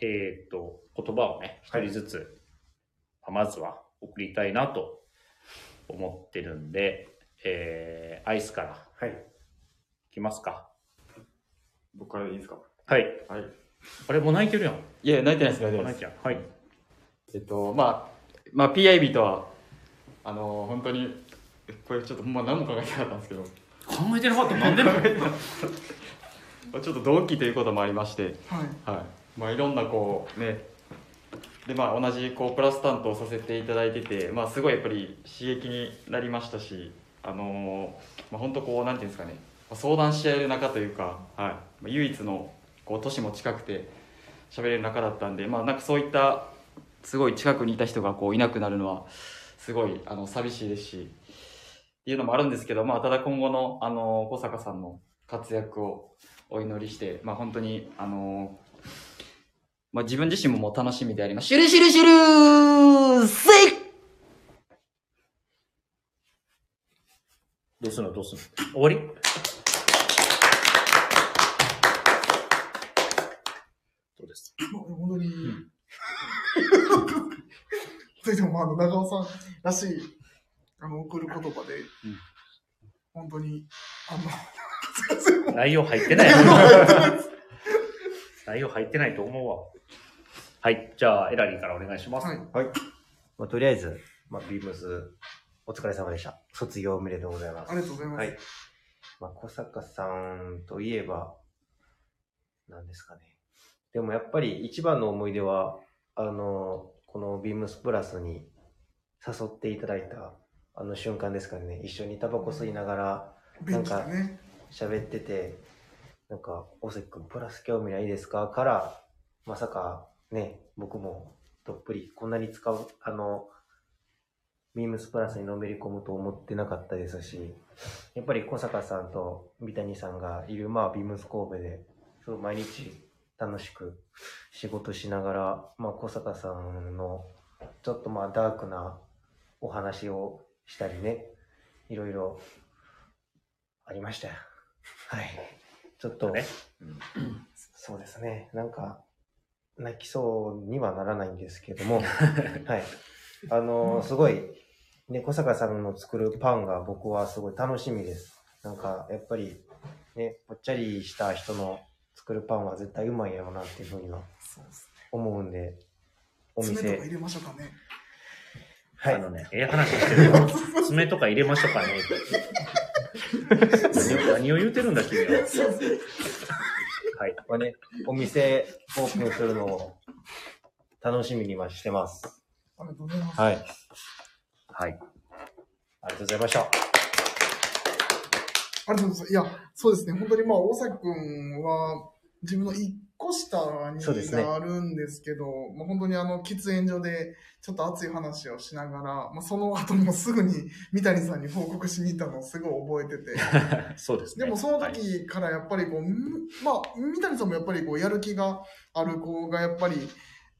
A: えー、と言葉をね一人ずつ、まあまずは送りたいなと思ってるんで、えーアイスから
F: はい。
A: いきますか
F: 僕からでいいですか
A: はい
F: はい。
A: あれもう泣いてるやん
F: いや、泣いてないです、泣い
A: もう
F: てない
A: 泣い
F: で
A: てる。やん
F: す
A: はい
F: えっと、まあ、まあ、PIB とは、あの本当に、これちょっとほんま何も考えてなかったんですけど、
A: 考えてなかったなんでも
F: まあちょっと同期ということもありまして、
D: はい
F: はい。まあ、いろんなこう、ね、で、まあ、同じこう、プラス担当させていただいてて、まあ、すごいやっぱり刺激になりましたし、あのまあ、本当こう、なんていうんですかね、まあ相談し合える仲というか、はい。まあ、唯一の、こう、年も近くて、喋れる仲だったんで、まあ、なんかそういった、すごい近くにいた人がこういなくなるのはすごいあの寂しいですしっていうのもあるんですけど、まあ、ただ今後のあの小坂さんの活躍をお祈りして、まあ、本当にあの、まあ、自分自身ももう楽しみであります。シュルシュルシュルーせい
A: どうすんのどうすんの終わりどうです
D: まあ本 当に。それでも、まああの、長尾さんらしい、あの、送る言葉で、本当に、あの、全然
A: 内容入ってない
D: もう入ってない
A: 内容入ってないと思うわ。はい。じゃあ、エラリーからお願いします。
D: はい
C: はい。まあ、とりあえず、まあ、ビームス、お疲れ様でした。卒業おめでとうございます。
D: ありがとうございます。
C: はい。まあ、小坂さんといえば、なんですかね。でもやっぱり一番の思い出は、あの、このビームスプラスに誘っていただいた、あの瞬間ですかね。一緒にタバコ吸いながら
D: 便利だね。
C: 喋ってて、なんか、大関君、プラス興味ないですかから、まさか、ね、僕も、どっぷり、こんなに使う、あの、ビームスプラスにのめり込むと思ってなかったですし、やっぱり小坂さんと三谷さんがいる、まあ、ビームス神戸で、すごい毎日楽しく仕事しながら、まあ、小坂さんの、ちょっとまあ、ダークなお話をしたりね、いろいろありましたよ。はい。ちょっと、
A: ね
C: そうですね、なんか、泣きそうにはならないんですけど も、はい。あの、すごい、ね、小坂さんの作るパンが僕はすごい楽しみです。なんか、やっぱり、ね、ぽっちゃりした人の作るパンは絶対うまいやろうなっていうふうには
D: そうです
C: 思うんで、お
D: ね。爪とか
C: 店
D: 入、れましょうかね。
C: はい
A: あのね、ええ話してるよ。爪とか入れましたかね 何を何を言うてるんだ、君は。
C: まあね、お店オープンするのを楽しみにはしてます。
D: ありがとうございます。
C: はい。
A: はい。ありがとうございました。
D: ありがとうございます。いや、そうですね。本当にまあ、大崎くんは、自分の一個下
C: そうですね
D: になるんですけど、まあ、本当にあの、喫煙所で、ちょっと熱い話をしながら、まあ、その後もすぐに三谷さんに報告しに行ったのをすごい覚えてて。
A: そうですね。
D: でもその
A: はい
D: 時からやっぱりこう、んまあ、三谷さんもやっぱりこう、やる気がある子がやっぱり、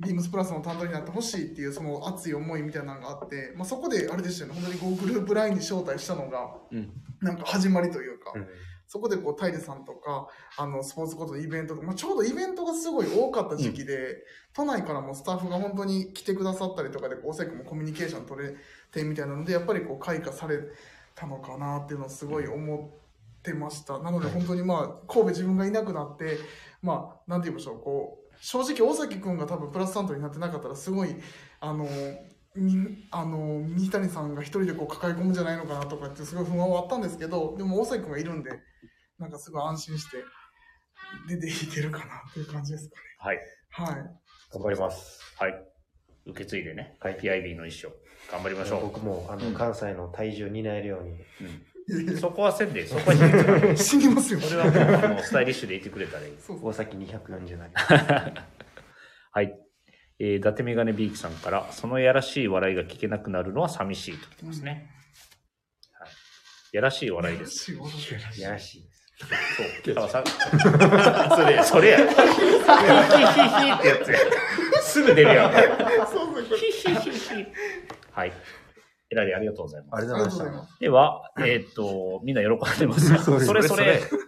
D: ビームスプラスの担当になってほしいっていうその熱い思いみたいなのがあって、まあ、そこであれでしたよね、本当にこうグループラインに招待したのが、
F: うん
D: なんか始まりというか、
C: うん
D: そこでこう、タイルさんとか、あの、スポーツごとのイベントとか、まあ、ちょうどイベントがすごい多かった時期で、都内からもスタッフが本当に来てくださったりとかで、こう、おそらくもコミュニケーション取れてみたいなので、やっぱりこう、開花されたのかなっていうのをすごい思ってました。なので本当にまあ、神戸自分がいなくなって、まあ、なんて言いましょう、こう、正直、大崎君が多分プラスサンドになってなかったら、すごい、あの、みあの三谷さんが一人でこう抱え込むんじゃないのかなとかってすごい不安はあったんですけどでも大崎君がいるんでなんかすごい安心して出ていけるかなっていう感じですかね
A: はい。
D: はい
A: 頑張ります。はい。受け継いでね、はい、PIB の一生、頑張りましょ
C: 僕もあの関西の体重を担えるように、
D: いや
A: う。
D: い
A: そこはせんで、そこは秘密なんで
D: や死にますよ
A: それはもうもうスタイリッシュでいてくれたらいい。
D: そう
C: 大崎240なり。
A: はい。えー、伊達メガネビーキさんから、そのやらしい笑いが聞けなくなるのは寂しいと言ってますね。はい。やらしい笑いです。
D: すよ
C: いやらしいです。
A: そう。だからさ、それ、それや。ヒヒヒヒってやつや。すぐ出るやん。
D: そうですねこれ
A: はい。えらりありがとうござい
C: あ
A: ます。
C: りが
D: あ
C: と
D: り
C: うございま
D: がとうござ
C: し
D: い
C: た
D: ま。す
A: では、えーっと、みんな喜んでます。そ
C: そうです
A: れそれ。
B: それ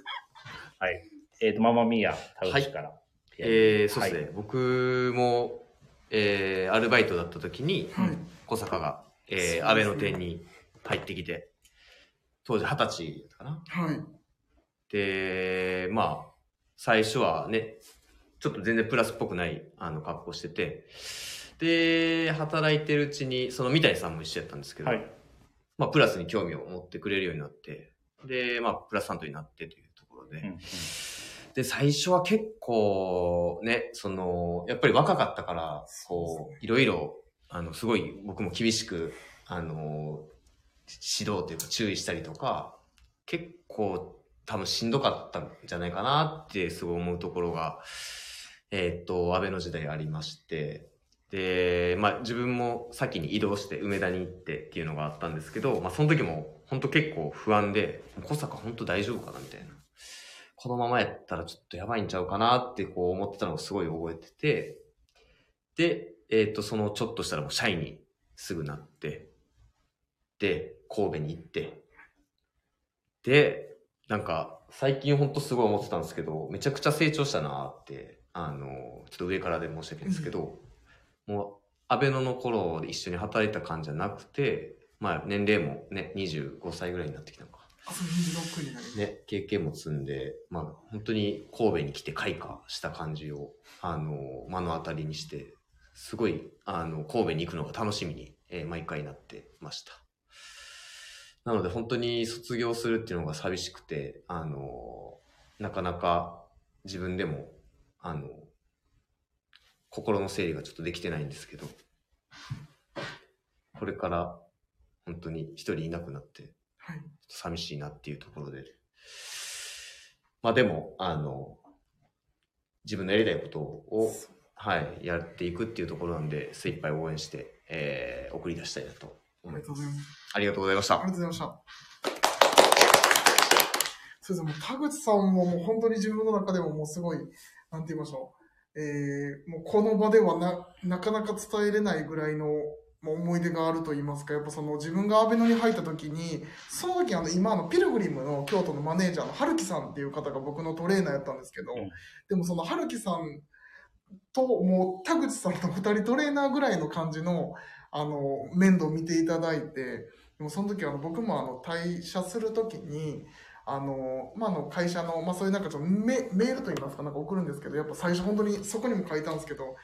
A: はい。えーっと、ママミーヤ、田口から。
B: えー、そうですね、
A: はい
B: 僕も、えー、アルバイトだった時に
D: はい
B: 小坂が、えー、
D: そう
B: 安
D: で
B: 倍
D: すね
B: の店に入ってきて当時二十歳だったかな
D: はい
B: でまあ最初はねちょっと全然プラスっぽくないあの格好しててで働いてるうちにその三谷さんも一緒やったんですけど、
A: はい
B: まあ、プラスに興味を持ってくれるようになってでまあプラスサントになってというところで、
A: うん
B: で、最初は結構ね、その、やっぱり若かったから、
D: そう
B: こ
D: です
B: う、いろいろ、あの、すごい僕も厳しく、あの、指導というか注意したりとか、結構多分しんどかったんじゃないかなってすごい思うところが、えーっと、安倍の時代ありまして、で、まあ自分も先に移動して梅田に行ってっていうのがあったんですけど、まあその時も本当結構不安で、小坂本当大丈夫かなみたいな。このままやったらちょっとやばいんちゃうかなってこう思ってたのをすごい覚えてて、で、えっ、と、そのちょっとしたらもう社員にすぐなって、で、神戸に行って、で、なんか最近ほんとすごい思ってたんですけど、めちゃくちゃ成長したなって、あの、ちょっと上からで申し訳ないんですけど、もう、アベノの頃で一緒に働いた感じじゃなくて、まあ年齢もね、25歳ぐらいになってきたのか。
D: あそ26になります
B: ね、経験も積んで、まあ、本当に神戸に来て開花した感じを、あの、目の当たりにして、すごい、あの、神戸に行くのが楽しみに、えー毎回なってました。なので、本当に卒業するっていうのが寂しくて、あの、なかなか自分でも、あの、心の整理がちょっとできてないんですけど、これから、本当に一人いなくなって、
D: はい
B: 寂しいなっていうところで。まあでも、あの、自分のやりたいことを、はい、やっていくっていうところなんで、精一杯応援して、えー、送り出したいなと
D: あ
B: 思
D: り
B: い
D: がと
B: ま
D: うご
B: す
D: ざい。ます
B: ありがとうございまし
D: あ
B: た
D: り。がとうございました。そうですね、もう田口さんももう本当に自分の中でももうすごい、なんて言いましょう、えーもうこの場ではななかなか伝えれないぐらいのまあ思い出があると言いますか、やっぱその自分がアベノに入った時に、その時あの今あのピルグリムの京都のマネージャーの春樹さんっていう方が僕のトレーナーやったんですけど、
A: うん
D: でもその春樹さんともう田口さんと2人トレーナーぐらいの感じのあの面倒を見ていただいて、でもその時あの僕もあの退社する時にあの、まあ、あの会社の、まあ、そういうなんかちょっとメメールといいますかなんか送るんですけどやっぱ最初本当にそこにも書いたんですけど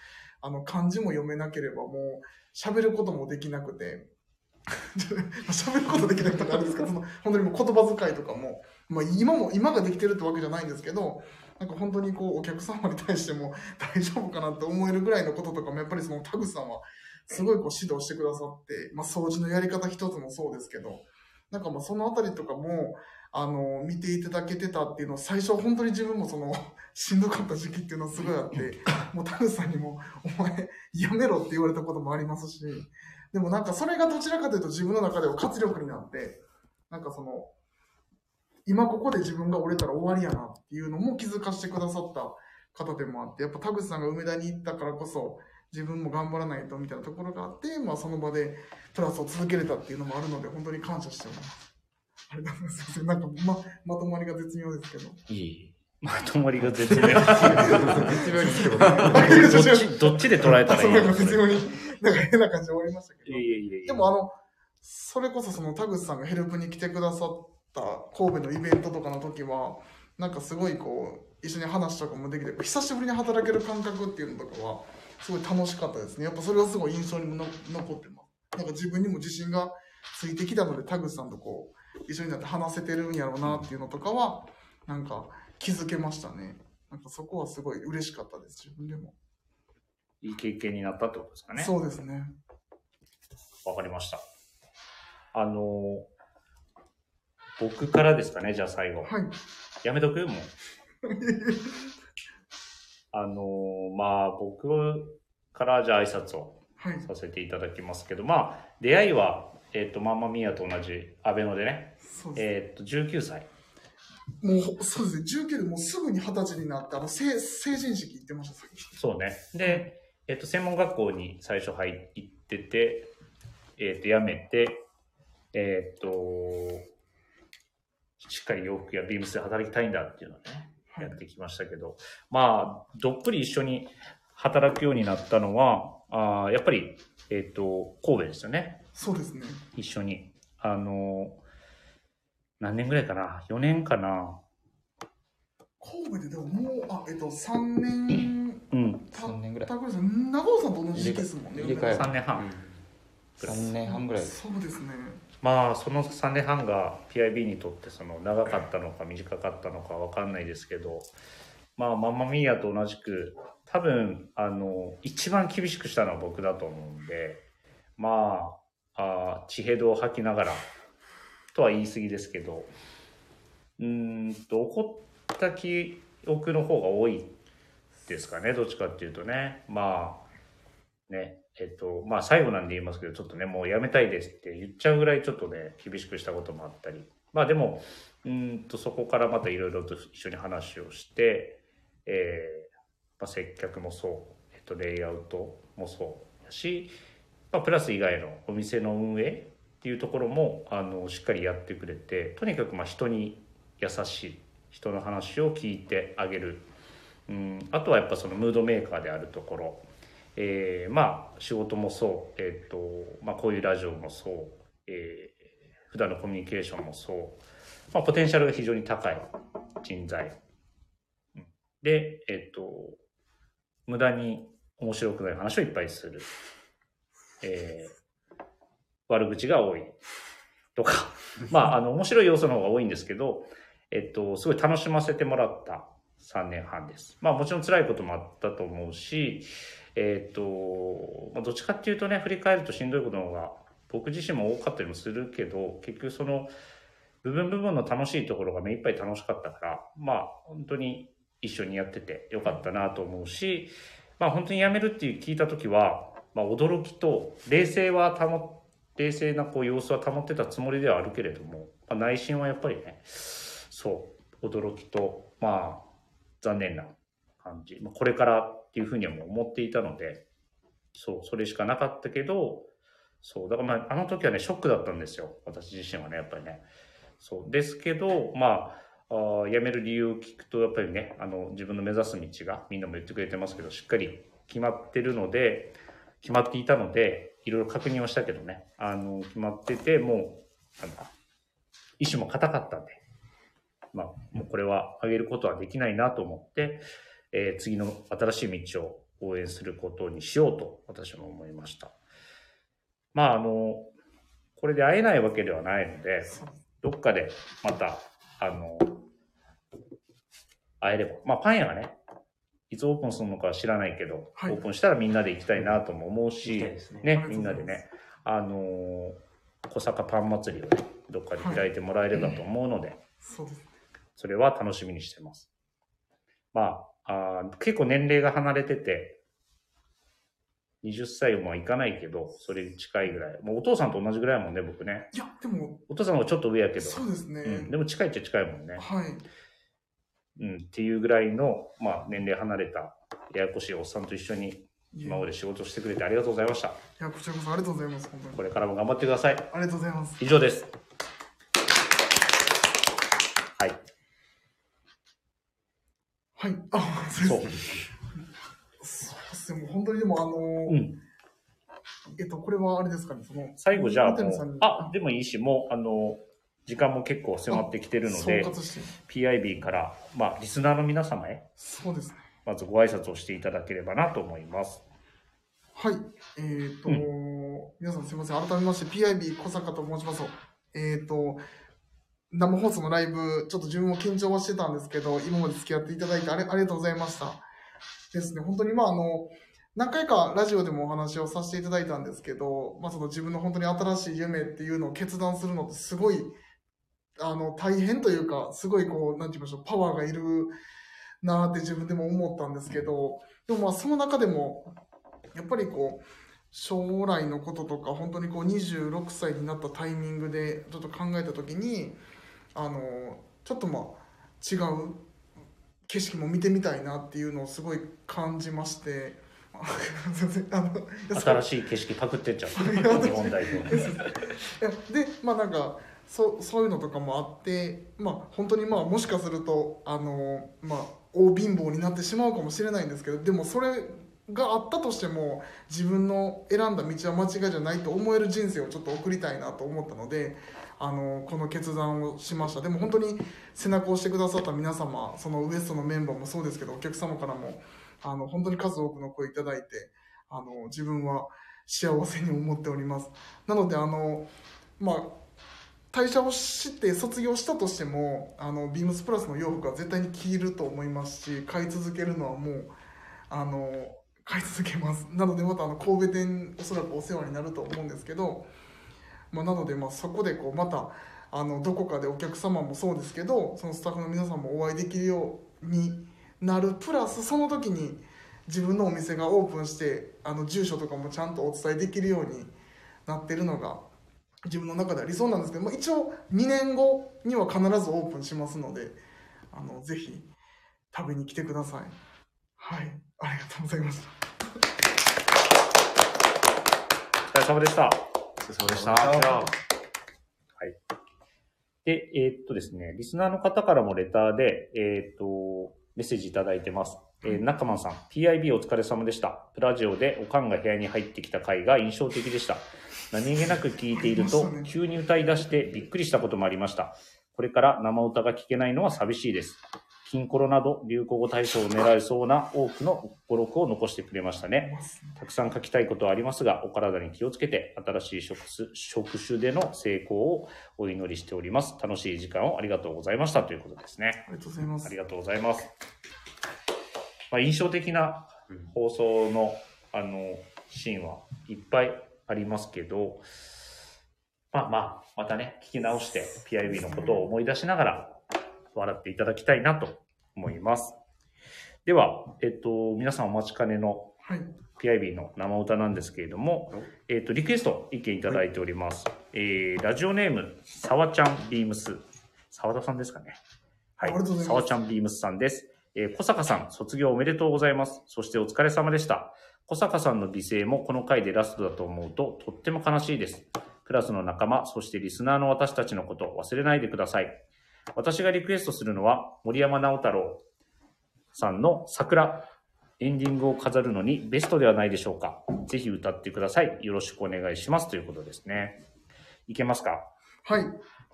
D: あの漢字も読めなければもう喋ることもできなくて 喋ることできなくてあれですけどその本当にもう言葉遣いとかも、まあ、今も今ができてるってわけじゃないんですけどなんか本当にこうお客様に対しても大丈夫かなって思えるぐらいのこととかもやっぱりその田口さんはすごいこう指導してくださって、まあ、掃除のやり方一つもそうですけど、なんかまあそのあたりとかも、あの、見ていただけてたっていうのを最初本当に自分もその、 しんどかった時期っていうのはすごいあって、もう田口さんにも、お前、やめろって言われたこともありますし、でもなんかそれがどちらかというと自分の中では活力になって、なんかその、今ここで自分が折れたら終わりやなっていうのも気づかせてくださった方でもあって、やっぱ田口さんが梅田に行ったからこそ、自分も頑張らないとみたいなところがあって、まあ、その場でプラスを続けれたっていうのもあるので本当に感謝してます。あれなんですいませんなんかま、まとまりが絶妙ですけど。
B: いい。
A: まとまりが絶妙。
F: 絶妙に来てる
A: どっち、どっちで捉えた
D: あ
A: ら い
D: そ
A: うい
D: なん
A: の
D: か
A: それ
D: 絶妙に、なんか変な感じで終わりましたけ
A: い
D: ど
A: や。いやいやいや
D: でもあの、それこそその田口さんがヘルプに来てくださった神戸のイベントとかの時は、なんかすごいこう、一緒に話とかもできて、久しぶりに働ける感覚っていうのとかは、すごい楽しかったですね。やっぱそれはすごい印象にもの残ってます。なんか自分にも自信がついてきたので、田口さんとこう、一緒になって話せてるんやろうなっていうのとかは、なんか気づけましたね。なんかそこはすごい嬉しかったです、自分でも。
A: いい経験になったってことですかね。
D: そうですね。
A: わかりました。あのー、僕からですかね、じゃあ最後。
D: はい。
A: やめとくもう。あのー、まあ僕からじゃあ挨拶を
D: はい。
A: させていただきますけど、まあ出会いは、えっ、と、マンマミーアと同じアベノでね、
D: そうです
A: え
D: ね。
A: っ、と、19歳。
D: もう、そうですね、19でもうすぐに二十歳になって、あの、成成人式行ってました、さっき。
A: そうね。で、えっ、と、専門学校に最初入っ行ってて、えっ、と、辞めて、えっ、と、しっかり洋服やビームスで働きたいんだっていうのをね、やってきましたけど、まあ、どっぷり一緒に働くようになったのは、あーやっぱり、えっ、と、神戸ですよね。
D: そうですね。
A: 一緒に。あの、何年ぐらいかな ?4 年かな
D: 神戸ででももう、あ、えっと、3年
A: うん。
D: た
F: 3年ぐらい
D: たぐらいですね。長尾さんと同じ時期ですもんね。
F: 入れ替え
A: 3年半。
F: 3年半ぐらいです
D: そうですね。
A: まあその3年半が PIB にとってその長かったのか短かったのか分かんないですけどまあマンマミーアと同じく多分あの一番厳しくしたのは僕だと思うんでまああー地平道を吐きながらとは言い過ぎですけどうーんと怒った記憶の方が多いですかねどっちかっていうとねまあね、えっと、まあ最後なんで言いますけど、ちょっとね、もうやめたいですって言っちゃうぐらいちょっとね、厳しくしたこともあったり、まあでも、うーんと、そこからまたいろいろと一緒に話をして、えーまあ、接客もそう、えっと、レイアウトもそうだし、まあ、プラス以外のお店の運営っていうところも、あの、しっかりやってくれて、とにかくまあ人に優しい、人の話を聞いてあげる。うん、あとはやっぱそのムードメーカーであるところ、えーまあ仕事もそう、えっとまあ、こういうラジオもそう、えー、普段のコミュニケーションもそう、まあ、ポテンシャルが非常に高い人材うんで、えっと無駄に面白くない話をいっぱいする、えー悪口が多いとかまああの面白い要素の方が多いんですけど、えっとすごい楽しませてもらった3年半です。まあもちろん辛いこともあったと思うし、えーっと、まあ、どっちかっていうとね、振り返るとしんどいことの方が僕自身も多かったりもするけど、結局その部分部分の楽しいところが目いっぱい楽しかったから、まあ本当に一緒にやっててよかったなと思うし、まあ本当に辞めるっていう聞いた時は、まあ驚きと冷静は保冷静なこう様子は保ってたつもりではあるけれども、まあ、内心はやっぱりね、そう、驚きと、まあ残念な感じ、まあ、これからっていうふうにはもう思っていたのでそうそれしかなかったけどそうだからまああの時はねショックだったんですよ私自身はねやっぱりねそうですけどまああー辞める理由を聞くとやっぱりねあの自分の目指す道がみんなも言ってくれてますけどしっかり決まってるので決まっていたのでいろいろ確認をしたけどねあの決まっててもうなんだ意志も固かったんでまあ、もうこれは上げることはできないなと思って、えー次の新しい道を応援することにしようと私も思いました。まあ、あの、これで会えないわけではないので、どっかでまた、あの、会えれば、まあ、パン屋がね、いつオープンするのかは知らないけど、
D: はい
A: オープンしたらみんなで行きたいなとも思うし、ね、み
D: ありがとうご
A: んな
D: ざ
A: い
D: ます
A: でね、あのー小坂パン祭りをね、どっかで開いてもらえればと思うので、
D: そうです。
A: それは楽しみにしてます。まあ、あー結構年齢が離れてて、20歳もいかないけど、それに近いぐらい。もうお父さんと同じぐらいやもんね、僕ね。
D: いや、でも、
A: お父さんはちょっと上やけど、
D: そうですね。
A: うん、でも近いっちゃ近いもんね。
D: はい。
A: うん、っていうぐらいの、まあ、年齢離れた、ややこしいおっさんと一緒に、
D: いえ
A: 今まで仕事してくれてありがとうございました。
D: いや、こちらこそありがとうございます、本当に
A: こ。れからも頑張ってください。
D: ありがとうございます。
A: 以上です。はい。
D: はい。あ、先
A: そう
D: 生。。そうっすね。もう本当にでも、あのー
A: うん。
D: えっと、これはあれですかね、その、
A: 最後じゃあ
D: 水
A: も
D: 谷さん
A: う
D: に、
A: あ、でもいいし、もう、あの、時間も結構迫ってきてるの
D: 総
A: で、
D: 括して。
A: PIB から、まあ、リスナーの皆様へ、
D: そうですね。
A: まずご挨拶をしていただければなと思います。
D: はい。えっ、と、
A: う
D: 皆さんすみません。改めまして、PIB 小坂と申します。えっ、と、生放送のライブ、ちょっと自分も緊張はしてたんですけど、今まで付き合っていただいてあれありがとうございました。ですね、本当にまあ、あの、何回かラジオでもお話をさせていただいたんですけど、まあ、その自分の本当に新しい夢っていうのを決断するのってすごい、あの、大変というか、すごいこう、なんて言いましょう、パワーがいるなーって自分でも思ったんですけど、でもまあ、その中でも、やっぱりこう将来のこととか本当にこう26歳になったタイミングでちょっと考えた時にあのちょっとまあ違う景色も見てみたいなっていうのをすごい感じまして あすいませんあのいやそう
A: 新しい景色パクってっちゃう。
D: い
A: 日
D: や
A: 本代表。
D: いやでまあなんかそそういうのとかもあってまあ本当にまあもしかするとあのまあ大貧乏になってしまうかもしれないんですけどでもそれがあったとしても自分の選んだ道は間違いじゃないと思える人生をちょっと送りたいなと思ったのであのこの決断をしましたでも本当に背中を押してくださった皆様そのウエストのメンバーもそうですけどお客様からもあの本当に数多くの声いただいてあの自分は幸せに思っておりますなのであのまあ退社をして卒業したとしてもあのビームスプラスの洋服は絶対に着ると思いますし買い続けるのはもうあの買い続けますなのでまたあの神戸店おそらくお世話になると思うんですけど、まあ、なのでまあそこでこうまたあのどこかでお客様もそうですけどそのスタッフの皆さんもお会いできるようになるプラスその時に自分のお店がオープンしてあの住所とかもちゃんとお伝えできるようになってるのが自分の中では理想なんですけど、まあ、一応2年後には必ずオープンしますのであのぜひ食べに来てくださいはいありがとうございました
A: お疲れ様でした。
B: お疲れ様でした。
A: で、えーっとですね、リスナーの方からもレターで、えーっと、メッセージいただいてます。えー、中間さん、PIB お疲れ様でした。プラジオでおかんが部屋に入ってきた回が印象的でした。何気なく聞いていると、急に歌い出してびっくりしたこともありました。これから生歌が聴けないのは寂しいです。金コロなど流行語大賞を狙えそうな多くの語録を残してくれましたね。たくさん書きたいことはありますが、お体に気をつけて、新しい職種職種での成功をお祈りしております。楽しい時間をありがとうございましたということですね。
D: ありがとうございます
A: ありがとうございます。まあ、印象的な放送のあのシーンはいっぱいありますけど、まあまあ、またね、聞き直して PIB のことを思い出しながら笑っていただきたいなと思います。では、えっと、皆さんお待ちかねの
D: はい
A: PIB の生歌なんですけれども、えっと、リクエスト意見いただいております。えーラジオネーム、さわちゃんビームス。沢田さんですかね。は
D: ありがとうございます
A: さわちゃんビームスさんです。えー小坂さん、卒業おめでとうございます。そしてお疲れ様でした。小坂さんの美声もこの回でラストだと思うと、とっても悲しいです。クラスの仲間、そしてリスナーの私たちのことを忘れないでください。私がリクエストするのは、森山直太朗さんの桜。エンディングを飾るのにベストではないでしょうか。ぜひ歌ってください。よろしくお願いします。ということですね。いけますか
D: はい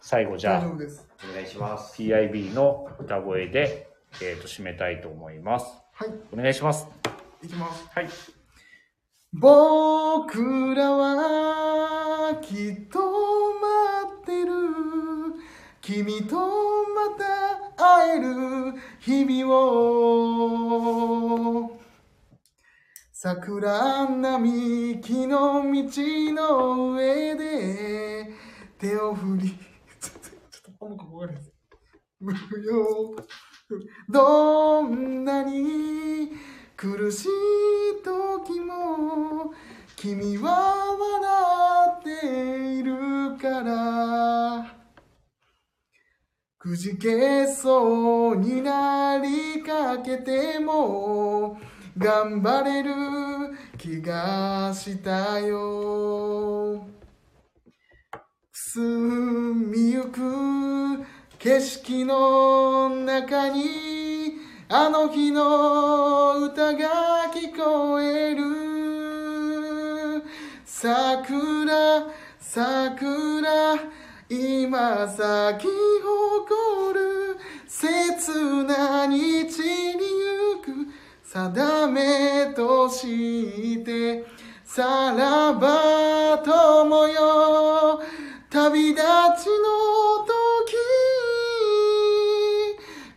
A: 最後じゃ
D: 大
A: あ
D: 丈、夫です
C: お願いします。
A: PIB の歌声で、えー、と締めたいと思います。
D: はい
A: お願いします。
D: いきます
A: はい。
D: 僕らはきっと待ってる君とまた会える日々を桜並木の道の上で手を振り ちょっとちょっともうこわかんないです無用どんなに苦しい時も君は笑っているからくじけそうになりかけても頑張れる気がしたよくすみゆく景色の中にあの日の歌が聞こえる桜桜今咲き誇る切な日に行く定めとしてさらば友よ旅立ちの時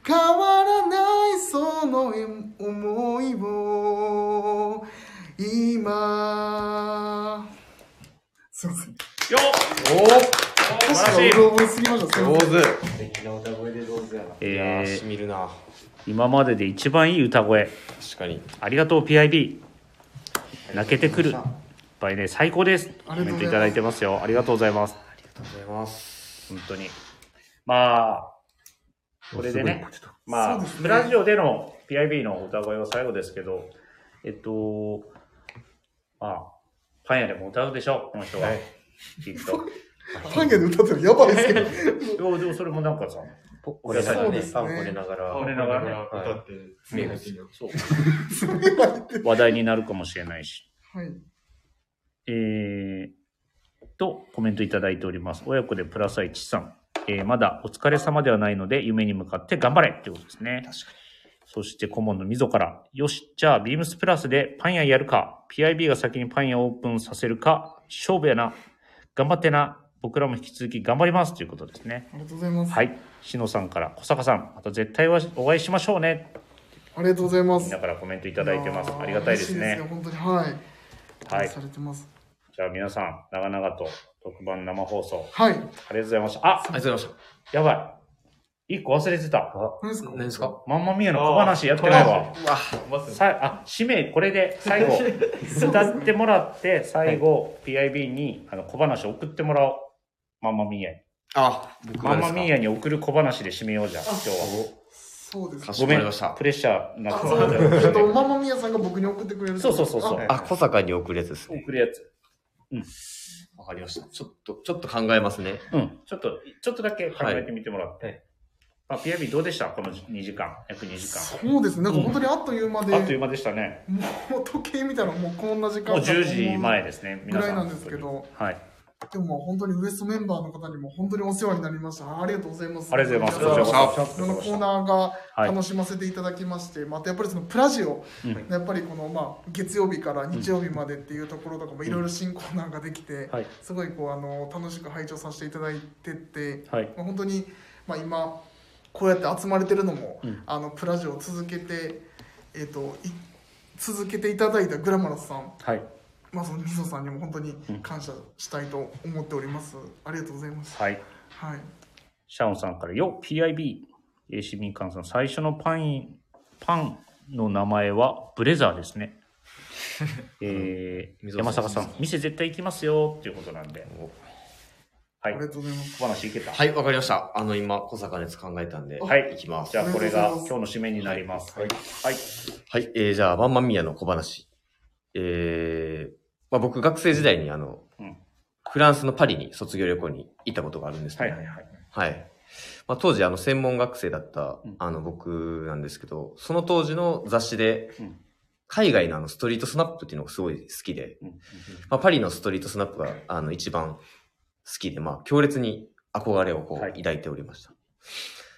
D: 変わらないその思いを今すいません
A: よ素
D: 確か
A: 晴
D: に
A: らしい
D: 俺覚えすぎましたすいません
B: 手
C: 素敵な歌声でどうぞやな。
B: いやー
A: え
B: しみるな
A: ー今までで一番いい歌声
B: 確かに
A: ありがとう PIB 泣けてくるやっぱりね最高ですコ
D: あり
A: メ
D: がとう
A: ン
D: ござ
A: トい
D: います
A: ただいてますよありがとうございます
B: ありがとうございます
A: 本当にまあこれでねまあ、
D: そうですね
A: ブラジオでの PIB の歌声は最後ですけどえっとまあパン屋でも歌うでしょうこの人は、きっと
D: パン屋で歌ってるやばいですけど
A: いやでもそれもなんかさ
C: これながらね、
D: そうですね
C: あこれながら。
A: これながらね
F: 歌って、
B: 名
F: はい
B: 物そう
A: 話題になるかもしれないし
D: はい
A: えーと、コメントいただいております。親子でプラス1さん。えーまだお疲れ様ではないので、夢に向かって頑張れってことですね。そして、顧問の溝から、よし、じゃあ、ビームスプラスでパン屋やるか、PIB が先にパン屋オープンさせるか、勝負やな。頑張ってな。僕らも引き続き頑張りますということですね。
D: ありがとうございます、
A: はい。しのさんから、小坂さん、また絶対お会いしましょうね。
D: ありがとうございま
A: みん
D: す
A: なからコメントいただいてます。
D: やー
A: ありがたいです
D: 嬉し
A: ね。
D: 本当にはい
A: はい
D: されてます
A: じゃあ、皆さん、長々と特番生放送、
D: は
A: あ
D: い
A: りがとうございました。あ
B: ありがとうございま
A: やばい。一個忘れてた。
D: 何ですか
B: した何ですか
A: まんまみやの小話やってないわ。
F: まず
A: さあ、締め、これで最 後、歌ってもらって、最後、PIB にあの小話を送ってもらおう。まんまみやに。
B: あ僕
A: ま
B: が
A: ん
B: です
A: ま
B: か
A: みやに送る小話で締めようじゃん、今日は。
D: そうです
B: かし
A: ご
B: こ
A: め
B: まりま
A: ん
B: した、
A: プレッシャーな
D: あ
A: く
D: そう
A: なっちゃ
D: なんですえっと
A: う。
D: ママミヤさんが僕に送ってくれる
A: そうそうそうそう
D: あ
B: あ小坂に送るやつですね
A: 送るやつ。
B: わかりましたちょっとちょっと考えますね
A: うん。ちょっと、ちょっとだけ考えてみてもらって。まあ、PIB どうでしたこの2時間、約2時間。
D: そうですねなんか本当にあっという間で、
A: あっという間でしたね。
D: もう時計見たらもうこんな時間
A: もう
D: だと思
A: 10時前ですね。皆さん。
D: ぐらいなんですけど
A: はい。
D: でも本当にウエストメンバーの方にも本当にお世話になりましたありがとうございます
A: ありがとうございます。
D: 皆さん
A: こちらこそ
D: いろんなコーナーが
A: はい
D: 楽しませていただきまして、またやっぱりそのプラジオ、
A: うん
D: やっぱりこのまあ月曜日から日曜日までっていうところとかもいろいろ新コーナーができて、
A: はい。
D: すごいこうあの楽しく拝聴させていただいてて、
A: はい。
D: まあ、本当にまあ今こうやって集まれてるのも、
A: うん
D: あのプラジオを続けてえっ、とい続けていただいたグラマラスさん
A: はい。
D: まあそのみそさんにも本当に
A: うん
D: 感謝したいと思っております。ありがとうございます。
A: はい。
D: はい。
A: シャオンさんから、よ、PIB。えー、市民館さん、最初のパン、パンの名前はブレザーですね。えー、
B: 溝
A: 山
B: さん
A: 坂さん、店絶対行きますよっていうことなんで。は
D: あ
A: い
D: り。がとうございます。
A: 小話いけた。
B: はいわかりましたあの今小坂のやつ考えたんで
A: はい
B: いきます
A: じゃあ、これが今日の締めになります。はい。はい。
B: はい、えー、じゃあ、ワンマンミヤの小話。えー、まあ僕、学生時代に、あの、
A: うん
B: フランスのパリに卒業旅行に行ったことがあるんです
A: はい。
B: けど、
A: はい。
B: はいまあ当時、あの、専門学生だった
A: うん、
B: あの、僕なんですけど、その当時の雑誌で
A: うん、
B: 海外のあの、ストリートスナップっていうのがすごい好きで、
A: うん
B: まあパリのストリートスナップが、あの、一番好きで、まあ強烈に憧れをこ、
A: はいう
B: 抱いておりました。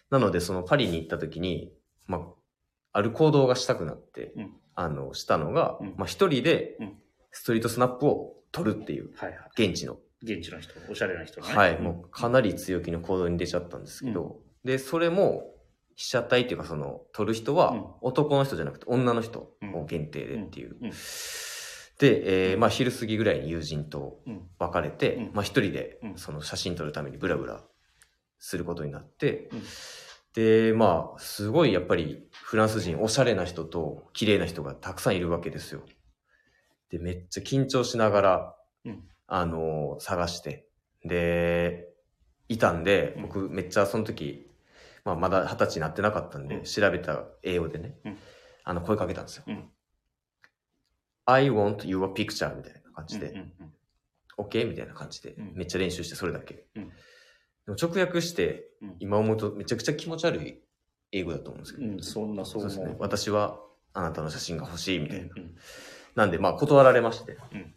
B: なので、そのパリに行った時に、まあ、ある行動がしたくなって、
A: うん
B: あの、したのが、
A: うん
B: まあ、一人で
A: うん、
B: ストリートスナップを撮るっていう、
A: はい。
B: 現地の、
A: 現地の人、おしゃれな人ね。
B: はい、もうかなり強気の行動に出ちゃったんですけど、で、それも、被写体っていうか、その、撮る人
A: うん
B: は、男の人じゃなくて、女の人を限定でっていう。
A: うんうん
B: で、えーまあ、昼過ぎぐらいに友人と
A: うん
B: 別れて、
A: うん
B: まあ、一人で
A: う、ん
B: その写真撮るためにブラブラすることになって、
A: うん
B: で、まあ、すごいやっぱり、フランス人、おしゃれな人と、綺麗な人がたくさんいるわけですよ。で、めっちゃ緊張しながら、
A: うん
B: あのー探して、で、いたんで、僕めっちゃその時、まあ、まだ二十歳になってなかったんで、
A: うん
B: 調べた英語でね、
A: うん
B: あの、声かけたんですよ。
A: うん
B: I want your picture みたいな感
A: う
B: じ
A: ん
B: で、
A: うんうん
B: OK? みたいな感じで
A: うん、
B: めっちゃ練習してそれだけ。
A: うん
B: でも直訳して
A: うん、
B: 今思うとめちゃくちゃ気持ち悪い英語だと思うんですけ
A: う
B: ど。
A: ん、そんな
B: そ
A: そうう
B: で
A: 思
B: す
A: う。
B: ね。私はあなたの写真が欲しいみ
A: う
B: たいな。
A: ん
B: なんで、まあ断られまして。
A: うん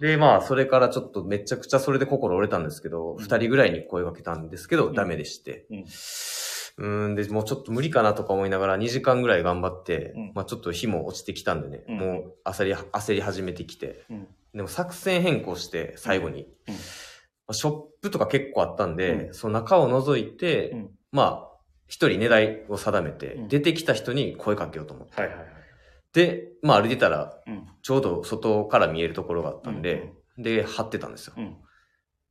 B: で、まあそれからちょっとめちゃくちゃそれで心折れたんですけど、
A: ん
B: 二、人ぐらいに声かけたんですけど、
A: ん
B: ダメでして。
A: うん
B: うーんで、もうちょっと無理かなとか思いながら2時間ぐらい頑張って、
A: うん
B: まあちょっと日も落ちてきたんでね、
A: うん
B: もう焦り、焦り始めてきて、
A: うん
B: でも作戦変更して、最後に、
A: うん
B: まあショップとか結構あったんで、
A: う
B: その中を覗いて、
A: うん
B: まあ、一人狙いを定めて、
A: うん
B: 出てきた人に声かけようと思って。
A: はいはいはい。
B: で、まあ歩いてたら、
A: うん
B: ちょうど外から見えるところがあったんで、で、張ってたんですよ。
A: うん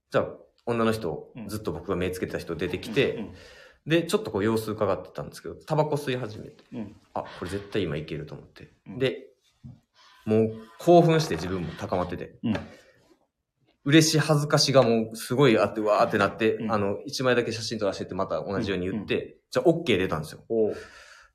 B: じゃあ、女の人
A: う、ん
B: ずっと僕が目つけてた人出てきて、
A: うん
B: で、ちょっとこう様子伺ってたんですけど、タバコ吸い始めて、
A: うん
B: あ、これ絶対今いけると思って。
A: うん
B: で、もう興奮して自分も高まってて、
A: うん
B: 嬉し恥ずかしがもうすごいあって、わーってなって、
A: うん
B: あの、一枚だけ写真撮らせてってまた同じように言って、じゃあ OK 出たんですよ。
A: おう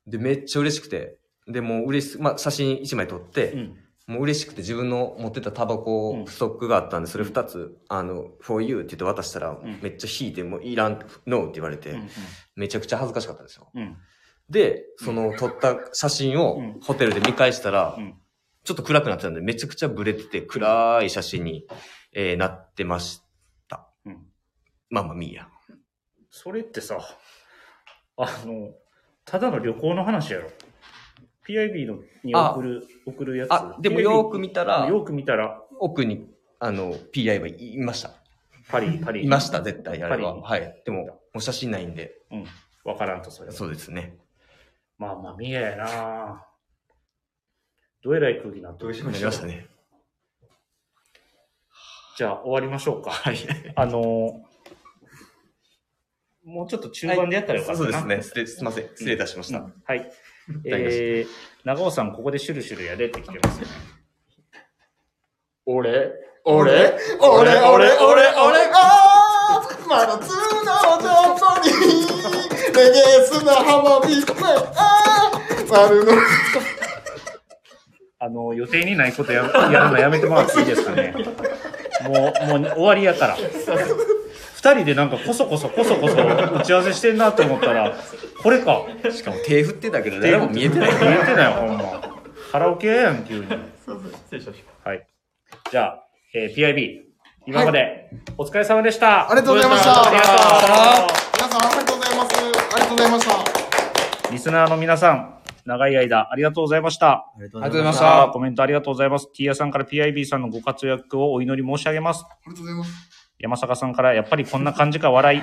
B: で、めっちゃ嬉しくて、で、もう嬉し、まあ写真一枚撮って、
A: うん
B: もう嬉しくて自分の持ってたタバコ
A: うん
B: ストックがあったんで、それ2つ、あの、for you って言って渡したら
A: ん、
B: めっちゃ引いて、もういらん、no って言われて、
A: うん
B: めちゃくちゃ恥ずかしかったんですよ。
A: うんうん
B: で、その撮った写真を
A: うん
B: ホテルで見返したら、
A: うん
B: ちょっと暗くなってたんで、めちゃくちゃブレてて、暗い写真に、えーなってました。
A: うん
B: まあまあ、ミーや。
A: それってさ、あの、ただの旅行の話やろ。PIB のに送る、送るやつ。
B: あでも
A: PIB
B: よーく見たら
A: よく見たら、
B: 奥に、あの、PI はいいました。
A: パリ、パリ。
B: いました、絶対、あれ
A: パ
B: は。
A: リ
B: はい。でも、もう写真ないんで、
A: うん。わからんと、それは。
B: そうですね。
A: まあまあ、見えやなどえらい空気になってる
B: なりましたね。
A: じゃあ、終わりましょうか。
B: はい。
A: あのもうちょっと中盤でやったらよかった
B: そ
A: な。
B: うですね。失礼、すみません。失礼いたしました。
A: はい。えー、長尾さん、ここでシュルシュルやでって来てますね。
F: 俺俺
D: 俺俺俺俺あー真夏の上空にレゲエ砂浜ビッあー丸の
A: あの、予定にないことややるのやめてもらっていいですかね。もう、もう、終わりやから。二人でなんかこそこそこそこそ打ち合わせしてんなと思ったら、これか。
B: しかも手振ってたけど、誰も見えてない。
A: 見えてない、ほんま。カラオケやん、急に。
F: 失礼しました。
A: はい。じゃあ、えー PIB、今までお疲れ様でした。
D: ありがとうございました
A: ありがと
D: 皆さんありがとうございますありがとうございました
A: う。リスナーの皆さん、長い間ありがとうございました。
C: ありがとう
B: ありがとうございまし
A: さあ、
B: た。
A: コメントありがとうございます。TIA さんから PIB さんのご活躍をお祈り申し上げます。
D: ありがとうございます
A: 山坂さんから、やっぱりこんな感じか笑い。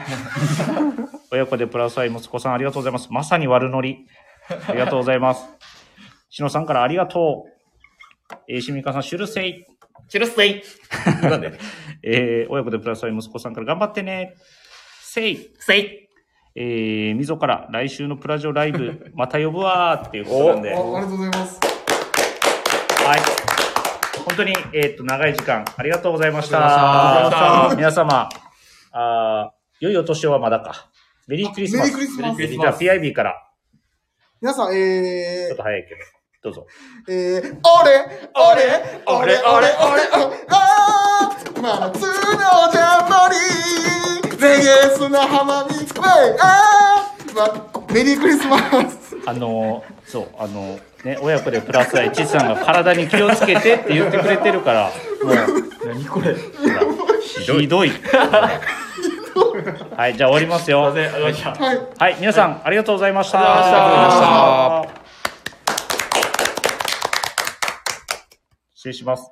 A: 親子でプラス愛、息子さんありがとうございます。まさに悪ノリ。ありがとうございます。しのさんからありがとう。えー、しみかさん、シュルセイ。
E: シュルセイ
B: なんで
A: えー、親子でプラス愛、息子さんから頑張ってね。セイ。
E: セイ
A: えー、みぞから来週のプラジオライブ、また呼ぶわーっていうことなんで、
D: あ
A: はい。
D: ありがとうございます
A: 本当に、えーっと、長い時間、ありがとうございました。
B: ありがとうござい
A: 皆
B: ました
A: 様、あー良いお年をはまだか。メリークリスマス。
D: あメリークリスマス
A: じゃあ、PIB から、
D: 皆さん
A: ち
D: え
A: ょっと早いけど、どうぞ。
D: ー、えー、俺俺俺俺俺俺あー真夏のジャンボリーレゲエ砂浜ビッあー、ま、メリークリスマス
A: あのー、そう、あのー、ね、親子でプラス愛、ちさんが体に気をつけてって言ってくれてるから、もう、何これ。ひどい。はい、じゃあ終わりますよ。
F: ありがとうございました。
D: はい
A: はい、皆さん、ありがとうございました。
F: ありがとうございました
A: 失礼します。